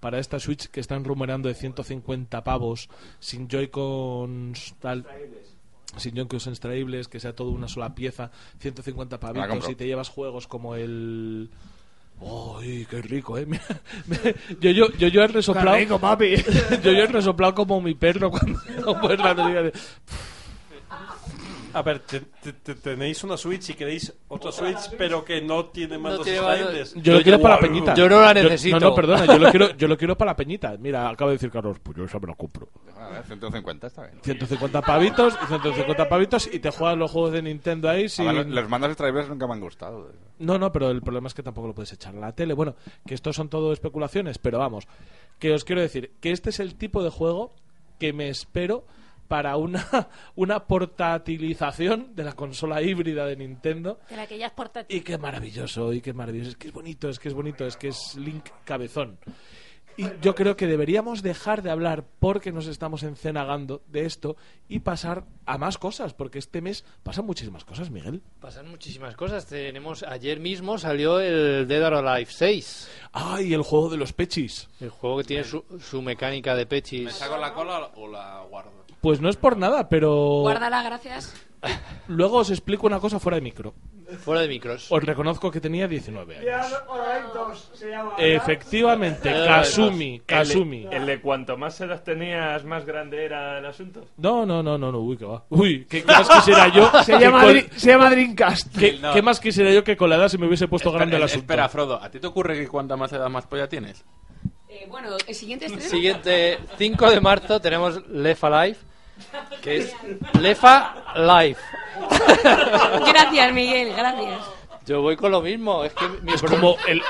S11: Para esta Switch que están rumoreando de 150 pavos, sin Joy-Cons tal, sin Joy-Cons extraíbles, que sea todo una sola pieza, 150 pavitos
S6: compro.
S11: y te llevas juegos como el... ¡Uy, qué rico, eh! yo, yo, yo, yo he resoplado...
S3: Qué rico, papi.
S11: yo, yo he resoplado como mi perro cuando... pues, la noticia de-
S14: A ver, te- te- te- tenéis una Switch y queréis otra Switch, pero que no tiene mandos
S2: tiene mandos.
S14: extraíbles.
S11: Yo lo quiero para la peñita.
S2: Yo no la
S11: Yo-
S2: necesito.
S11: no, no, perdona, yo lo quiero, yo lo quiero para la peñita. Mira, acabo de decir Carlos, pues yo esa me la compro.
S6: A ver, 150 está bien.
S11: 150 pavitos, 150 pavitos y te juegas los juegos de Nintendo ahí sin...
S6: Además, los- Ah, los mandos extraíbles nunca me han gustado.
S11: No, no, pero el problema es que tampoco lo puedes echar a la tele. Bueno, que esto son todo especulaciones, pero vamos, que os quiero decir que este es el tipo de juego que me espero para una, una portatilización de la consola híbrida de Nintendo
S5: De la que ya es portátil.
S11: Y qué maravilloso, y qué maravilloso. Es que es bonito, es que es bonito, es que es Link cabezón. Y yo creo que deberíamos dejar de hablar porque nos estamos encenagando de esto y pasar a más cosas, porque este mes pasan muchísimas cosas, Miguel.
S2: Pasan muchísimas cosas. Tenemos ayer mismo salió el Dead or Alive 6,
S11: ¡Ay, el juego de los pechis!
S2: el juego que tiene su, su mecánica de
S1: ¿Me
S2: pechis.
S1: saco la cola o la guardo?
S11: Pues no es por nada, pero
S4: Guárdala, gracias.
S11: luego os explico una cosa fuera de micro.
S2: Fuera de micros.
S11: Os reconozco que tenía 19 años.
S3: se llama.
S11: Efectivamente,
S8: Eh,
S11: Kasumi,
S8: el de-
S11: Kasumi.
S8: El, de cuanto más edad tenías, más grande era el asunto.
S11: No, no, no, no, no, uy, que va. Uy, ¿qué, qué más quisiera yo?
S3: Se
S11: que
S3: llama
S11: con-
S3: Dri- se llama Dreamcast.
S11: ¿Qué,
S1: No.
S11: qué más quisiera yo que con la edad se me hubiese puesto
S1: Espera,
S11: grande el
S1: eh,
S11: asunto?
S1: Espera, Frodo, ¿a ti te ocurre que cuanta más edad más polla tienes?
S4: Eh, bueno, el siguiente estreno.
S2: Siguiente, 5 de marzo tenemos Lefa Live, que es Lefa Live.
S4: Gracias, Miguel, gracias.
S2: Yo voy con lo mismo, es que mi,
S11: Es
S2: pronun-
S11: como el,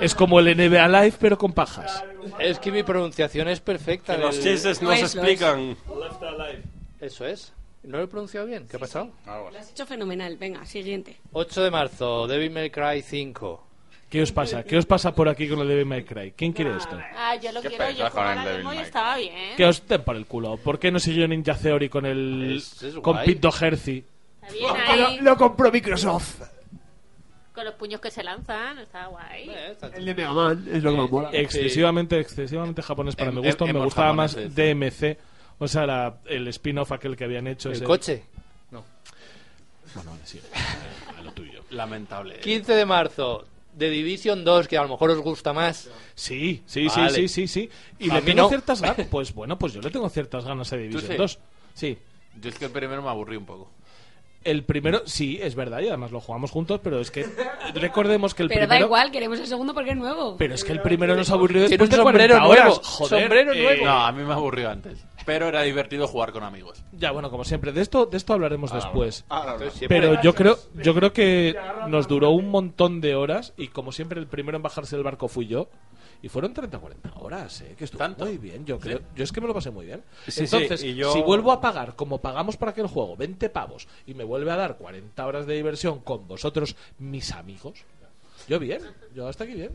S11: es como el NBA Live, pero con pajas.
S2: es que mi pronunciación es perfecta.
S11: Que los chistes no
S2: nos
S3: Pues,
S11: Lo se es, lo es. explican.
S8: Left alive.
S2: Eso es. ¿No lo he pronunciado bien? ¿Qué ha pasado?
S4: Lo has hecho fenomenal. Venga, siguiente.
S2: 8 de marzo, Devil May Cry 5.
S11: ¿Qué os pasa? ¿Qué os pasa por aquí con el Devil May Cry? ¿Quién quiere esto?
S5: Ah, yo lo
S1: ¿Qué
S5: quiero.
S1: pasa
S5: Yo
S1: con el
S5: jugaba al
S1: Devil
S5: demo y
S1: May Cry?
S5: estaba bien.
S11: Que os den por el culo. ¿Por qué no siguió Ninja Theory con el
S2: Es- es
S11: con
S2: guay.
S11: Pito Herzi?
S5: Está bien
S3: Lo,
S5: ahí.
S3: lo compró Microsoft.
S5: Con los puños que se lanzan, estaba guay.
S3: El de Mega Man es lo que me mola.
S11: Excesivamente, excesivamente japonés para
S3: Em-
S11: mi gusto.
S3: em-
S11: Me
S3: hemos
S11: gustaba más
S3: japoneses.
S11: DMC. O sea, la- el spin-off aquel que habían hecho.
S2: ¿El
S11: ese-
S2: coche? No.
S11: Bueno, vale, sí. eh, A lo tuyo.
S1: Lamentable.
S2: 15 de marzo, The Division 2, que a lo mejor os gusta más.
S11: Sí, Sí, sí, sí, sí, sí. Y
S2: A
S11: le
S2: mí
S11: tengo
S2: no.
S11: ciertas ganas. Pues bueno, pues yo le tengo ciertas ganas a Division
S1: sí?
S11: 2. Sí.
S1: Yo es que el primero me aburrí un poco.
S11: El primero, sí, es verdad, y además lo jugamos juntos, pero es que recordemos que el
S4: Pero da
S11: primero.
S4: igual, queremos el segundo porque es nuevo.
S11: Pero es que el primero nos aburrió
S1: Tiene
S11: después
S1: un
S11: de
S1: sombrero
S11: 40 horas.
S1: nuevo.
S11: Joder,
S1: Sombrero
S11: eh,
S1: nuevo. No, a mí me aburrió antes. Pero era divertido jugar con amigos.
S11: Ya, bueno, como siempre, de esto, de esto hablaremos después.
S1: Ah, no, no. Entonces, siempre-
S11: Pero yo creo, yo creo que nos duró un montón de horas y como siempre el primero en bajarse del barco fui yo. Y fueron 30 o 40 horas, eh, que estuvo muy bien, yo creo. Yo es que me lo pasé muy bien.
S14: Sí,
S11: Entonces,
S14: sí, y yo-
S11: si vuelvo a pagar como pagamos para aquel juego, 20 pavos, y me vuelve a dar 40 horas de diversión con vosotros, mis amigos, yo bien, yo hasta aquí bien.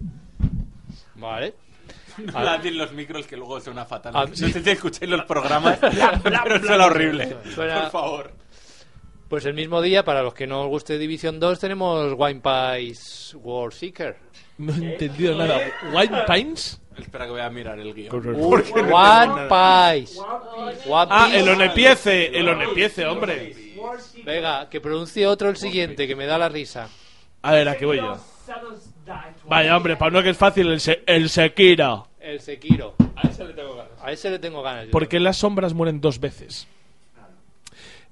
S2: Vale.
S1: Latin los micros que luego suena fatal.
S2: Ah,
S1: No sé si escucháis los programas, pero suena horrible.
S2: Suena-
S1: Por favor.
S2: Pues el mismo día, para los que no os guste Division 2, tenemos Wine Pies War Seeker.
S11: No he entendido nada. ¿Wine Pines?
S1: Espera que voy a mirar el guión.
S11: ¿Por qué no?
S2: One Pies. One
S11: Ah,
S2: Piece.
S11: el Onepiece, el Onepiece, hombre.
S2: Venga, que pronuncie otro el siguiente, que me da la risa.
S11: A ver, ¿a qué voy yo? Vaya, hombre, para uno que es fácil, el, se el Sekiro.
S2: El Sekiro. A ese le tengo ganas. A ese le tengo ganas. yo.
S11: ¿Por qué las sombras mueren dos veces?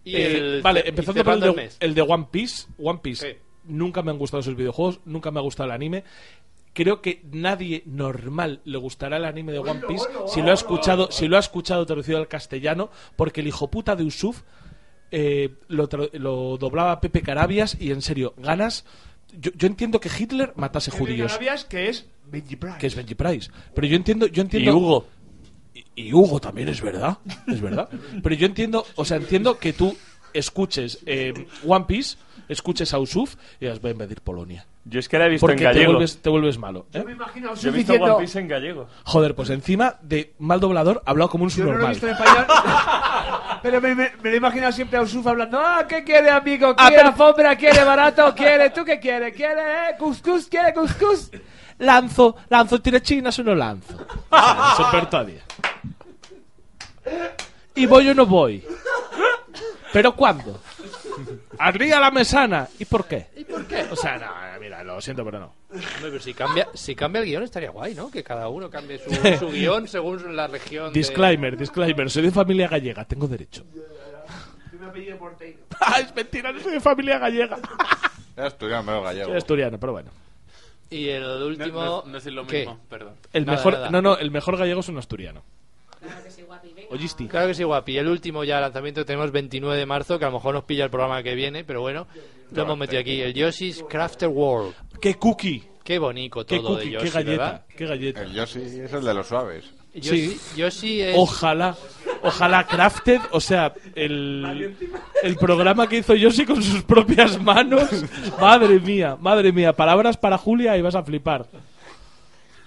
S2: Y
S11: Eh,
S2: el-
S11: vale,
S2: y
S11: empezando por el
S2: cerrando el
S11: de,
S2: mes.
S11: el de One Piece. One Piece.
S2: Sí.
S11: Nunca me han gustado esos videojuegos, nunca me ha gustado el anime. Creo que nadie normal le gustará el anime de One Piece si lo ha escuchado, si lo ha escuchado traducido al castellano, porque el hijo puta de Usuf eh, lo, tra- lo doblaba Pepe Carabias y en serio, ganas. Yo, yo entiendo que Hitler matase judíos.
S3: ¿Sabías que es Benji Price?
S11: que es Benji Price. Pero yo entiendo, yo entiendo.
S3: Y Hugo.
S11: Y, y Hugo también es verdad, es verdad. Pero yo entiendo, o sea, entiendo que tú escuches eh, One Piece, escuches a Usuf y digas, voy a invadir Polonia.
S8: Yo es que la he visto
S11: Porque
S8: en
S11: te
S8: gallego.
S11: vuelves, te vuelves malo. ¿eh?
S3: Yo me imagino a
S8: Yo he
S3: Usuf
S8: visto
S3: diciendo-
S8: One Piece en gallego.
S11: Joder, pues encima de mal doblador, hablado como un
S3: Yo no lo he
S11: subnormal.
S3: visto en español. Pero me, me- me lo he imaginado siempre a Usuf hablando. Ah, ¿qué quiere, amigo?
S11: Ah,
S3: ¿Quiere
S11: pero-
S3: alfombra? ¿Quiere barato? ¿Quiere? ¿Tú qué quieres? ¿Quiere eh, cuscús? ¿Quiere cuscús?
S11: Lanzo, lanzo tirachinas o no lanzo. O sea, Súper todavía. ¿Y voy o no voy? ¿Pero cuándo? Arriba la mesana. ¿Y por qué? ¿Y por qué? O sea, no, mira, lo siento, pero no.
S2: Hombre, pero si cambia, si cambia el guión estaría guay, ¿no? Que cada uno cambie su, su guión según la región. de-
S11: Disclaimer, disclaimer. Soy de familia gallega, tengo derecho. Ah, es mentira, no soy de familia gallega.
S6: Era asturiano, pero gallego.
S11: Soy asturiano, pero bueno.
S2: Y el último.
S1: No, no- no es lo
S2: ¿Qué?
S1: mismo, perdón.
S11: El
S2: Nada,
S11: mejor,
S2: nada.
S11: no, no, el mejor gallego es un asturiano. Oyisti.
S2: Claro que sí, guapi. El último ya lanzamiento tenemos 29 de marzo, que a lo mejor nos pilla el programa que viene, pero bueno, lo hemos metido aquí. El Yoshi's Crafter World.
S11: ¡Qué cookie!
S2: Qué bonito
S11: ¡Qué
S2: todo de
S11: cookie!
S2: Yoshi,
S11: ¡Qué galleta!
S2: ¿verdad?
S11: ¡Qué galleta!
S6: El Yoshi es el de los suaves.
S2: Yoshi, Yoshi es...
S11: Ojalá, ojalá Crafted, o sea, el, el programa que hizo Yoshi con sus propias manos. Madre mía, madre mía, palabras para Julia y vas a flipar.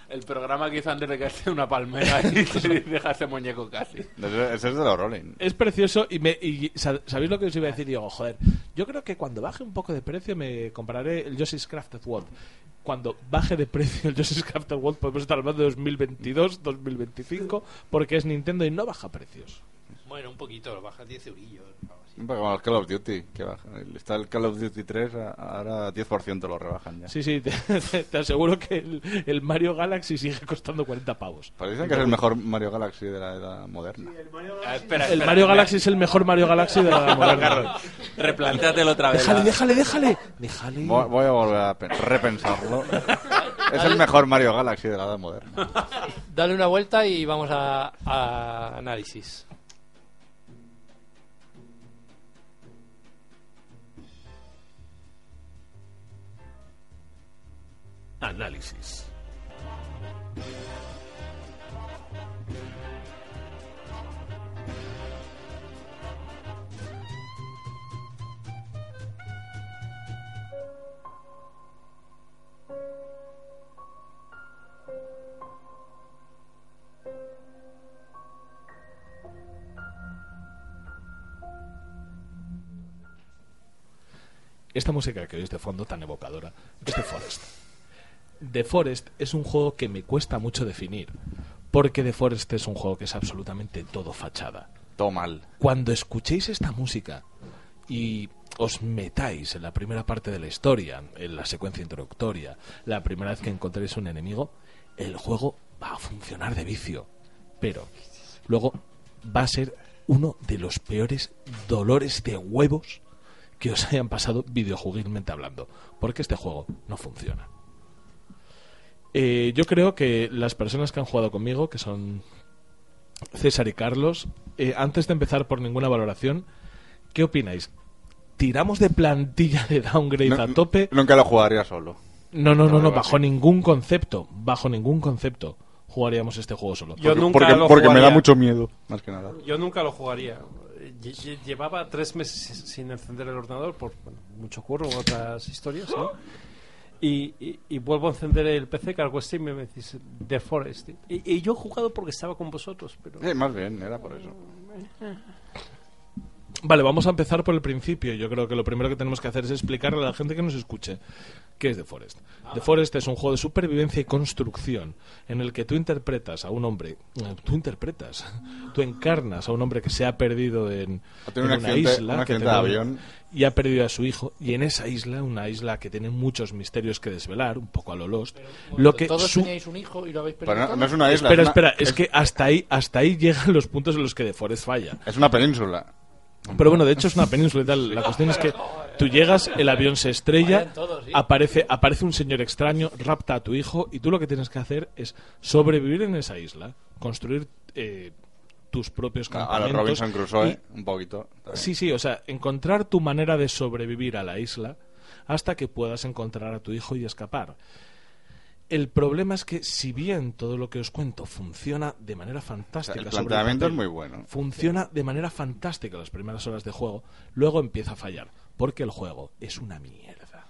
S1: El programa que hizo antes de caerse de una palmera y se dejarse muñeco casi.
S6: Ese ese es de los Rolling.
S11: Es precioso y, me, y sa- ¿sabéis lo que os iba a decir? Digo, joder, yo creo que cuando baje un poco de precio me compraré el Yoshi's Crafted World. Cuando baje de precio el Yoshi's Crafted World podemos estar hablando de 2022, 2025, porque es Nintendo y no baja precios.
S2: Bueno, un poquito, lo bajas 10 eurillos.
S6: Un poco como el Call of Duty, que baja. Está el Call of Duty 3, a- ahora 10% lo rebajan ya.
S11: Sí, sí, te, te- te aseguro que el, el Mario Galaxy sigue costando 40 pavos.
S6: Pero dicen que es el mejor Mario Galaxy de la edad moderna. Ah,
S2: Ah,
S11: el Mario Galaxy es el mejor Mario Galaxy de la moderna.
S6: Carlos, replantéatelo otra vez.
S11: Déjale, déjale, déjale. Déjale.
S6: Voy, voy a volver a pe- repensarlo. es el mejor Mario Galaxy de la edad moderna.
S2: Dale una vuelta y vamos a, a análisis.
S13: Análisis.
S11: Esta música que oís de fondo, tan evocadora, es The Forest. The Forest es un juego que me cuesta mucho definir, porque The Forest es un juego que es absolutamente todo fachada.
S6: Todo mal.
S11: Cuando escuchéis esta música y os metáis en la primera parte de la historia, en la secuencia introductoria, la primera vez que encontréis un enemigo, el juego va a funcionar de vicio. Pero luego va a ser uno de los peores dolores de huevos que os hayan pasado videojuguilmente hablando, porque este juego no funciona. Eh, yo creo que las personas que han jugado conmigo, que son César y Carlos, eh, antes de empezar por ninguna valoración, ¿qué opináis? ¿Tiramos de plantilla de downgrade
S6: No-
S11: a tope?
S6: Nunca lo jugaría solo.
S11: No, no, no, no,
S6: Algo
S11: bajo
S6: así.
S11: ningún concepto, bajo ningún concepto jugaríamos este juego solo.
S6: Yo Porque- nunca porque- lo porque me da jugaría. mucho miedo, más que nada.
S7: Yo nunca lo jugaría. Lle- lle- Llevaba tres meses sin encender el ordenador por bueno, mucho curro, otras historias, ¿no? Y, y- y vuelvo a encender el PC, cargo Steam y me dice The Forest. Y, y yo he jugado porque estaba con vosotros, pero...
S6: Sí, más bien, era por eso.
S11: Vale, vamos a empezar por el principio. Yo creo que lo primero que tenemos que hacer es explicarle a la gente que nos escuche qué es The Forest. The Forest es un juego de supervivencia y construcción en el que tú interpretas a un hombre, eh, tú interpretas, tú encarnas a un hombre que se ha perdido en,
S6: Ha tenido
S11: en
S6: un
S11: una
S6: accidente-
S11: isla
S6: un
S11: que
S6: accidente
S11: tenía-
S6: de avión.
S11: y ha perdido a su hijo y en esa isla, una isla que tiene muchos misterios que desvelar, un poco a lo Lost, lo que
S2: Pues Todos
S11: su-
S2: teníais un hijo y lo habéis
S6: Pero
S2: perdido.
S6: no-
S2: todo?
S6: no es una isla.
S11: Espera,
S6: es
S11: espera, es, que hasta ahí, hasta ahí llegan los puntos en los que The Forest falla.
S6: Es una península.
S11: Pero bueno, de hecho es una península y tal. La cuestión es que tú llegas, el avión se estrella, aparece, aparece un señor extraño, rapta a tu hijo y tú lo que tienes que hacer es sobrevivir en esa isla, construir eh, tus propios
S6: A
S11: campamentos.
S6: los Robinson Crusoe, ¿eh?
S11: y-
S6: un poquito.
S11: Sí, sí, o sea, encontrar tu manera de sobrevivir a la isla hasta que puedas encontrar a tu hijo y escapar. El problema es que si bien todo lo que os cuento funciona de manera fantástica,
S6: el
S11: sobre
S6: planteamiento
S11: papel,
S6: es muy bueno.
S11: Funciona de manera fantástica las primeras horas de juego, luego empieza a fallar, porque el juego es una mierda.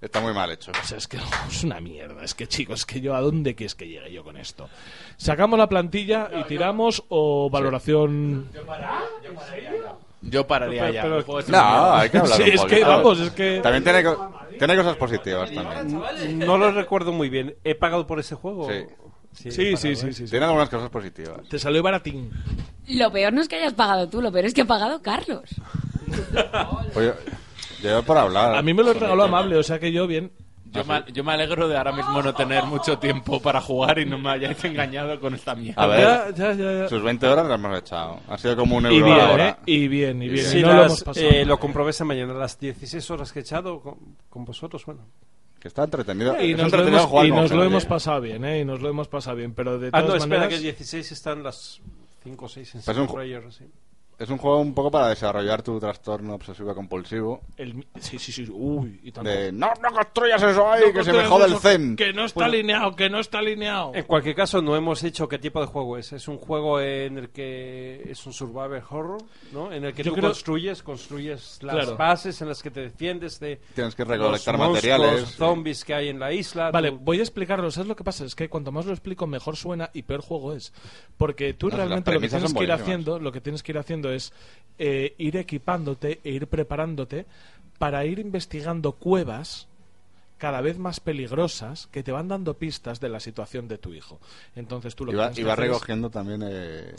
S6: Está muy mal hecho.
S11: O sea, es que es una mierda. Es que, chicos, que yo a dónde quieres que llegue yo con esto. ¿Sacamos la plantilla y tiramos o valoración?
S1: Yo pararía
S11: Pero-
S1: ya.
S11: pero-
S1: El juego es
S11: No,
S1: una mierda.
S6: hay que hablar
S11: Sí,
S6: un
S11: es
S6: poquito.
S11: que, vamos, es que-
S6: También tiene, co- tiene cosas positivas también.
S7: No lo recuerdo muy bien. ¿He pagado por ese juego?
S6: Sí.
S7: he
S11: Sí, sí,
S7: pagado,
S11: sí,
S7: ¿eh?
S11: sí, sí.
S6: Tiene algunas cosas positivas.
S11: Te salió baratín.
S4: Lo peor no es que hayas pagado tú, lo peor es que ha pagado Carlos.
S6: Oye, yo por hablar.
S11: A mí me lo regaló amable, o sea que yo bien.
S1: Yo me, yo me alegro de ahora mismo no tener mucho tiempo para jugar y no me hayáis engañado con esta mierda.
S6: A ver,
S11: Ya, ya, ya, ya.
S6: sus 20 horas las hemos echado. Ha sido como un
S11: Y
S6: euro
S11: bien,
S6: la hora.
S11: ¿eh? Y bien, y bien.
S7: Si
S11: Y no
S7: las,
S11: lo hemos pasado.
S7: eh, lo comprobé esta mañana, las 16 horas que he echado con, con vosotros, bueno.
S6: Que está entretenido. Es
S11: Y nos, lo
S6: entretenido
S11: hemos,
S6: jugar
S11: y
S6: con
S11: nos lo
S6: gente.
S11: hemos pasado bien, ¿eh? Y nos lo hemos pasado bien, pero de
S7: Ah,
S11: todas
S7: no, espera,
S11: maneras...
S7: que 16 están las 5 o 6 en
S6: Pues es un
S7: single
S6: ju-
S7: player, sí.
S6: Es un juego un poco para desarrollar tu trastorno obsesivo compulsivo.
S11: El- sí, sí, sí. Uy, y tanto.
S6: De no, no construyas eso ahí,
S11: No
S6: que se me
S11: construyas
S6: jode el
S11: eso,
S6: zen.
S11: Que no está
S7: Bueno.
S11: alineado, que no está alineado.
S7: En cualquier caso, no hemos dicho qué tipo de juego es. Es un juego en el que es un survival horror, ¿no? En el que
S11: Yo
S7: tú
S11: creo-
S7: construyes, construyes las
S11: Claro.
S7: bases en las que te defiendes de
S6: Tienes que
S7: los
S6: recolectar
S7: monstruos,
S6: materiales.
S7: zombies que hay en la isla.
S11: Vale,
S7: tú-
S11: voy a explicarlo. ¿Sabes lo que pasa? Es que cuanto más lo explico, mejor suena y peor juego es. Porque tú
S6: No, las
S11: realmente lo que
S6: premisas
S11: tienes
S6: son
S11: que ir
S6: buenísimas.
S11: haciendo, lo que tienes que ir haciendo es eh, ir equipándote e ir preparándote para ir investigando cuevas cada vez más peligrosas que te van dando pistas de la situación de tu hijo. Entonces tú lo
S6: Y
S11: que
S6: va,
S11: tienes
S6: y
S11: que
S6: va
S11: hacer es-
S6: recogiendo también eh,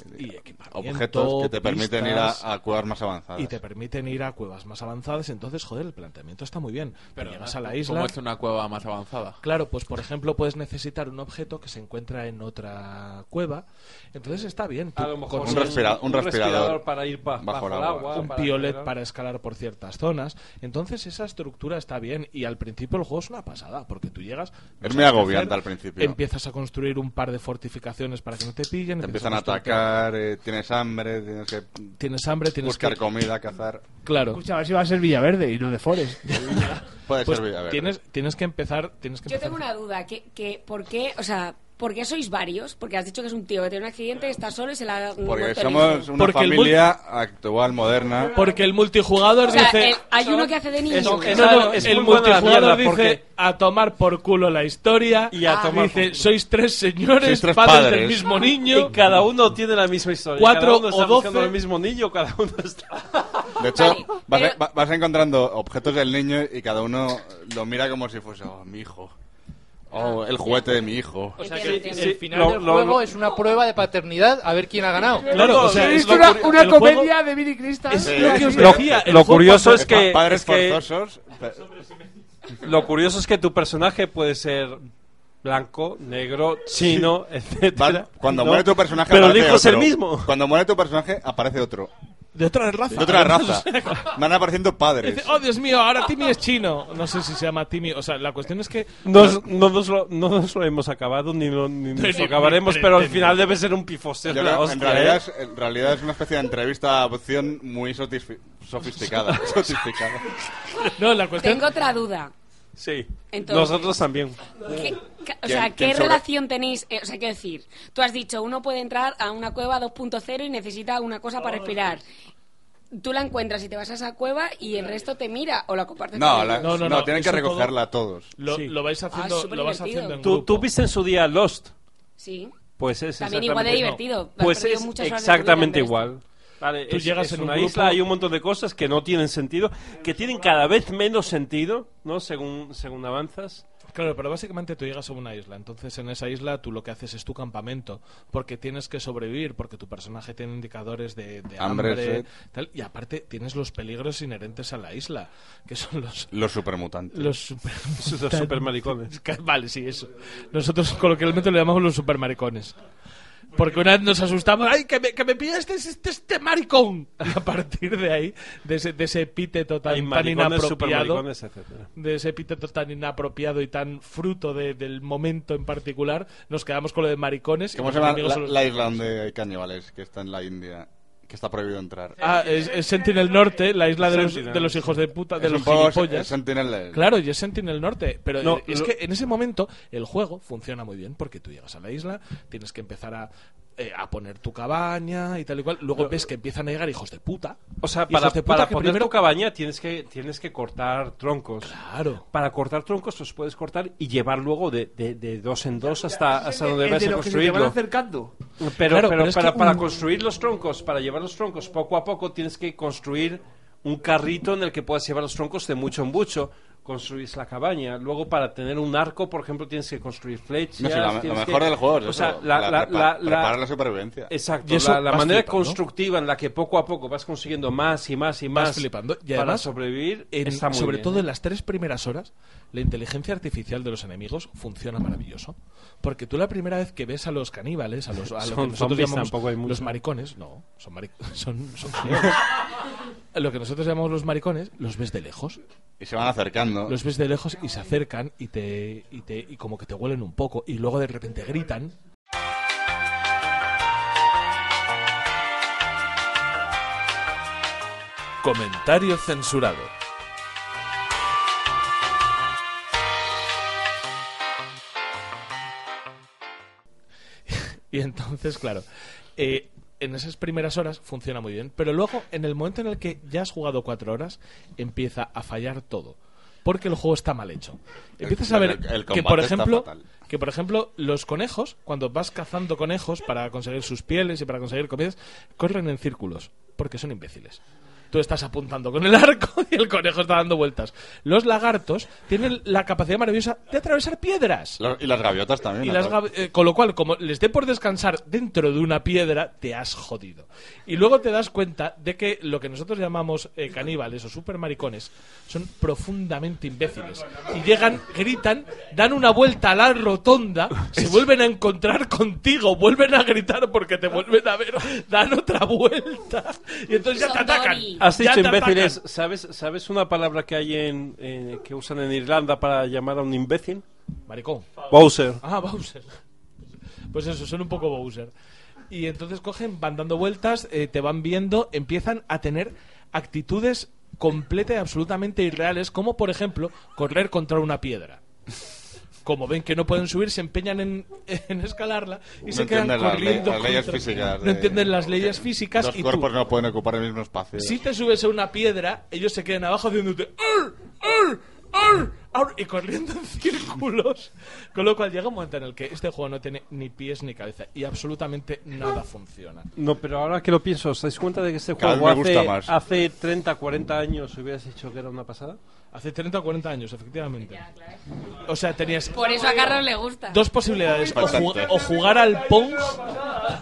S6: objetos
S11: equipamiento,
S6: que te permiten ir
S11: pistas,
S6: a, a cuevas más avanzadas.
S11: Y te permiten ir a cuevas más avanzadas. Entonces, joder, el planteamiento está muy bien. Pero llegas a la isla.
S1: ¿Cómo es una cueva más avanzada?
S11: Claro, pues por ejemplo puedes necesitar un objeto que se encuentra en otra cueva. Entonces está bien. tú
S7: A lo mejor
S11: consigues
S6: un, respira- un respirador,
S7: para ir ba- bajo el agua,
S11: un
S7: para
S11: piolet
S7: generar-
S11: para escalar por ciertas zonas. Entonces esa estructura está bien y al principio el juego es una pasada porque tú llegas... no
S6: Es
S11: sabes
S6: muy
S11: qué
S6: agobiante
S11: hacer,
S6: al principio.
S11: Empiezas a construir un par de fortificaciones para que no te pillen.
S6: Te
S11: empiezas
S6: empiezan a
S11: construir-
S6: atacar, eh, tienes hambre, tienes que
S11: Tienes hambre, tienes
S6: buscar
S11: que-
S6: comida, cazar.
S11: Claro.
S3: Escucha, a ver si va a ser Villaverde y no de Forest.
S6: Puede
S11: Pues
S6: ser Villaverde.
S11: Tienes, tienes que empezar... Tienes que
S4: Yo
S11: empezar-
S4: tengo una duda, que, que ¿por qué, o sea, por qué sois varios? Porque has dicho que es un tío que tiene un accidente, está solo y se la...
S6: Porque
S4: motoriza.
S6: somos una
S11: Porque el mul-
S6: familia actual, moderna.
S11: Porque el multijugador
S4: O sea,
S11: dice...
S4: el- hay uno que hace de niño.
S11: No,
S6: que
S11: no,
S6: esa- es
S11: el
S6: muy buena la mierda,
S11: multijugador dice
S6: porque-
S11: a tomar por culo la historia y
S7: a tomar
S11: dice sois tres señores
S7: Sois tres
S11: padres, del
S7: padres.
S11: mismo niño
S7: Y cada uno tiene la misma historia.
S11: Cuatro
S7: cada uno
S11: o
S7: está buscando
S11: doce.
S7: el mismo niño, cada uno está.
S6: De hecho, vas, va- vas encontrando objetos del niño y cada uno lo mira como si fuese, oh, mi hijo. Oh, el juguete de mi hijo.
S2: O sea
S6: Sí,
S2: Ah. que el-
S6: sí,
S2: el
S6: sí.
S2: final
S6: Lo-
S2: del
S6: lo-
S2: juego
S6: lo-
S2: es una prueba de paternidad a ver quién ha ganado.
S6: Claro, o sea,
S3: es lo una- una comedia de Billy Crystal.
S2: Es
S3: Sí.
S2: lo que os
S3: Lo-
S2: decía,
S7: lo curioso es que-
S6: Padres
S7: es que-
S6: forzosos. pe-
S7: Lo curioso es que tu personaje puede ser blanco, negro, chino, etcétera.
S6: Va- Cuando
S7: ¿no?
S6: muere tu personaje
S7: Pero el
S6: aparece
S7: hijo es el
S6: otro.
S7: mismo.
S6: Cuando muere tu personaje aparece otro.
S11: de otra raza
S6: De otra raza. Van apareciendo
S11: Dice,
S6: padres.
S11: oh Dios mío ahora Timmy es chino no sé si se llama Timmy o sea la cuestión es que
S7: Nos- no, nos lo, no nos lo hemos acabado ni, lo, ni nos lo acabaremos, pero al final debe ser un pifosteo.
S6: Yo
S7: la
S6: creo- en,
S7: hostia,
S6: realidad
S7: ¿eh?
S6: es, en realidad es una especie de entrevista a adopción muy sotisfi- sofisticada. sofisticada.
S11: no la
S4: Tengo otra duda.
S7: Sí.
S4: Entonces-
S7: Nosotros también.
S4: ¿Qué- ca- o
S7: ¿Quién-
S4: sea, ¿qué
S7: quién sobre-
S4: relación tenéis? Eh, o sea, quiero decir, tú has dicho, uno puede entrar a una cueva 2.0 y necesita una cosa para respirar. Tú la encuentras y te vas a esa cueva y el resto te mira o la compartes
S6: No,
S4: con
S6: la-
S4: ellos.
S6: no, tienen
S11: es
S6: que
S11: un juego-
S6: recogerla todos.
S11: lo,
S6: Sí.
S11: lo vais
S4: Ah,
S11: haciendo
S4: es
S11: lo vas
S4: superdivertido.
S11: haciendo en
S7: ¿Tú,
S11: grupo.
S7: tú viste en su día Lost.
S4: Sí.
S7: Pues es
S4: También igual de
S7: exactamente-
S4: divertido. Has
S7: Pues
S4: perdido
S7: es
S4: muchas horas de tu vida
S7: exactamente
S4: en ver
S7: igual. Vale,
S11: Tú
S7: es-
S11: llegas
S7: es
S11: en un
S7: una
S11: grupo-
S7: isla, hay un montón de cosas que no tienen sentido, que tienen cada vez menos sentido, ¿no? Según, según avanzas.
S11: Claro, pero básicamente tú llegas a una isla, entonces en esa isla tú lo que haces es tu campamento, porque tienes que sobrevivir, porque tu personaje tiene indicadores de, de
S6: Hambre,
S11: hambre,
S6: sed.
S11: tal, y aparte tienes los peligros inherentes a la isla, que son los
S6: Los supermutantes.
S11: los super,
S7: Los supermaricones.
S11: Vale, sí, eso. Nosotros coloquialmente lo llamamos los supermaricones. Porque una vez nos asustamos, ¡ay, que me, que me pilla este, este, este maricón! Y a partir de ahí, de ese, de ese epíteto
S7: Hay
S11: tan, tan
S7: maricones,
S11: inapropiado,
S7: supermaricones, etcétera.
S11: de ese epíteto tan inapropiado y tan fruto de- del momento en particular, nos quedamos con lo de maricones. y
S6: ¿Cómo
S11: los
S6: se llama
S11: enemigos
S6: la,
S11: son los-
S6: la isla donde hay caníbales? Que está en la India. Que está prohibido entrar.
S11: Ah, es, es Sentinel Norte, la isla de los,
S6: Sentinel.
S11: de los hijos de puta, de
S6: Es
S11: los
S6: un poco
S11: gilipollas.
S6: se- Sentinel-
S11: Claro, y es Sentinel Norte. Pero
S6: No,
S11: eh, es
S6: lo-
S11: que en ese momento el juego funciona muy bien porque tú llegas a la isla, tienes que empezar a, eh, a poner tu cabaña y tal y cual. Luego ves que empiezan a llegar hijos de puta.
S7: O sea,
S11: Hijos
S7: para,
S11: de puta
S7: para
S11: que
S7: poner
S11: primero-
S7: tu cabaña tienes que, tienes que cortar troncos.
S11: Claro.
S7: Para cortar troncos los puedes cortar y llevar luego de, de- de dos en dos hasta, hasta
S3: el
S7: donde vas
S3: de
S7: a
S3: los que se te van
S7: construirlo.
S3: acercando.
S7: Pero,
S3: Claro,
S7: pero
S3: pero es
S7: para,
S3: que
S7: para
S3: un-
S7: construir los troncos, para llevar los troncos poco a poco, tienes que construir un carrito en el que puedas llevar los troncos de mucho en mucho. Construís la cabaña. Luego, para tener un arco, por ejemplo, tienes que construir flechas.
S6: No, sí, la- lo
S7: tienes
S6: mejor
S7: que-
S6: del juego es
S7: o
S6: eso,
S7: sea, la,
S6: la-
S7: la-
S6: prepa-
S7: la- la-
S6: preparar la supervivencia.
S7: Exacto.
S11: Y eso
S7: la la
S11: vas
S7: manera
S11: flipando.
S7: constructiva en la que poco a poco vas consiguiendo más y más y más
S11: Vas flipando. Y
S7: para
S11: además,
S7: sobrevivir.
S11: en-
S7: está muy
S11: sobre
S7: bien,
S11: todo
S7: ¿eh?
S11: en las tres primeras horas, la inteligencia artificial de los enemigos funciona maravilloso. Porque tú la primera vez que ves a los caníbales, a los a lo
S7: Son
S11: que nosotros
S7: zombies,
S11: llamamos
S7: tampoco hay mucho.
S11: los maricones, no, son mari- son, son caníbales. A lo que nosotros llamamos los maricones, los ves de lejos.
S6: Y se van acercando.
S11: Los ves de lejos y se acercan y te, y te y como que te huelen un poco y luego de repente gritan. Comentario censurado. Y entonces, claro, eh, en esas primeras horas funciona muy bien, pero luego, en el momento en el que ya has jugado cuatro horas, empieza a fallar todo. Porque el juego está mal hecho. Empiezas a
S6: el-
S11: ver
S6: el- el
S11: que,
S6: combate
S11: por
S6: está
S11: ejemplo,
S6: fatal.
S11: que por ejemplo los conejos, cuando vas cazando conejos para conseguir sus pieles y para conseguir comidas, corren en círculos porque son imbéciles. Tú estás apuntando con el arco y el conejo está dando vueltas. Los lagartos tienen la capacidad maravillosa de atravesar piedras.
S6: Lo- Y las gaviotas también.
S11: Y las
S6: ¿no?
S11: gav- eh, con lo cual, como les dé por descansar dentro de una piedra, te has jodido. Y luego te das cuenta de que lo que nosotros llamamos eh, caníbales o supermaricones son profundamente imbéciles. Y llegan, gritan, dan una vuelta a la rotonda, se vuelven a encontrar contigo, vuelven a gritar porque te vuelven a ver, dan otra vuelta y entonces ya te atacan.
S7: Has
S11: Ya
S7: dicho
S11: te
S7: imbéciles.
S11: atacan.
S14: ¿Sabes, ¿Sabes una palabra que hay en, eh, que usan en Irlanda para llamar a un imbécil?
S11: Maricón.
S14: Bowser.
S11: Ah, Bowser. Pues eso, son un poco Bowser. Y entonces cogen, van dando vueltas, eh, te van viendo, empiezan a tener actitudes completas y absolutamente irreales, como por ejemplo correr contra una piedra. Como ven que no pueden subir, se empeñan en, en escalarla y
S6: No
S11: se quedan
S6: entienden las
S11: corriendo.
S6: le- las leyes
S11: contra-
S6: físicas
S11: No
S6: de-
S11: entienden las leyes físicas
S6: Los
S11: y tú,
S6: cuerpos no pueden ocupar el mismo espacio.
S11: si te subes a una piedra, ellos se quedan abajo haciéndote "Arr, arr, arr, arr", y corriendo en círculos. Con lo cual llega un momento en el que este juego no tiene ni pies ni cabeza y absolutamente nada funciona.
S14: No, pero ahora que lo pienso, ¿os dais cuenta de que este
S11: Cada
S14: juego
S11: vez me gusta
S14: hace,
S11: más.
S14: hace 30, 40 años hubieras dicho que era una pasada?
S11: Hace 30 o 40 años, efectivamente. O sea, tenías
S4: Por eso a Carlos le gusta.
S11: dos posibilidades, o, ju-
S6: Bastante.
S11: o jugar al Pong,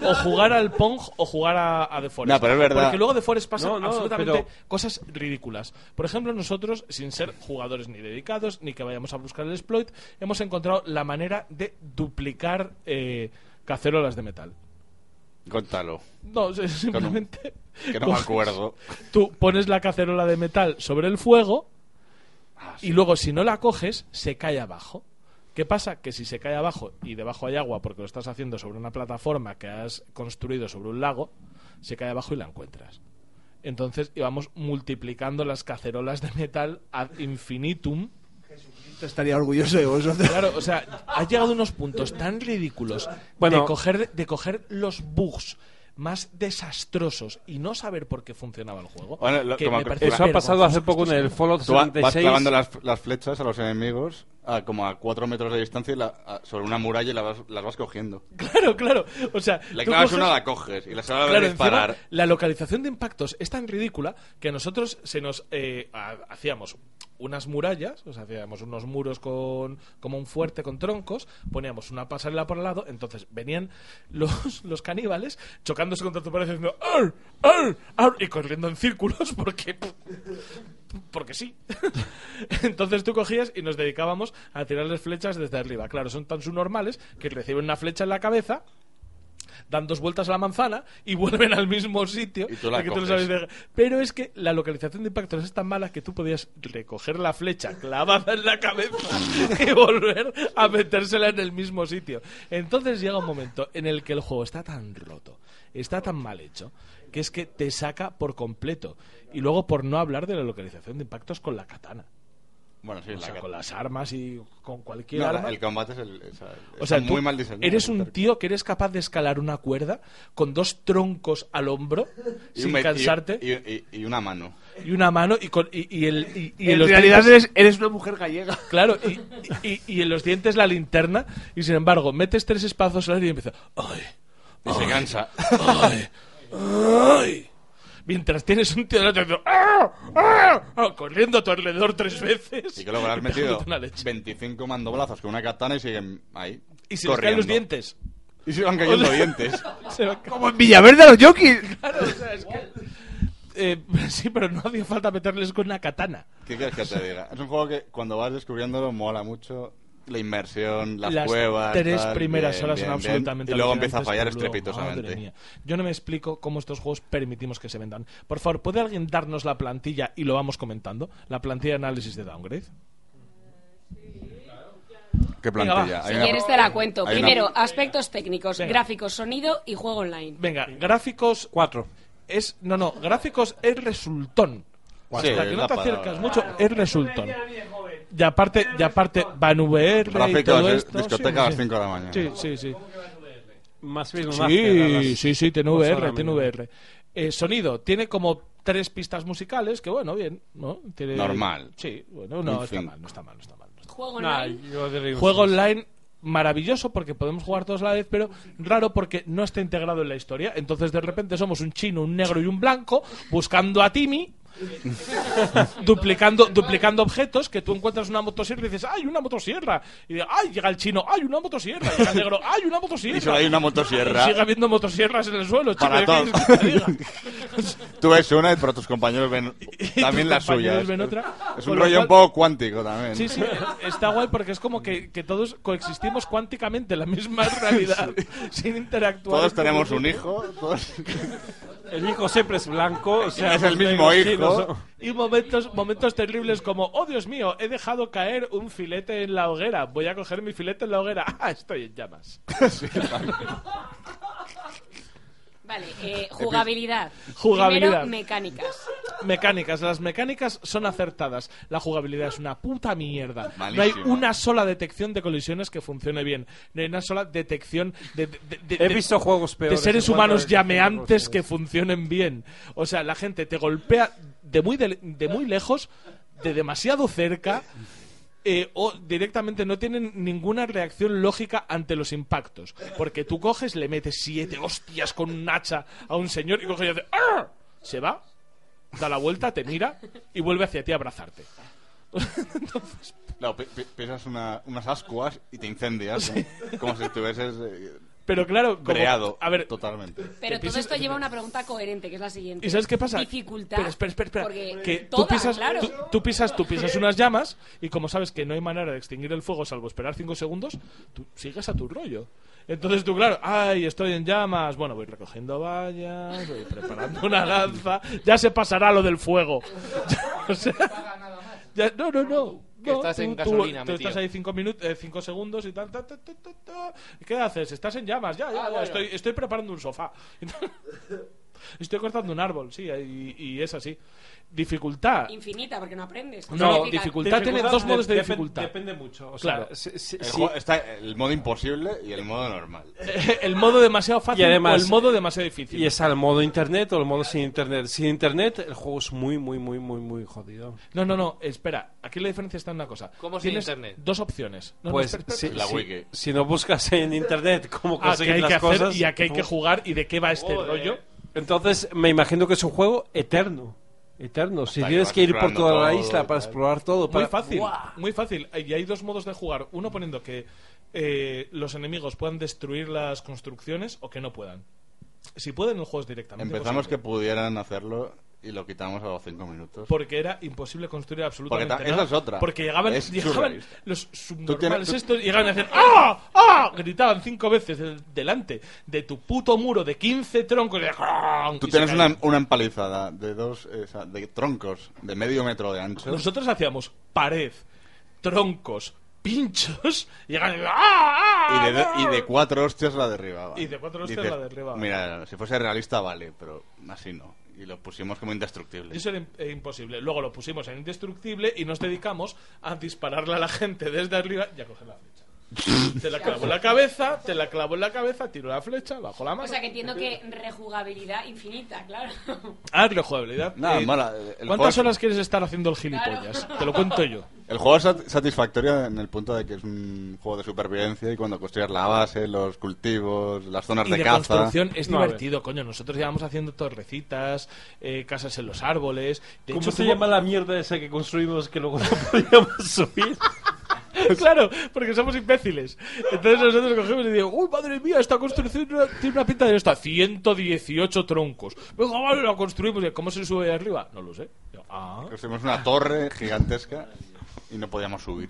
S11: o jugar al Pong, o jugar a, a The Forest.
S6: No, pero es verdad.
S11: Porque luego The Forest pasan
S14: No, no,
S11: absolutamente
S14: pero-
S11: cosas ridículas. Por ejemplo, nosotros, sin ser jugadores ni dedicados, ni que vayamos a buscar el exploit, hemos encontrado la manera de duplicar eh, cacerolas de metal.
S6: Contalo.
S11: No, es- es
S6: Que no-
S11: simplemente...
S6: que no me
S11: coges-
S6: acuerdo.
S11: Tú pones la cacerola de metal sobre el fuego
S6: Ah,
S11: y luego si no la coges, se cae abajo. ¿Qué pasa? Que si se cae abajo y debajo hay agua porque lo estás haciendo sobre una plataforma que has construido sobre un lago, se cae abajo y la encuentras. Entonces íbamos multiplicando las cacerolas de metal ad infinitum.
S3: Estaría orgulloso de vosotros.
S11: Claro, o sea, has llegado a unos puntos tan ridículos
S3: Bueno.
S11: de, coger, de coger los bugs más desastrosos y no saber por qué funcionaba el juego.
S6: Bueno, lo-
S11: que
S6: como-
S11: me parece
S6: Eso ha
S11: vergonzoso.
S14: pasado hace poco en el Fallout
S6: Tú va- vas
S14: 76.
S6: clavando las, las flechas a los enemigos a como a 4 metros de distancia y la- a- sobre una muralla y la vas- las vas cogiendo.
S11: Claro, claro. O sea,
S6: Le
S11: tú
S6: clavas
S11: coges-
S6: una, la coges y la se va a
S11: Claro,
S6: disparar.
S11: encima, la localización de impactos es tan ridícula que nosotros se nos eh, ha- hacíamos unas murallas, o sea, hacíamos unos muros con como un fuerte con troncos, poníamos una pasarela por el lado, entonces venían los, los caníbales chocándose contra tu pared diciendo "Arr, arr, arr", y corriendo en círculos porque pff, porque sí. Entonces tú cogías y nos dedicábamos a tirarles flechas desde arriba. Claro, son tan subnormales que reciben una flecha en la cabeza dan dos vueltas a la manzana y vuelven al mismo sitio.
S6: Y tú la
S11: que no
S6: coges.
S11: sabes de- Pero es que la localización de impactos es tan mala que tú podías recoger la flecha clavada en la cabeza y volver a metérsela en el mismo sitio. Entonces llega un momento en el que el juego está tan roto, está tan mal hecho, que es que te saca por completo. Y luego por no hablar de la localización de impactos con la katana.
S6: Bueno, sí,
S11: O
S6: la
S11: sea,
S6: ca-
S11: con las armas y con cualquier
S6: No, la-
S11: arma.
S6: el combate es el, es-
S11: O
S6: está
S11: sea,
S6: muy
S11: tú
S6: mal diseñado.
S11: eres un tío que eres capaz de escalar una cuerda con dos troncos al hombro
S6: Y
S11: sin
S6: un me- y-
S11: cansarte
S6: Y, y- y una mano.
S11: y una mano y, con, y, y el, y, y
S3: en
S11: los
S3: realidad
S11: dientes-
S3: eres, eres una mujer gallega.
S11: Claro, y, y- y en los dientes la linterna y sin embargo metes tres espazos al aire y empieza... ¡Ay!
S6: Y se cansa.
S11: ¡Ay! ¡Ay! Mientras tienes un tío delante haciendo, "Ah, ah", ah, corriendo a tu alrededor tres veces.
S6: Y que luego le has
S11: pegándote
S6: metido
S11: una leche.
S6: 25 mandoblazos con una katana y siguen ahí.
S11: Y se les caen los dientes.
S6: Y se van cayendo
S11: O sea,
S6: dientes.
S11: se van ca-
S3: Como en Villaverde a los Jokis.
S11: Claro, o sea, es que- Eh, sí, pero no hacía falta meterles con una katana.
S6: ¿Qué quieres que te diga? Es un juego que cuando vas descubriéndolo mola mucho. La inmersión, las,
S11: Las
S6: cuevas.
S11: tres
S6: tal,
S11: primeras
S6: bien,
S11: horas
S6: bien,
S11: son
S6: bien.
S11: absolutamente
S6: Y luego empieza a
S11: alucinantes,
S6: fallar
S11: pero luego, madre
S6: estrepitosamente.
S11: mía. Yo no me explico cómo estos juegos permitimos que se vendan. Por favor, ¿puede alguien darnos la plantilla y lo vamos comentando? La plantilla de análisis de Downgrade.
S6: ¿Qué
S11: Venga,
S6: plantilla?
S11: va.
S6: Hay
S11: Si
S6: una-
S11: quieres
S4: Este la cuento.
S6: hay una-
S4: Primero, aspectos técnicos,
S11: Venga.
S4: gráficos, sonido y juego online.
S11: Venga, gráficos.
S14: Cuatro.
S11: Es, no, no, gráficos es resultón.
S6: Cuatro.
S11: Hasta
S6: Sí,
S11: que
S6: la
S11: no te
S6: palabra.
S11: acercas mucho, es resultón. Y aparte, y aparte, van VR y
S6: Gráficos,
S11: todo
S6: eh,
S11: esto.
S6: discoteca
S11: sí,
S6: a las
S11: sí.
S6: cinco de la mañana.
S11: Sí, sí, sí.
S14: Más bien un after a
S11: Sí,
S14: las
S11: sí, sí, tiene
S14: ocho de la
S11: VR, tiene
S14: mañana.
S11: VR. Eh, sonido, tiene como tres pistas musicales, que bueno, bien, ¿no? Tiene-
S6: Normal.
S11: Sí, bueno, no,
S6: En
S11: está
S6: fin.
S11: mal, no está mal, no está mal.
S4: Juego
S11: Nah,
S4: online.
S11: Juego online maravilloso porque podemos jugar todos a la vez, pero raro porque no está integrado en la historia. Entonces, de repente, somos un chino, un negro y un blanco buscando a Timmy. duplicando duplicando objetos que tú encuentras una motosierra y dices ¡ay, una motosierra! y dices, ¡ay, llega el chino! ¡ay, una motosierra! llega el negro ¡ay, una motosierra!
S6: Y solo hay una motosierra.
S11: Y sigue habiendo motosierras en el suelo chico,
S6: Para
S11: ¿qué quieres
S6: todos.
S11: que te diga?
S6: Tú ves una, pero tus compañeros ven también
S11: tus
S6: la suya.
S11: compañeros
S6: Es,
S11: ven otra.
S6: es
S11: Con
S6: un
S11: lo
S6: rollo un
S11: cual-
S6: poco cuántico también.
S11: Sí, sí, eh, está guay porque es como que, que todos coexistimos cuánticamente en la misma realidad, sin interactuar.
S6: Todos tenemos un hijo, todos-
S11: El hijo siempre es blanco,
S6: o sea, Es el los mismo negros, hijo. sí, los-
S11: Y momentos, momentos terribles como, oh Dios mío, he dejado caer un filete en la hoguera, voy a coger mi filete en la hoguera, ah, estoy en llamas.
S4: Vale, eh, jugabilidad.
S11: Jugabilidad.
S4: Primero, mecánicas.
S11: Mecánicas, las mecánicas son acertadas. La jugabilidad es una puta mierda. No
S6: Malísima.
S11: hay una sola detección de colisiones que funcione bien. No hay una sola detección de, de- de-
S7: He
S11: de-
S7: visto juegos
S11: de
S7: peores
S11: seres
S7: en cuanto a
S11: humanos
S7: detección de este
S11: llameantes que funcionen bien. O sea, la gente te golpea de muy, de, de muy lejos, de demasiado cerca. eh, o directamente no tienen ninguna reacción lógica ante los impactos. Porque tú coges, le metes siete hostias con un hacha a un señor y coge y hace "Arr", Se va, da la vuelta, te mira y vuelve hacia ti a abrazarte.
S6: Claro, pi- pi- pisas una- unas ascuas y te incendias. ¿no? Como si estuvieses. eh,
S11: Pero claro, como-
S6: breado,
S11: a ver,
S6: totalmente.
S4: Pero
S11: Te
S4: todo
S11: pisas-
S4: esto lleva a una pregunta coherente, que es la siguiente.
S11: ¿Y sabes qué pasa?
S4: Dificultad.
S11: Pero espera, espera, espera.
S4: Porque
S11: Que tú
S4: todas,
S11: pisas,
S4: claro.
S11: tú, tú pisas, tú pisas unas llamas y como sabes que no hay manera de extinguir el fuego salvo esperar cinco segundos, tú sigues a tu rollo. Entonces tú, claro, ay, estoy en llamas. Bueno, voy recogiendo vallas, voy preparando una lanza. Ya se pasará lo del fuego. O sea, ya- no, no, no.
S2: Que
S11: No,
S2: estás en
S11: tú- tú-
S2: gasolina
S11: tú
S2: metido.
S11: estás ahí cinco, minutos, eh, cinco segundos y tal, ta, ta, ta, ta, ta. ¿Y ¿Qué haces? Estás en llamas, ya, ya, ya,
S2: Ah, bueno.
S11: estoy, estoy preparando un sofá. Estoy cortando un árbol, sí, y, y es así. Dificultad.
S4: Infinita, porque no aprendes.
S11: No,
S4: Significa-
S11: dificultad tiene dos
S7: de-
S11: modos de
S7: depen-
S11: dificultad.
S7: depende mucho, o sea,
S11: claro.
S7: si- si-
S6: El
S7: si-
S6: juego- está el modo imposible y el modo normal.
S11: el modo demasiado fácil
S7: Y además-
S11: o el modo demasiado difícil.
S7: Y es al modo internet o el modo sin internet. Sin internet el juego es muy, muy, muy, muy, muy jodido.
S11: No, no, no, espera. Aquí la diferencia está en una cosa.
S7: ¿Cómo sin
S11: Tienes
S7: internet?
S11: dos opciones. No, no,
S7: pues
S11: espera, espera,
S7: si,
S11: espera.
S7: si- si no buscas en internet cómo
S11: Ah, que
S7: conseguir
S11: hay
S7: las
S11: que hacer
S7: cosas
S11: y a qué hay que
S7: pues-
S11: jugar y de qué va este
S7: Joder.
S11: rollo.
S7: Entonces me imagino que es un juego eterno. Eterno. si
S11: que
S7: tienes
S11: vas
S7: que ir por
S11: explorando
S7: toda la
S11: todo y
S7: isla para
S11: tal.
S7: explorar todo. para-
S11: Muy fácil,
S7: ¡Buah!
S11: muy fácil. Y hay dos modos de jugar. Uno poniendo que eh, los enemigos puedan destruir las construcciones o que no puedan. Si pueden, el juego es directamente
S6: Empezamos
S11: imposible.
S6: que pudieran hacerlo y lo quitamos a los cinco minutos.
S11: Porque era imposible construir absolutamente
S6: Pues Porque ta-
S11: nada.
S6: esa es otra.
S11: Porque llegaban,
S6: Es
S11: llegaban
S6: surrealista.
S11: los
S6: Tú tienes-
S11: subnormales
S6: tú-
S11: estos y llegaban a decir ¡Ah! ¡Ah! Gritaban cinco veces del- delante de tu puto muro de 15 troncos. Y de- ¡Cronk!
S6: Tú
S11: Y se
S6: tienes
S11: caían.
S6: una, una empalizada de dos eh, o sea, de troncos de medio metro de ancho.
S11: Nosotros hacíamos pared, troncos, pinchos y llegaban y ¡Ah! ¡Ah!
S6: Y de, y de cuatro hostias la derribaban.
S11: Y de cuatro hostias la derribaban.
S6: Mira, si fuese realista vale, pero así no. Y lo pusimos como indestructible.
S11: Eso era im- eh, imposible. Luego lo pusimos en indestructible y nos dedicamos a dispararle a la gente desde arriba y a coger la flecha. te la clavo en la cabeza, te la clavo en la cabeza, tiro la flecha, bajo la mano.
S4: O sea, que entiendo que rejugabilidad infinita, claro.
S11: Ah, rejugabilidad.
S6: Nada,
S11: Eh,
S6: mala. El
S11: ¿Cuántas
S6: juego-
S11: horas quieres estar haciendo el gilipollas? Te lo cuento yo.
S6: El juego es sat- satisfactorio en el punto de que es un juego de supervivencia y cuando construyes la base, los cultivos, las zonas
S11: Y
S6: de,
S11: de
S6: caza.
S11: construcción es divertido, coño. Nosotros llevamos haciendo torrecitas, eh, casas en los árboles. De
S7: ¿Cómo
S11: hecho,
S7: se
S11: tuvo-
S7: llama la mierda esa que construimos que luego no podíamos subir?
S11: Claro, porque somos imbéciles. Entonces nosotros cogemos y digo, uy, madre mía, esta construcción tiene una- tiene una pinta de esta. 118 troncos. Venga, vale, la construimos. Y, ¿Cómo se sube de arriba? No lo sé. Yo, ah.
S6: Construimos una torre gigantesca y no podíamos subir.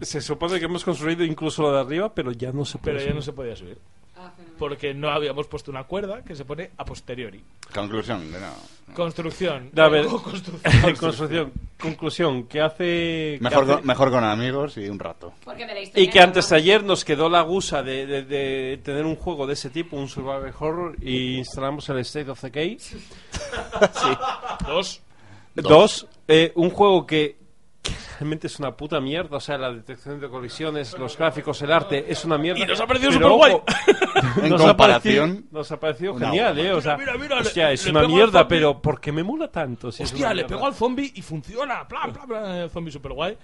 S7: Se supone que hemos construido incluso lo de arriba, pero ya no se puede
S11: Pero ya
S7: subir.
S11: no se podía subir.
S4: Ah,
S11: Porque no habíamos puesto una cuerda que se pone a posteriori.
S6: Conclusión, que no.
S11: Construcción.
S7: A ver,
S11: Luego
S7: construcción. Conclusión, que hace... que
S6: Mejor,
S7: hace-
S6: con, mejor con amigos y un rato.
S4: Porque de la historia
S7: Y que
S4: no
S7: antes de ayer nos quedó la gusa de, de- de tener un juego de ese tipo, un survival horror, y instalamos el State of Decay. sí.
S11: Dos.
S7: Dos. eh, un juego que, que realmente es una puta mierda. O sea, la detección de colisiones, los gráficos, el arte, es una mierda.
S11: Y nos ha parecido
S7: Pero,
S11: superguay.
S7: ojo,
S6: En
S7: nos ha parecido-
S6: comparación,
S7: Nos ha parecido
S11: una
S7: genial,
S11: obra.
S7: ¿eh? O sea,
S11: Mira, mira, mira,
S7: hostia,
S11: le-
S7: es
S11: le
S7: una
S11: pego al
S7: mierda,
S11: zombie.
S7: pero ¿por qué me mola tanto? Si es
S11: Hostia,
S7: una
S11: le
S7: mierda?
S11: pego al zombie y funciona. Bla, bla, bla. Zombie super guay.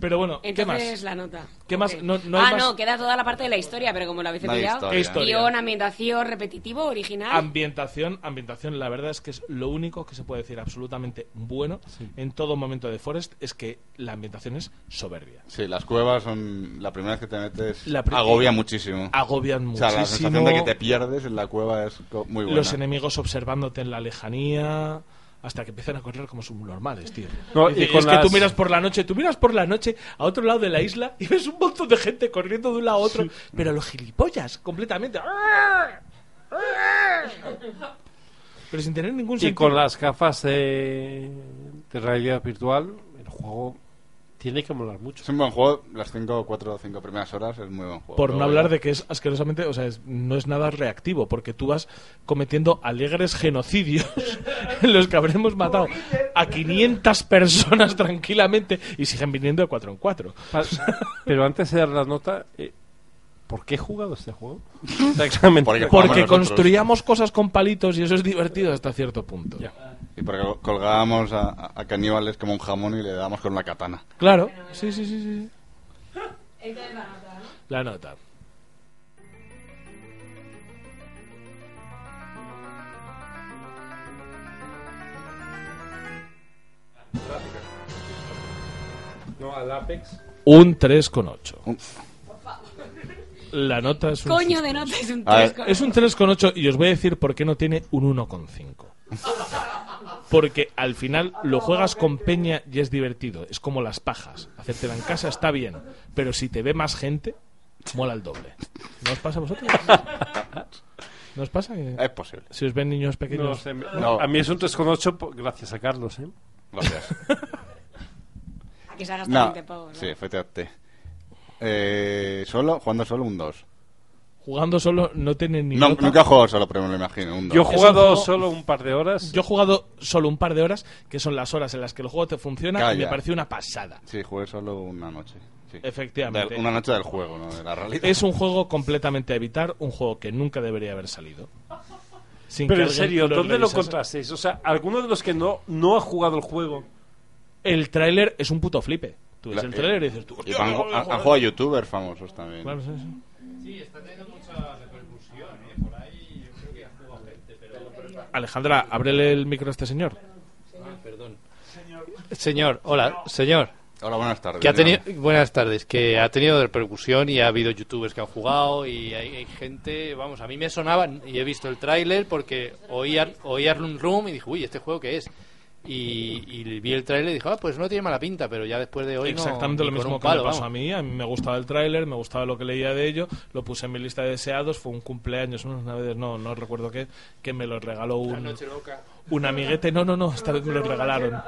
S11: Pero bueno, ¿qué más?
S4: Entonces la nota.
S11: ¿Qué más?
S4: Ok.
S11: No- no hay
S4: ah,
S11: más-
S4: no, queda toda la parte de la historia, pero como lo habéis
S11: La
S4: pillado.
S11: historia. Historia.
S4: Guión, ambientación, repetitivo, original.
S11: Ambientación, ambientación, la verdad es que es lo único que se puede decir absolutamente bueno en todo momento de Forest es que la ambientación es soberbia.
S6: Sí, las cuevas son. La primera vez que te metes.
S11: La pri-
S6: agobia muchísimo.
S11: Agobian
S6: O sea, la
S11: muchísimo.
S6: sensación de que te pierdes en la cueva es co- muy buena.
S11: Los enemigos observándote en la lejanía hasta que empiezan a correr como subnormales, tío.
S14: No,
S11: y
S14: y
S11: es
S14: con
S11: que tú
S14: las-
S11: miras por la noche, tú miras por la noche a otro lado de la isla y ves un montón de gente corriendo de un lado a otro, pero los gilipollas completamente. ¡ah!". Pero sin tener ningún
S14: Y
S11: sentido.
S14: con las gafas de, de realidad virtual, el juego tiene que molar mucho.
S6: Es un buen juego, las 5, 4 o 5 primeras horas es muy buen juego.
S11: Por no
S6: Luego
S11: hablar de que es asquerosamente, o sea, es- no es nada reactivo, porque tú vas cometiendo alegres genocidios en los que habremos matado a 500 personas tranquilamente y siguen viniendo de 4 en 4.
S14: Pa- Pero antes de dar la nota, eh, ¿por qué he jugado este juego? Exactamente.
S6: Porque jugamos
S11: Porque
S6: nosotros.
S11: construíamos cosas con palitos y eso es divertido hasta cierto punto.
S6: Y porque colgábamos a, a- a caníbales como un jamón y le dábamos con una katana.
S11: Claro, sí, sí, sí, sí.
S4: Ah,
S11: La nota.
S14: No, al Apex.
S11: Un 3,8. La nota es un
S4: Coño
S11: susto.
S4: de nota, es un
S11: A ver.
S4: 3,8.
S11: Es un 3,8 y os voy a decir por qué no tiene un 1,5. Porque al final lo juegas con peña y es divertido. Es como las pajas. Hacértela en casa está bien, pero si te ve más gente, mola el doble. ¿No os pasa a vosotros? ¿No os pasa? que-
S6: Es posible.
S11: Si os ven niños pequeños.
S14: No sé, me- A mí es un 3,8 por- gracias a Carlos, ¿eh?
S6: Gracias.
S4: A que se ha gastado
S6: Ah. No,
S4: 20 pavos. ¿no?
S6: sí, efectivamente. Eh, solo, jugando solo un 2.
S11: Jugando solo no tiene ni.
S6: No,
S11: nota.
S6: nunca he jugado solo, pero me lo imagino. Un 2.
S11: Yo he jugado
S14: Todo solo un par de horas.
S11: Yo he jugado solo un par de horas, que son las horas en las que el juego te funciona y me
S6: Calla.
S11: pareció una pasada.
S6: Sí, jugué solo una noche. sí.
S11: Efectivamente.
S6: Del- una noche del juego, no de la realidad.
S11: Es un juego completamente a evitar, un juego que nunca debería haber salido. Sin que
S14: Pero en
S11: alguien
S14: serio,
S11: lo
S14: ¿dónde lo
S11: revisase.
S14: encontrasteis? O sea, alguno de los que no, no ha jugado el juego.
S11: El tráiler es un puto flipe. Tú ves
S6: La- eh,
S11: el tráiler y dices tú,
S6: Y
S11: "Hostia,
S6: han,
S11: no voy
S6: han-
S11: a
S6: han
S11: jugar".
S6: jugado youtubers famosos también.
S11: Claro, sí, sí.
S15: Sí, está teniendo mucha repercusión, ¿eh? Por ahí yo creo que ha jugado gente, pero...
S11: Alejandra, ábrele el micro a este señor.
S15: Ah, perdón.
S2: Señor, hola, señor.
S6: Hola, buenas tardes.
S2: Que ha tenido, buenas tardes, que ha tenido repercusión y ha habido youtubers que han jugado y hay, hay gente, vamos, a mí me sonaban y he visto el tráiler porque oí, Ar- oí a Room Room y dije, uy, ¿este juego qué es? Y, y vi el tráiler y dije, ah, pues no tiene mala pinta, pero ya después de hoy no-
S11: Exactamente lo
S2: ni con
S11: mismo
S2: un
S11: que
S2: palo,
S11: me pasó
S2: vamos.
S11: a mí. A mí me gustaba el tráiler, me gustaba lo que leía de ello, lo puse en mi lista de deseados, fue un cumpleaños, unas navidades, no, no recuerdo qué, que me lo regaló
S2: La
S11: un,
S2: noche loca.
S11: un amiguete. No, no, no, esta vez me lo regalaron.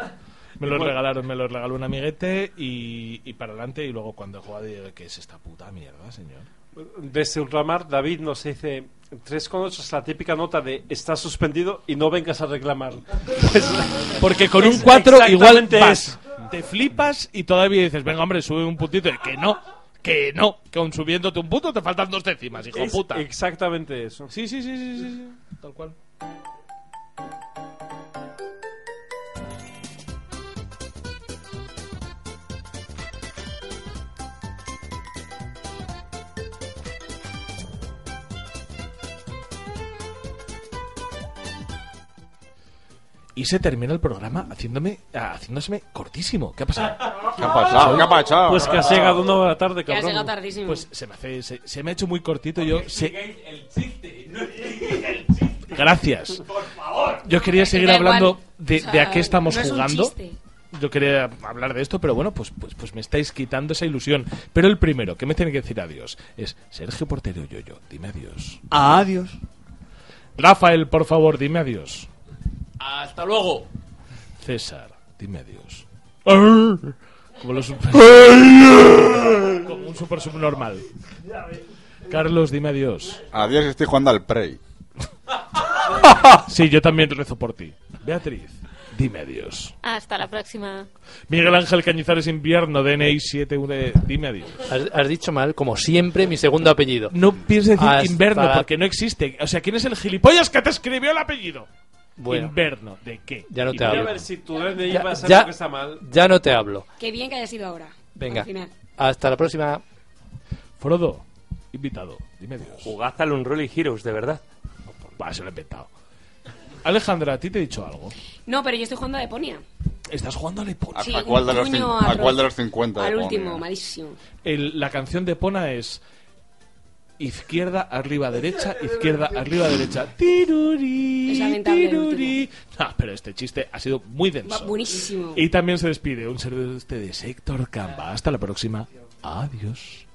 S11: Me lo
S2: Igual.
S11: regalaron, me lo regaló un amiguete y, y para adelante y luego cuando he jugado digo, ¿qué es esta puta mierda, señor?
S14: Desde Ultramar, David nos dice 3,8 es la típica nota de está suspendido y no vengas a reclamar. Pues,
S11: Porque con un 4 igual
S14: Exactamente
S11: vas,
S14: eso.
S11: te flipas y todavía dices, venga hombre, sube un puntito. Y que no, que no, que aun subiéndote un punto te faltan dos décimas, hijo
S14: Es
S11: puta.
S14: Exactamente eso.
S11: Sí, sí, sí, sí, sí, sí, tal cual. Y se termina el programa haciéndome, ah, haciéndoseme cortísimo. ¿Qué ha pasado?
S6: ¿Qué ha pasado? ¿Qué ha pasado?
S14: Pues que has llegado una hora tarde,
S4: Que has
S11: cabrón.
S4: llegado tardísimo.
S11: Pues se me, hace, se, se me ha hecho muy cortito. Yo se-
S15: El chiste, no digáis el chiste.
S11: Gracias.
S15: Por favor.
S11: Yo quería seguir
S15: Da
S11: hablando
S15: igual.
S11: de,
S15: O sea,
S11: de a qué estamos
S15: no es un
S11: jugando.
S15: chiste.
S11: Yo quería hablar de esto, pero bueno, pues, pues, pues me estáis quitando esa ilusión. Pero el primero que me tiene que decir adiós es Sergio Portero Yoyo. Dime adiós.
S3: Adiós.
S11: Rafael, por favor, dime adiós.
S1: Hasta luego.
S11: César, dime adiós. Como los super... Como un super subnormal. Carlos, dime adiós.
S6: Adiós, estoy jugando al Prey.
S11: Sí, yo también rezo por ti. Beatriz, dime adiós.
S5: Hasta la próxima.
S11: Miguel Ángel Cañizares Invierno, DNI 7 E, dime adiós.
S2: Has, has dicho mal, como siempre, mi segundo apellido.
S11: No pienses decir
S2: Hasta
S11: Inverno,
S2: la-
S11: porque no existe. O sea, ¿quién Pues es el gilipollas que te escribió el apellido?
S2: Bueno.
S11: Inverno, ¿de qué?
S2: Ya no te
S11: Inverno.
S2: hablo.
S14: A ver si tu DNI va a ser
S2: ya-
S14: lo que está mal.
S2: ya no te hablo.
S4: Qué bien que haya sido ahora.
S2: Venga,
S4: Al final.
S2: hasta la próxima.
S11: Frodo, invitado, dime Dios.
S8: Jugad al Unruly Heroes, de verdad.
S11: Va, se lo he inventado. Alejandra, ¿a ti te he dicho algo?
S4: No, pero yo estoy jugando a Deponia.
S11: ¿Estás jugando a Lepona?
S4: Sí, ¿A cuál de los un puño cin- a a cuál de los
S6: 50
S4: Al último, malísimo.
S11: El- la canción de Pona es izquierda, arriba, derecha, izquierda, arriba, derecha. Tiruri,
S4: Es lamentable el
S11: tiruri. Ah, pero este chiste ha sido muy
S4: Va
S11: denso.
S4: buenísimo.
S11: este Y también se despide un servidor de ustedes, Héctor Camba. Hasta la próxima. Adiós.